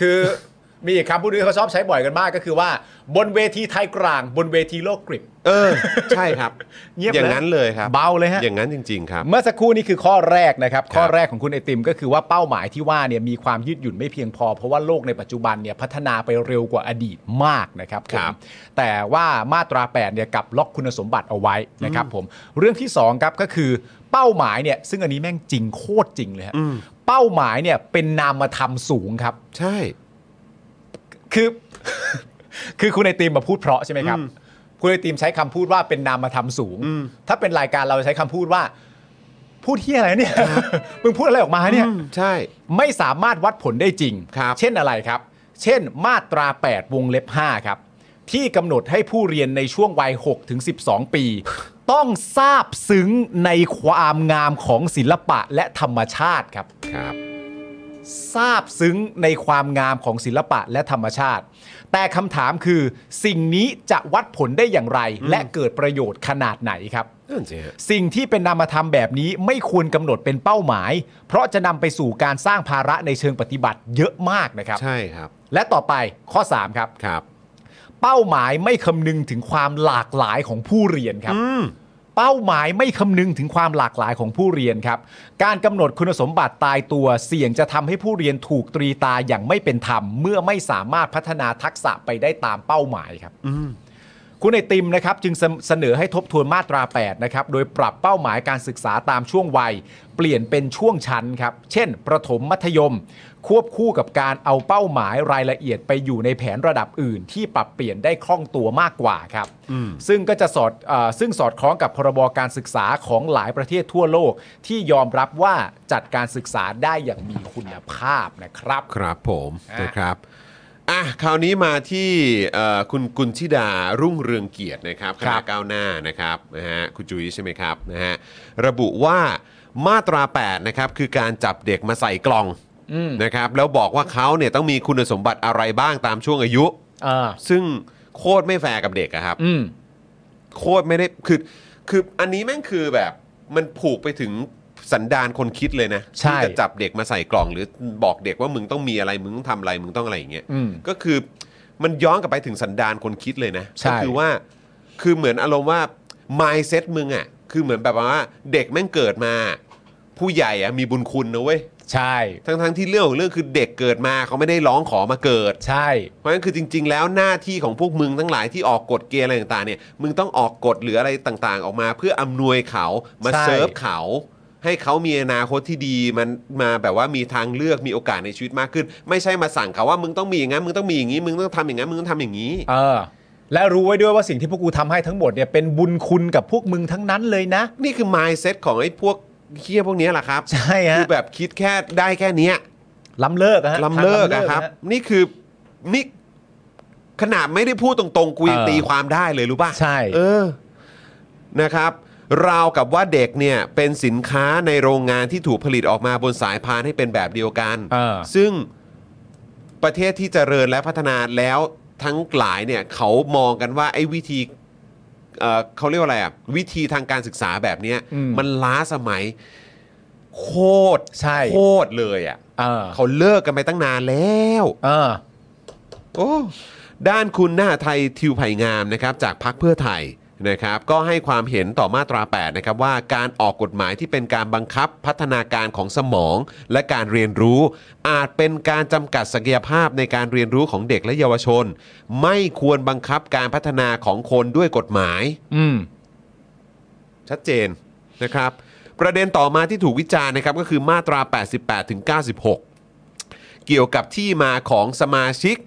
คือ (laughs) มีอีกคำพูดที่เขาชอบใช้บ่อยกันมากก็คือว่า บนเวทีไทยกลางบนเวทีโลกกริบ เออ ใช่ครับ เงียบเลย อย่างนั้นเลยครับ เบาเลยฮะ อย่างนั้นจริง ๆ ครับ เมื่อสักครู่นี้คือข้อแรกนะครับ ครับ ข้อแรกของคุณไอติมก็คือว่าเป้าหมายที่ว่าเนี่ยมีความยืดหยุ่นไม่เพียงพอ เพราะว่าโลกในปัจจุบันเนี่ยพัฒนาไปเร็วกว่าอดีตมากนะครับผม ครับ แต่ว่ามาตรา8เนี่ยกลับล็อกคุณสมบัติเอาไว้นะครับผมเรื่องที่สองครับก็คือเป้าหมายเนี่ยซึ่งอันนี้แม่งจริงโคตรจริงเลยฮะ เป้าหมายเนี่ยเป็นนามธรรมสูงครับ ใช่ คือ (laughs) คือคุณไอติมมาพูดเพราะใช่ไหมครับ คุณไอติมใช้คำพูดว่าเป็นนามธรรมสูง ถ้าเป็นรายการเราใช้คำพูดว่า พูดเฮียอะไร (laughs) เนี่ย มึงพูดอะไรออกมาเนี่ย ใช่ ไม่สามารถวัดผลได้จริง ครับ เช่นอะไรครับ เช่น มาตรา 8 วงเล็บ 5 ครับ ที่กำหนดให้ผู้เรียนในช่วงวัย6ถึง12 ปี ต้องทราบซึ้งในความงามของศิลปะและธรรมชาติครับ ครับ ทราบซึ้งในความงามของศิลปะและธรรมชาติ แต่คำถามคือ สิ่งนี้จะวัดผลได้อย่างไร และเกิดประโยชน์ขนาดไหนครับ นั่นสิฮะ สิ่งที่เป็นนามธรรมแบบนี้ไม่ควรกำหนดเป็นเป้าหมาย เพราะจะนำไปสู่การสร้างภาระในเชิงปฏิบัติเยอะมากนะครับ ใช่ครับ และต่อไปข้อ 3 ครับ ครับ เป้าหมายไม่คำนึงถึงความหลากหลายของผู้เรียนครับ เป้าหมายไม่คำนึงถึงความหลากหลายของผู้เรียนครับ การกำหนดคุณสมบัติตายตัวเสี่ยงจะทำให้ผู้เรียนถูกตรีตาอย่างไม่เป็นธรรม เมื่อไม่สามารถพัฒนาทักษะไปได้ตามเป้าหมายครับ คุณไอติมนะครับจึงเสเสนอให้ทบทวนมาตรา 8 นะครับ โดยปรับเป้าหมายการศึกษาตามช่วงวัย เปลี่ยนเป็นช่วงชั้นครับ เช่น ประถมมัธยม ควบคู่กับการเอาเป้าหมายรายละเอียดไปอยู่ในแผนระดับอื่น ที่ปรับเปลี่ยนได้คล่องตัวมากกว่าครับ ซึ่งก็จะสอดเออซึ่งสอดคล้องกับพรบการศึกษาของหลายประเทศทั่วโลก ที่ยอมรับว่าจัดการศึกษาได้อย่างมีคุณภาพนะครับ ครับผม อ่ะ นะครับอ่ะคราวนี้มาที่เอ่อคุณกุลธิดารุ่งเรืองเกียรตินะครับคณะก้าวหน้านะครับนะฮะคุณจุ้ยใช่ไหมครับนะฮะระบุว่ามาตรา 8 นะครับ คือการจับเด็กมาใส่กล่องนะครับ แล้วบอกว่าเขาเนี่ยต้องมีคุณสมบัติอะไรบ้างตามช่วงอายุ อ่า ซึ่งโคตรไม่แฟร์กับเด็กอะครับ อืม โคตรไม่ได้คือคืออันนี้แม่งคือแบบมันผูกไปถึงสันดานคนคิดเลยนะ ใช่ ที่จะจับเด็กมาใส่กล่อง หรือบอกเด็กว่ามึงต้องมีอะไรมึงต้องทำอะไรมึงต้องอะไรอย่างเงี้ย อืม ก็คือมันย้อนกลับไปถึงสันดานคนคิดเลยนะ ใช่ ก็คือว่าคือเหมือนอารมณ์ว่า mindset มึงอ่ะคือเหมือนแบบว่าเด็กแม่งเกิดมา ผู้ใหญ่อะมีบุญคุณนะเว้ย ใช่ ทั้งๆที่เรื่องของเรื่องคือเด็กเกิดมาเขาไม่ได้ร้องขอมาเกิด ใช่ เพราะฉะนั้นคือจริง ๆ แล้วหน้าที่ของพวกมึงทั้งหลายที่ออกกฎเกณฑ์อะไรต่างๆเนี่ยมึงต้องออกกฎหรืออะไรต่างๆ ออกมา เพื่ออำนวยเขามา ใช่ เซิร์ฟเขา ให้เขามีอนาคตที่ดีมันมาแบบว่ามีทางเลือกมีโอกาสในชีวิตมากขึ้น ไม่ใช่มาสั่งเขาว่ามึงต้องมีอย่างนั้นมึงต้องมีอย่างนี้มึงต้องทำอย่างนั้นมึงต้องทำอย่างนี้ เออและรู้ไว้ด้วยว่าสิ่งที่พวกกูทำให้ทั้งหมดเนี่ยเป็นบุญคุณกับพวกมึงทั้งนั้นเลยนะ นี่คือ mindset ของไอ้พวกเคี้ยพวกเนี้ยแหละครับ ใช่ฮะ คือแบบคิดแค่ได้แค่เนี้ย ล้ำเลิกอะฮะ ลำเลิก ทาง นะครับ ฮ นี่คือนี่ขนาดไม่ได้พูดตรงๆกูยัง เออ ตีความได้เลยรู้ป่ะ ใช่ เออ นะครับ ราวกับว่าเด็กเนี่ยเป็นสินค้าในโรงงานที่ถูกผลิตออกมาบนสายพานให้เป็นแบบเดียวกัน เออ ซึ่งประเทศที่เจริญและพัฒนาแล้วทั้งหลายเนี่ยเขามองกันว่าไอ้วิธีเอ่อเขาเรียกว่าอะไรอ่ะ วิธีทางการศึกษาแบบเนี้ย อืม มันล้าสมัยโคตร ใช่ โคตรเลยอ่ะ เออ เขาเลิกกันไปตั้งนานแล้ว เออ โอ้ด้านคุณหน้าไทยทิวไผ่งามนะครับจากพักเพื่อไทยนะครับ ก็ให้ความเห็นต่อมาตรา 8 นะครับ ว่าการออกกฎหมายที่เป็นการบังคับพัฒนาการของสมอง และการเรียนรู้ อาจเป็นการจำกัดศักยภาพในการเรียนรู้ของเด็กและเยาวชน ไม่ควรบังคับการพัฒนาของคนด้วยกฎหมาย อืม ชัดเจนนะครับ ประเด็นต่อมาที่ถูกวิจารณ์นะครับก็คือมาตรา 88ถึง96 เกี่ยวกับที่มาของสมาชิก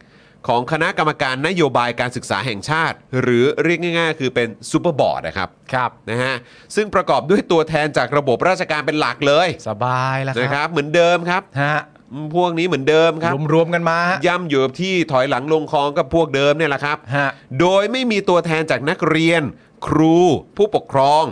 ของคณะกรรมการนโยบายการศึกษาแห่งชาติ หรือเรียกง่ายๆ คือเป็นซูเปอร์บอร์ดนะครับ ครับ นะฮะซึ่งประกอบด้วยตัวแทนจากระบบราชการเป็นหลักเลย สบายแล้ว นะค ครับ รับเหมือนเดิมครับ ฮะ พวกนี้เหมือนเดิมครับ รวมๆกันมาฮะ ย่ำอยู่กับที่ถอยหลังลงคลองกับพวกเดิมเนี่ยแหละครับ ฮะ โดยไม่มีตัวแทนจากนักเรียน ครู ผู้ปกครอง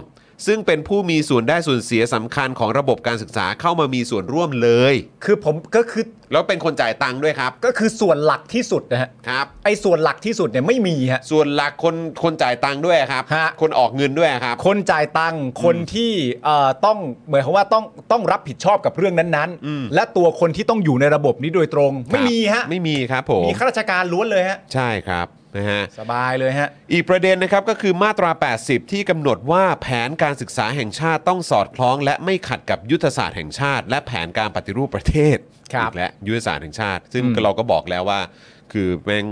ซึ่งเป็นผู้มีส่วนได้ส่วนเสียสำคัญของระบบการศึกษาเข้ามามีส่วนร่วมเลย คือผมก็คือ แล้วเป็นคนจ่ายตังค์ด้วยครับ ก็คือส่วนหลักที่สุดนะฮะ ครับ ไอ้ส่วนหลักที่สุดเนี่ยไม่มีฮะ ส่วนหลักคนคนจ่ายตังค์ด้วยครับ ฮะ คนออกเงินด้วยครับ คนจ่ายตังค์คนที่เอ่อต้องเหมือนคำว่าต้องต้องรับผิดชอบกับเรื่องนั้น อืม ๆ และตัวคนที่ต้องอยู่ในระบบนี้โดยตรง ไม่มีฮะ ไม่มีครับผม มีข้าราชการล้วนเลยฮะ ใช่ครับนะฮะ สบายเลยฮะ อีกประเด็นนะครับก็คือมาตรา 80 ที่กำหนดว่าแผนการศึกษาแห่งชาติต้องสอดคล้อง และไม่ขัดกับยุทธศาสตร์แห่งชาติ และแผนการปฏิรูปประเทศ ครับ อีกและยุทธศาสตร์แห่งชาติ ซึ่ง อืม เราก็บอกแล้วว่า คือแม่ง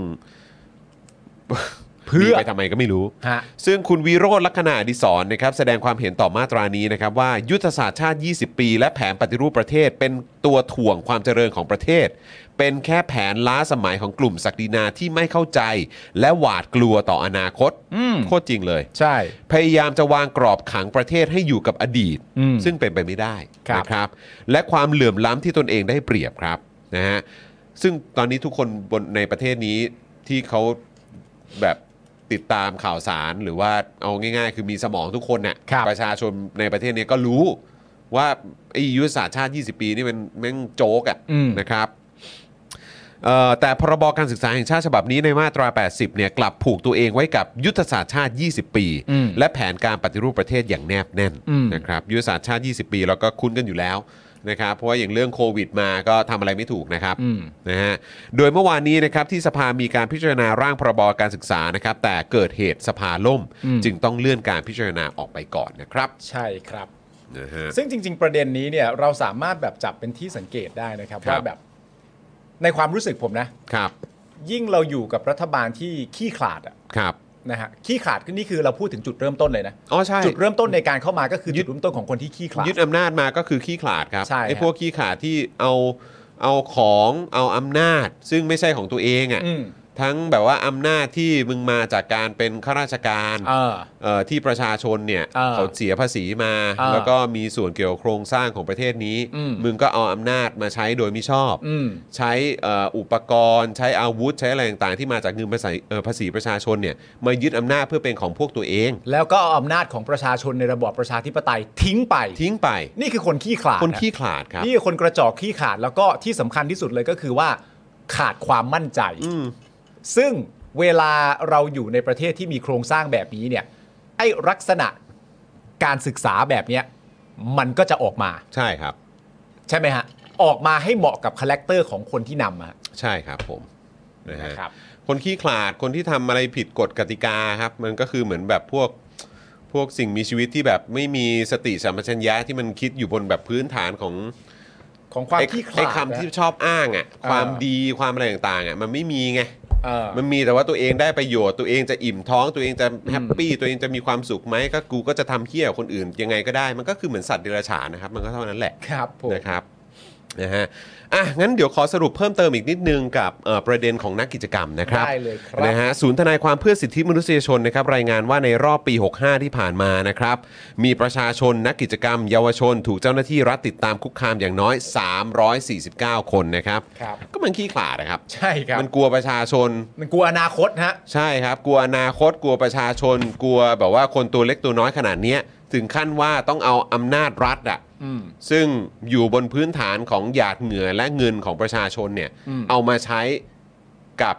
เพื่อ หนีไปทำไมก็ไม่รู้ ฮะ ซึ่งคุณวิโรธลักษณะอดิศรนะครับแสดงความเห็นต่อมาตรานี้นะครับว่ายุทธศาสตร์ชาติ 20 ปี และแผนปฏิรูปประเทศ เป็นตัวถ่วงความเจริญของประเทศ เป็นแค่แผนล้าสมัยของกลุ่มศักดินาที่ไม่เข้าใจ และหวาดกลัวต่ออนาคตโคตรจริงเลย ใช่ พยายามจะวางกรอบขังประเทศให้อยู่กับอดีต อืม ซึ่งเป็นไปไม่ได้ ครับ นะครับ และความเหลื่อมล้ำที่ตนเองได้เปรียบครับนะฮะซึ่งตอนนี้ทุกคนบนในประเทศนี้ที่เขาแบบติดตามข่าวสารหรือว่าเอาง่ายๆ คือมีสมองทุกคนเนี่ยประชาชนในประเทศเนี้ก็รู้ว่าไอ้ยุทธศาสตร์ชาติ 20 ปีนี่มันแม่งโจ๊กอะ อืม นะครับ เอ่อแต่พรบการศึกษาแห่งชาติฉบับนี้ในมาตรา 80 เนี่ยกลับผูกตัวเองไว้กับยุทธศาสตร์ชาติ 20 ปี อืม และแผนการปฏิรูปประเทศอย่างแนบแน่น อืม นะครับยุทธศาสตร์ชาติ 20 ปีเราก็คุ้นกันอยู่แล้วนะครับเพราะว่าอย่างเรื่องโควิดมาก็ทำอะไรไม่ถูกนะครับ อืม นะฮะโดยเมื่อวานนี้นะครับที่สภามีการพิจารณาร่างพรบการศึกษานะครับแต่เกิดเหตุสภาล่ม จึงต้องเลื่อนการพิจารณาออกไปก่อนนะครับ ใช่ครับ นะฮะ ซึ่งจริง ๆ ประเด็นนี้เนี่ยเราสามารถแบบจับเป็นที่สังเกตได้นะครับ ครับ ว่าแบบในความรู้สึกผมนะ ครับ ยิ่งเราอยู่กับรัฐบาลที่ขี้ขลาดอะ ครับ นะฮะขี้ขลาดก็นี่คือเราพูดถึงจุดเริ่มต้นเลยนะ อ๋อใช่ จุดเริ่มต้นในการเข้ามาก็คือ ยึ จุ ด ดเริ่มต้นของคนที่ขี้ขลาด ยึดอำนาจมาก็คือขี้ขลาดครับ ใช่ ไอ้ ฮะ พวกขี้ขลาดที่เอาเอาของเอาอำนาจ ซึ่งไม่ใช่ของตัวเอง อื อะ่ะ ม ทั้งแบบว่าอำนาจที่มึงมาจากการเป็นข้าราชการ เออ เอ่อที่ประชาชนเนี่ย เออ เขาเสียภาษีมา เออ แล้วก็มีส่วนเกี่ยวกับโครงสร้างของประเทศนี้ อืม มึงก็เอาอำนาจมาใช้โดยมิชอบ อืม ใช้เอ่ออุปกรณ์ใช้อาวุธใช้อะไรต่างๆที่มาจากเงินภาษีเอ่อภาษีประชาชนเนี่ยมายึดอำนาจเพื่อเป็นของพวกตัวเอง แล้วก็เอาอำนาจของประชาชนในระบอบประชาธิปไตยทิ้งไป ทิ้งไป นี่คือคนขี้ขลาด คน นะ ขี้ขลาดครับ นี่คือคนกระจอกขี้ขลาดแล้วก็ที่สำคัญที่สุดเลยก็คือว่าขาดความมั่นใจ อืม ซึ่งเวลาเราอยู่ในประเทศที่มีโครงสร้างแบบนี้เนี่ยไอ้ลักษณะการศึกษาแบบเนี้ยมันก็จะออกมา ใช่ครับ ใช่ไหมฮะ ออกมาให้เหมาะกับคาแรคเตอร์ของคนที่นำอะ ใช่ครับผมนะฮะ นะครับ คนขี้ขลาดคนที่ทำอะไรผิดกฎกติกาครับ มันก็คือเหมือนแบบพวกพวกสิ่งมีชีวิตที่แบบไม่มีสติสัมปชัญญะที่มันคิดอยู่บนแบบพื้นฐานของ ของความ ไอ้ ขี้ขลาด ไอ้คำที่ชอบอ้างอะ่ะความดีความอะไรต่างๆอะ่ะมันไม่มีไง เออ มันมีแต่ว่าตัวเองได้ประโยชน์ตัวเองจะอิ่มท้องตัวเองจะแฮปปี้ตัวเองจะมีความสุขไหมก็กูก็จะทำเหี้ยกับคนอื่นยังไงก็ได้ มันก็คือเหมือนสัตว์เดรัจฉานนะครับ มันก็เท่านั้นแหละ ครับผม นะครับนะฮะอ่ะงั้นเดี๋ยวขอสรุปเพิ่มเติมอีกนิดนึงกับเอ่อประเด็นของนักกิจกรรมนะครับ ได้เลยครับ นะฮะศูนย์ทนายความเพื่อสิทธิมนุษยชนนะครับรายงานว่าในรอบปี 65 ที่ผ่านมานะครับ มีประชาชนนักกิจกรรม เยาวชน ถูกเจ้าหน้าที่รัฐติดตามคุกคามอย่างน้อย 349 คนนะครับ ครับ ก็มันขี้ขลาดนะครับ ใช่ครับ มันกลัวประชาชน มันกลัวอนาคตฮะ ใช่ครับ กลัวอนาคตกลัวประชาชน กลัวแบบว่าคนตัวเล็กตัวน้อยขนาดเนี้ยถึงขั้นว่าต้องเอาอำนาจรัฐอะซึ่งอยู่บนพื้นฐานของหยาดเหงื่อและเงินของประชาชนเนี่ย อืม เอามาใช้กับ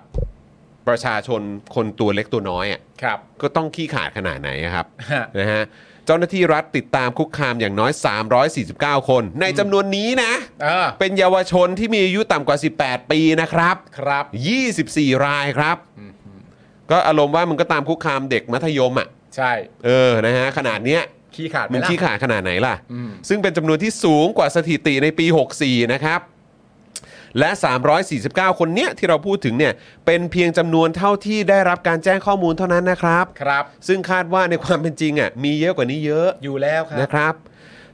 ประชาชนคนตัวเล็กตัวน้อยอะ ครับ ก็ต้องขี้ขลาดขนาดไหนอะครับ ฮะ นะฮะเจ้าหน้าที่รัฐติดตามคุกคามอย่างน้อย 349 คน ในจำนวนนี้นะ เออ เป็นเยาวชนที่มีอายุต่ำกว่า 18 ปีนะครับ ครับ 24 รายครับ ก็อารมณ์ว่ามึงก็ตามคุกคามเด็กมัธยมอ่ะ ใช่ เออ นะฮะ ขนาดเนี้ย ขี้ขาดไห มึง ล่ะ ขี้ขลาดขนาดไหนล่ะ อืม ซึ่งเป็นจำนวนที่สูงกว่าสถิติในปี 64 นะครับ และ 349 คนเนี้ยที่เราพูดถึงเนี่ย เป็นเพียงจำนวนเท่าที่ได้รับการแจ้งข้อมูลเท่านั้นนะครับ ครับ ซึ่งคาดว่าในความเป็นจริงอ่ะมีเยอะกว่านี้เยอะ อยู่แล้วครับ นะครับ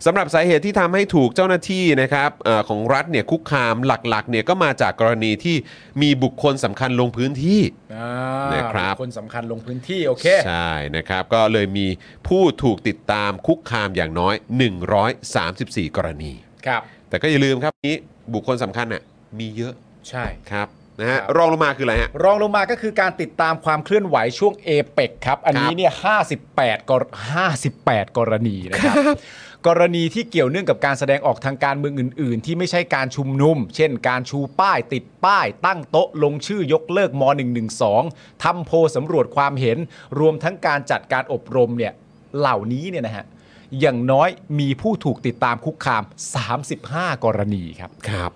สำหรับสาเหตุที่ทำให้ถูกเจ้าหน้าที่นะครับเออของรัฐเนี่ยคุกคามหลักๆเนี่ยก็มาจากกรณีที่มีบุคคลสำคัญลงพื้นที่ อ่า นะครับ คนสำคัญลงพื้นที่โอเค ใช่นะครับ ก็เลยมีผู้ถูกติดตามคุกคามอย่างน้อย 134 กรณี ครับ แต่ก็อย่าลืมครับนี้บุคคลสำคัญน่ะมีเยอะ ใช่ ครับนะฮะ ครับ รองลงมาคืออะไรฮะ รองลงมาก็คือการติดตามความเคลื่อนไหวช่วงเอเปกครับ อันนี้เนี่ย58กร58 กรณีนะครับ กรณีที่เกี่ยวเนื่องกับการแสดงออกทางการเมืองอื่น ๆ ที่ไม่ใช่การชุมนุม เช่น การชูป้ายติดป้าย ตั้งโต๊ะลงชื่อยกเลิกม .112 ทำโพลสำรวจความเห็น รวมทั้งการจัดการอบรมเนี่ยเหล่านี้เนี่ยนะฮะอย่างน้อยมีผู้ถูกติดตามคุกคาม 35 กรณีครับ ครับ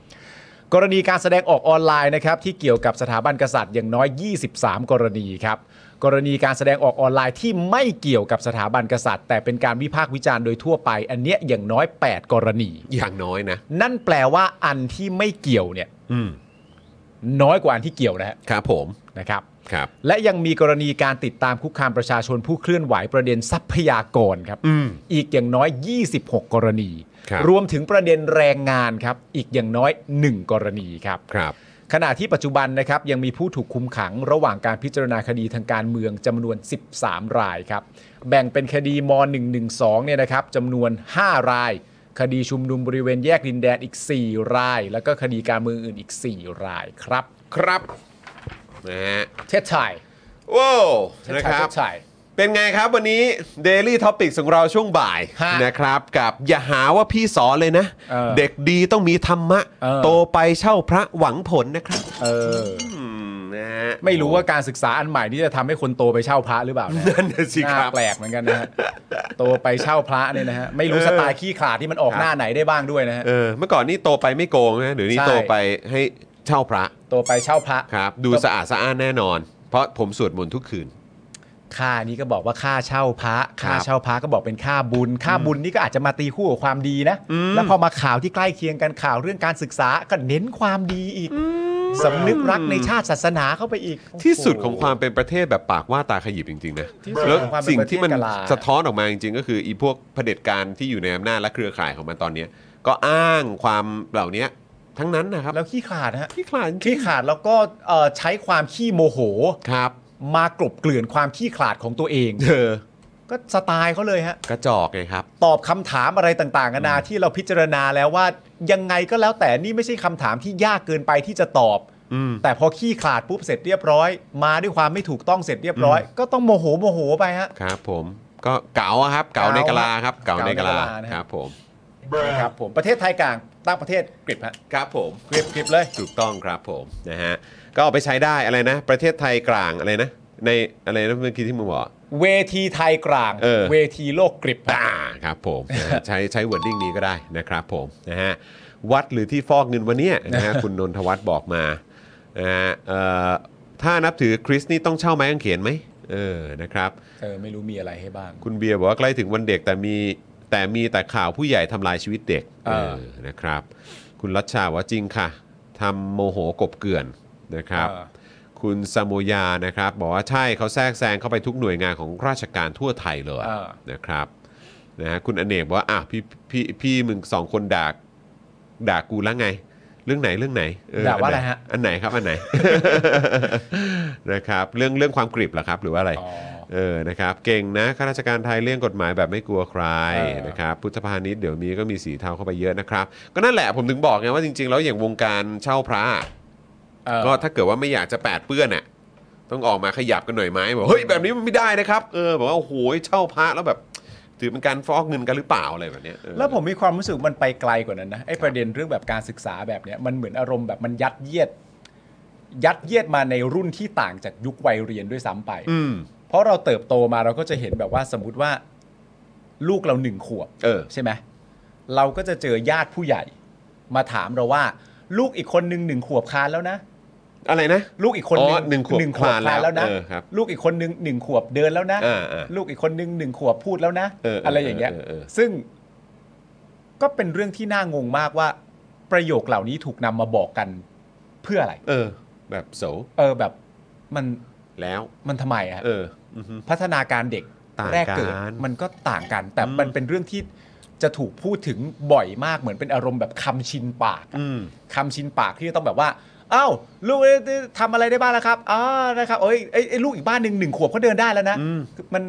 กรณีการแสดงออกออนไลน์นะครับที่เกี่ยวกับสถาบันกษัตริย์อย่างน้อย 23 กรณีครับกรณีการแสดงออกออนไลน์ที่ไม่เกี่ยวกับสถาบันกษัตริย์ แต่เป็นการวิพากษ์วิจารณ์โดยทั่วไป อันเนี้ยอย่างน้อย 8 กรณี อย่างน้อยนะ นั่นแปลว่าอันที่ไม่เกี่ยวเนี่ย อืม น้อยกว่าอันที่เกี่ยวนะฮะ ครับผม นะครับ ครับ และยังมีกรณีการติดตามคุกคามประชาชนผู้เคลื่อนไหวประเด็นทรัพยากรครับอีกอย่างน้อย 26 กรณี ครับ รวมถึงประเด็นแรงงานครับ อีกอย่างน้อย 1 กรณีครับ ครับ ขณะที่ปัจจุบันนะครับยังมีผู้ถูกคุมขังระหว่างการพิจารณาคดีทางการเมืองจำนวน 13 รายครับ แบ่งเป็นคดีม .112 เนี่ยนะครับจำนวน 5 ราย คดีชุมนุมบริเวณแยกดินแดนอีก 4 ราย แล้วก็คดีการเมืองอื่นอีก 4 รายครับ ครับนะฮะ เทศไทย ว้าว เทศ นะ ไท ค ย รั เท บ ศไทย เป็นไงครับวันนี้ Daily Topics ของเราช่วงบ่าย ฮะ นะครับ กับอย่าหาว่าพี่สอนเลยนะ เออ เด็กดีต้องมีธรรมะ เออ โตไปเช่าพระหวังผลนะครับ เออ อืมนะฮะ ไม่รู้ว่าการศึกษาอันใหม่นี่จะทำให้คนโตไปเช่าพระหรือเปล่านะ นั่นนะสิค น่า รับ แปลกเหมือนกันนะฮะโตไปเช่าพระเนี่ยนะฮะไม่รู้สไตล์ขี้ขลาดที่มันออก ครับ หน้าไหนได้บ้างด้วยนะฮะ เออเมื่อก่อนนี่โตไปไม่โกงนะเดี๋ยวนี้ ใช่ โตไปให้เช่าพระ โตไปเช่าพระ ครับ ดูสะอาดสะอ้านแน่นอน เพราะผมสวดมนต์ทุกคืน ค่านี้ก็บอกว่าค่าเช่าพระ ครับ ค่าเช่าพระก็บอกเป็นค่าบุญ ค่าบุญนี่ก็อาจจะมาตีคู่กับความดีนะ แล้วพอมาข่าวที่ใกล้เคียงกันข่าวเรื่องการศึกษาก็เน้นความดีอีกสำนึกรักในชาติศาสนาเข้าไปอีก ที่สุดของ โโห ความเป็นประเทศแบบปากว่าตาขยิบจริงๆนะ ที่สุด แล้ว ของความเป็น สิ่งที่มัน ประเทศกะลา สะท้อนออกมาจริงๆ ก็คืออีพวกเผด็จการที่อยู่ในอำนาจและเครือข่ายของมันตอนเนี้ยก็อ้างความเหล่านี้ทั้งนั้นนะครับ แล้วขี้ขลาดนะฮะ ขี้ขลาดจริ ขี้ ง ขลาดแล้วก็เอ่อใช้ความขี้โมโห ๆครับ มากลบเกลื่อนความขี้ขลาดของตัวเอง เธอ ก็สไตล์เขาเลยฮะ กระจอกไงครับ ตอบคำถามอะไรต่างๆนานาที่เราพิจารณาแล้วว่ายังไงก็แล้วแต่นี่ไม่ใช่คำถามที่ยากเกินไปที่จะตอบ แต่พอขี้ขลาดปุ๊บเสร็จเรียบร้อย มาด้วยความไม่ถูกต้องเสร็จเรียบร้อย ก็ต้องโมโหโมโหไปฮะ ครับผมก็เก๋าอะครับ เก๋าในกะลาครับ เก๋าในกะลา เก๋าในกะลานะ ค ครับ รับผม นะครับผมประเทศไทยกลางตั้งประเทศกรีกฮะ ครับผม กรีกกรีกเลย ถูกต้องครับผมนะฮะก็เอาไปใช้ได้อะไรนะ ประเทศไทยกลางอะไรนะ ในอะไรนะเมื่อกี้ที่มึงบอก เวทีไทยกลาง เออ เวทีโลกกรีกฮะ อ่าครับผมนะฮะ ใช้ใช้วอร์ดดิ้งนี้ก็ได้นะครับผมนะฮะวัดหรือที่ฟอกเงินวันเนี้ยนะฮะ คุณนนทวัฒน์บอกมานะฮะเอ่อถ้านับถือคริสต์นี่ต้องเช่าไม้กางเขนไหมเออนะครับ เออไม่รู้มีอะไรให้บ้าง คุณเบียร์บอกว่าใกล้ถึงวันเด็กแต่มีแต่มีแต่ข่าวผู้ใหญ่ทำลายชีวิตเด็ก เออ นะครับ คุณรัชชาบอกว่าจริงค่ะทำโมโหกบเกลื่อนนะครับ เออ คุณสมโมยานะครับ บอกว่าใช่เขาแทรกแซงเข้าไปทุกหน่วยงานของราชการทั่วไทยเลย อ่า นะครับนะฮะคุณอเนกบอกว่าอ่ะพี่พี่พี่มึงสองคนด่าด่ากูแล้วไง เรื่องไหนเรื่องไหนเ ด่าว่าอะไรฮะ อันไหนครับ (laughs) อันไหน นะครับเรื่องเรื่องความกริบเหรอครับ หรือว่าอะไร อ๋อ เออ นะครับ เก่งนะ ข้าราชการไทยเลี่ยงกฎหมายแบบไม่กลัวใคร เออ นะครับ พุทธพาณิชย์เดี๋ยวนี้ก็มีสีเทาเข้าไปเยอะนะครับ ก็นั่นแหละผมถึงบอกไงว่าจริง ๆ แล้วอย่างวงการเช่าพระ เออ ก็ถ้าเกิดว่าไม่อยากจะแปดเปื้อนน่ะต้องออกมาขยับกันหน่อยไหมบอกเฮ้ยแบบนี้มันไม่ได้นะครับ เออบอกว่าโอ้โหเช่าพระแล้วแบบ ถือเป็นการฟอกเงินกันหรือเปล่าอะไรแบบเนี้ยเออ แล้วผมมีความรู้สึกมันไปไกลกว่านั้นนะไอ้ประเด็นเรื่องแบบการศึกษาแบบเนี้ยมันเหมือนอารมณ์แบบมันยัดเยียด ยัดเยียดมาในรุ่นที่ต่างจากยุควัยเรียนด้วยซ้ำไป อืม เพราะเราเติบโตมาเราก็จะเห็นแบบว่าสมมติว่า ลูกเราหนึ่งขวบ เออ ใช่ไหมเราก็จะเจอญาติผู้ใหญ่ มาถามเราว่า ลูกอีกคนหนึ่งหนึ่งขวบคลานแล้วนะ อะไรนะ ลูกอีกคน อ๋อหนึ่งขวบ ขวบ คลาน คลานแล้วนะ เออครับ ลูกอีกคนหนึ่งหนึ่งขวบเดินแล้วนะ อ่าอ่า ลูกอีกคนหนึ่งหนึ่งขวบพูดแล้วนะ เออเออ อะไรอย่างเงี้ย เออเออเออ ซึ่งก็เป็นเรื่องที่น่างงมากว่า ประโยคเหล่านี้ถูกนำมาบอกกันเพื่ออะไร เออ แบบโส เออแบบมัน แล้ว มันทำไมอะครับ เอออือฮึ พัฒนาการเด็ก ต่างกัน แรกเกิดมันก็ต่างกัน แต่ อืม มันเป็นเรื่องที่จะถูกพูดถึงบ่อยมากเหมือนเป็นอารมณ์แบบคำชินปากอะ อืม คำชินปากที่จะต้องแบบว่าอ้าวลูกเอ้ยทำอะไรได้บ้างแล้วครับอ๋อนะครับเอ้ยเอ้ยเอ้ยลูกอีกบ้านหนึ่งหนึ่งขวบเขาเดินได้แล้วนะ อืม คือมัน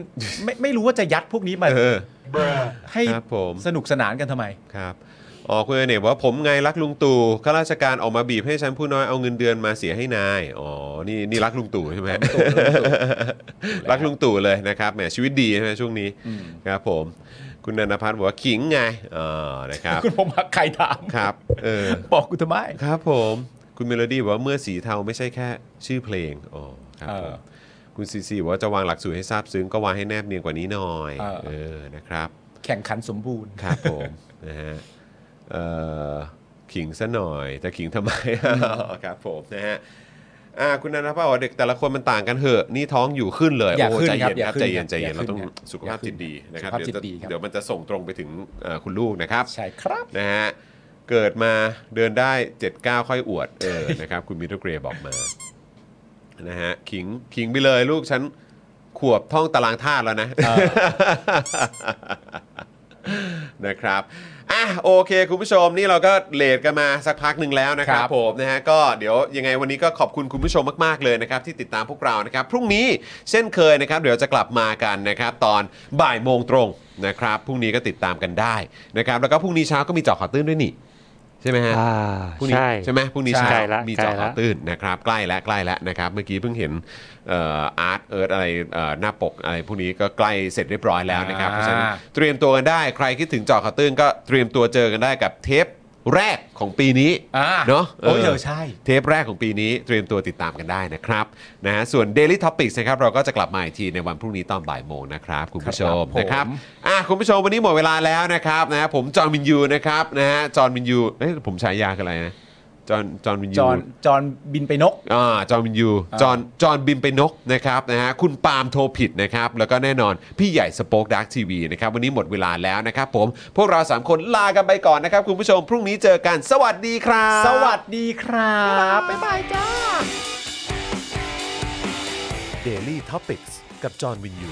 ไม่ไม่รู้ว่าจะยัดพวกนี้มา เออ ให้ ครับผม สนุกสนานกันทำไม ครับอ๋อคุณอเนกบอกว่าผมไงรักลุงตู่ข้าราชการออกมาบีบให้ฉันผู้น้อยเอาเงินเดือนมาเสียให้นายอ๋อนี่นี่รักลุงตู่ใช่ไหมรักลุงตู่เลยนะครับแหมชีวิตดีใช่ไหมช่วงนี้ครับผมคุณนันทพัฒน์บอกว่าขิงไงอ๋อนะครับ คุณผมหักใครถาม ครับเออ บอกกูทำไม ครับผมคุณเมโลดี้บอกว่าเมื่อสีเทาไม่ใช่แค่ชื่อเพลงอ๋อครับ เออ ผมคุณซีซีบอกว่าจะวางหลักสูตรให้ทราบซึ้งก็วางให้แนบเนียนกว่านี้หน่อย เออ เออนะครับ แข่งขันสมบูรณ์ ครับผม นะฮะเอ่อขิงซะหน่อยจะขิงทำไม (laughs) ครับผมนะฮะอ่าคุณนันทภาบอกว่าเด็กแต่ละคนมันต่างกันเหอะ นี่ท้องอยู่ขึ้นเลย อย่าขึ้นโใจ ครับ เย็อนย่า ครับ ขึ้น ใจเย็นใจเย็อนย่า เราต้อง ขึ้น สุขภาพจิตดีนะครับ สุขภาพจิต เยว ดีครับ เดี๋ยวมันจะส่งตรงไปถึงเอ่อคุณลูกนะครับ ใช่ครับ นะฮะเกิดมาเดินได้ 7 9 ค่อยอวดเออนะครับ คุณมิทเกรย์บอกมา นะฮะขิงขิงไปเลยลูกฉันขวบท่องตารางธาตุแล้วนะ (laughs) นะครับอ่ะโอเคคุณผู้ชมนี่เราก็เลทกันมาสักพักหนึ่งแล้วนะคครัรับ บ ผมนะฮะก็เดี๋ยวยังไงวันนี้ก็ขอบคุณคุณผู้ชมมากๆเลยนะครับที่ติดตามพวกเรานะครับพรุ่งนี้เช่นเคยนะครับเดี๋ยวจะกลับมากันนะครับตอนบ่ายโมงตรงนะครับพรุ่งนี้ก็ติดตามกันได้นะครับแล้วก็พรุ่งนี้เช้าก็มีเจาะข่าวตื้นด้วยนี่ใช่ไหมฮะ อ่า พรุ่งนี้ ใช่ ใช่ไหมพรุ่งนี้ ใช่ เช้า ละ มีเจอข่าใกล้ละ วตื่นนะครับใกล้แล้วใกล้แล้วนะครับ เมื่อกี้เพิ่งเห็นเอ่ออาร์ตเอิร์ธอะไรเอ่อหน้าปกอะไรพวกนี้ก็ใกล้เสร็จเรียบร้อยแล้วนะครับ อ่า เพราะฉะนั้นเตรียมตัวกันได้ใครคิดถึงเจอข่าวตื้นก็เตรียมตัวเจอกันได้กับเทปแรกของปีนี้ อ่ เนาะ โอ้ย เอ เดี๋ย อ วใช่ เทปแรกของปีนี้เตรียมตัวติดตามกันได้นะครับนะฮะส่วน Daily Topics นะครับเราก็จะกลับมาอีกทีในวันพรุ่งนี้ตอนบ่ายโมงนะครับ คุณผู้ชคมรับผม นะครับอ่ะคุณผู้ชมวันนี้หมดเวลาแล้วนะครับนะฮะผมจอห์นวินยูนะครับนะฮะจอห์นวินยูเอ้ยผมฉายาคืออะไรนะจอห์นจอห์นวินยู จอนจอนบินไปนก อ่าจอห์นวินยูจอห์นจอห์นบินไปนกนะครับนะฮะคุณปาล์มโทรผิดนะครับแล้วก็แน่นอนพี่ใหญ่สป็อคดักทีวีนะครับวันนี้หมดเวลาแล้วนะครับผมพวกเราสามคนลากันไปก่อนนะครับคุณผู้ชมพรุ่งนี้เจอกันสวัสดีครับ สวัสดีครับ บ๊ายบายจ้า Daily Topics กับจอห์นวินยู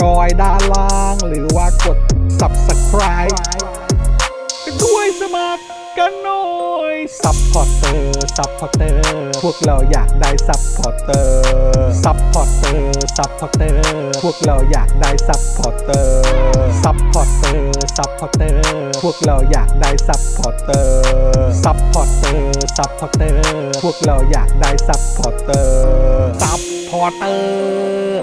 จอยด้านล่าง หรือว่ากด subscribe กันด้วยสมัครกันหน่อย ซัพพอร์เตอร์ ซัพพอร์เตอร์ พวกเราอยากได้ซัพพอร์เตอร์ ซัพพอร์เตอร์ ซัพพอร์เตอร์ พวกเราอยากได้ซัพพอร์เตอร์ ซัพพอร์เตอร์ ซัพพอร์เตอร์ พวกเราอยากได้ซัพพอร์เตอร์ ซัพพอร์เตอร์ ซัพพอร์เตอร์ พวกเราอยากได้ซัพพอร์เตอร์ ซัพพอร์เตอร์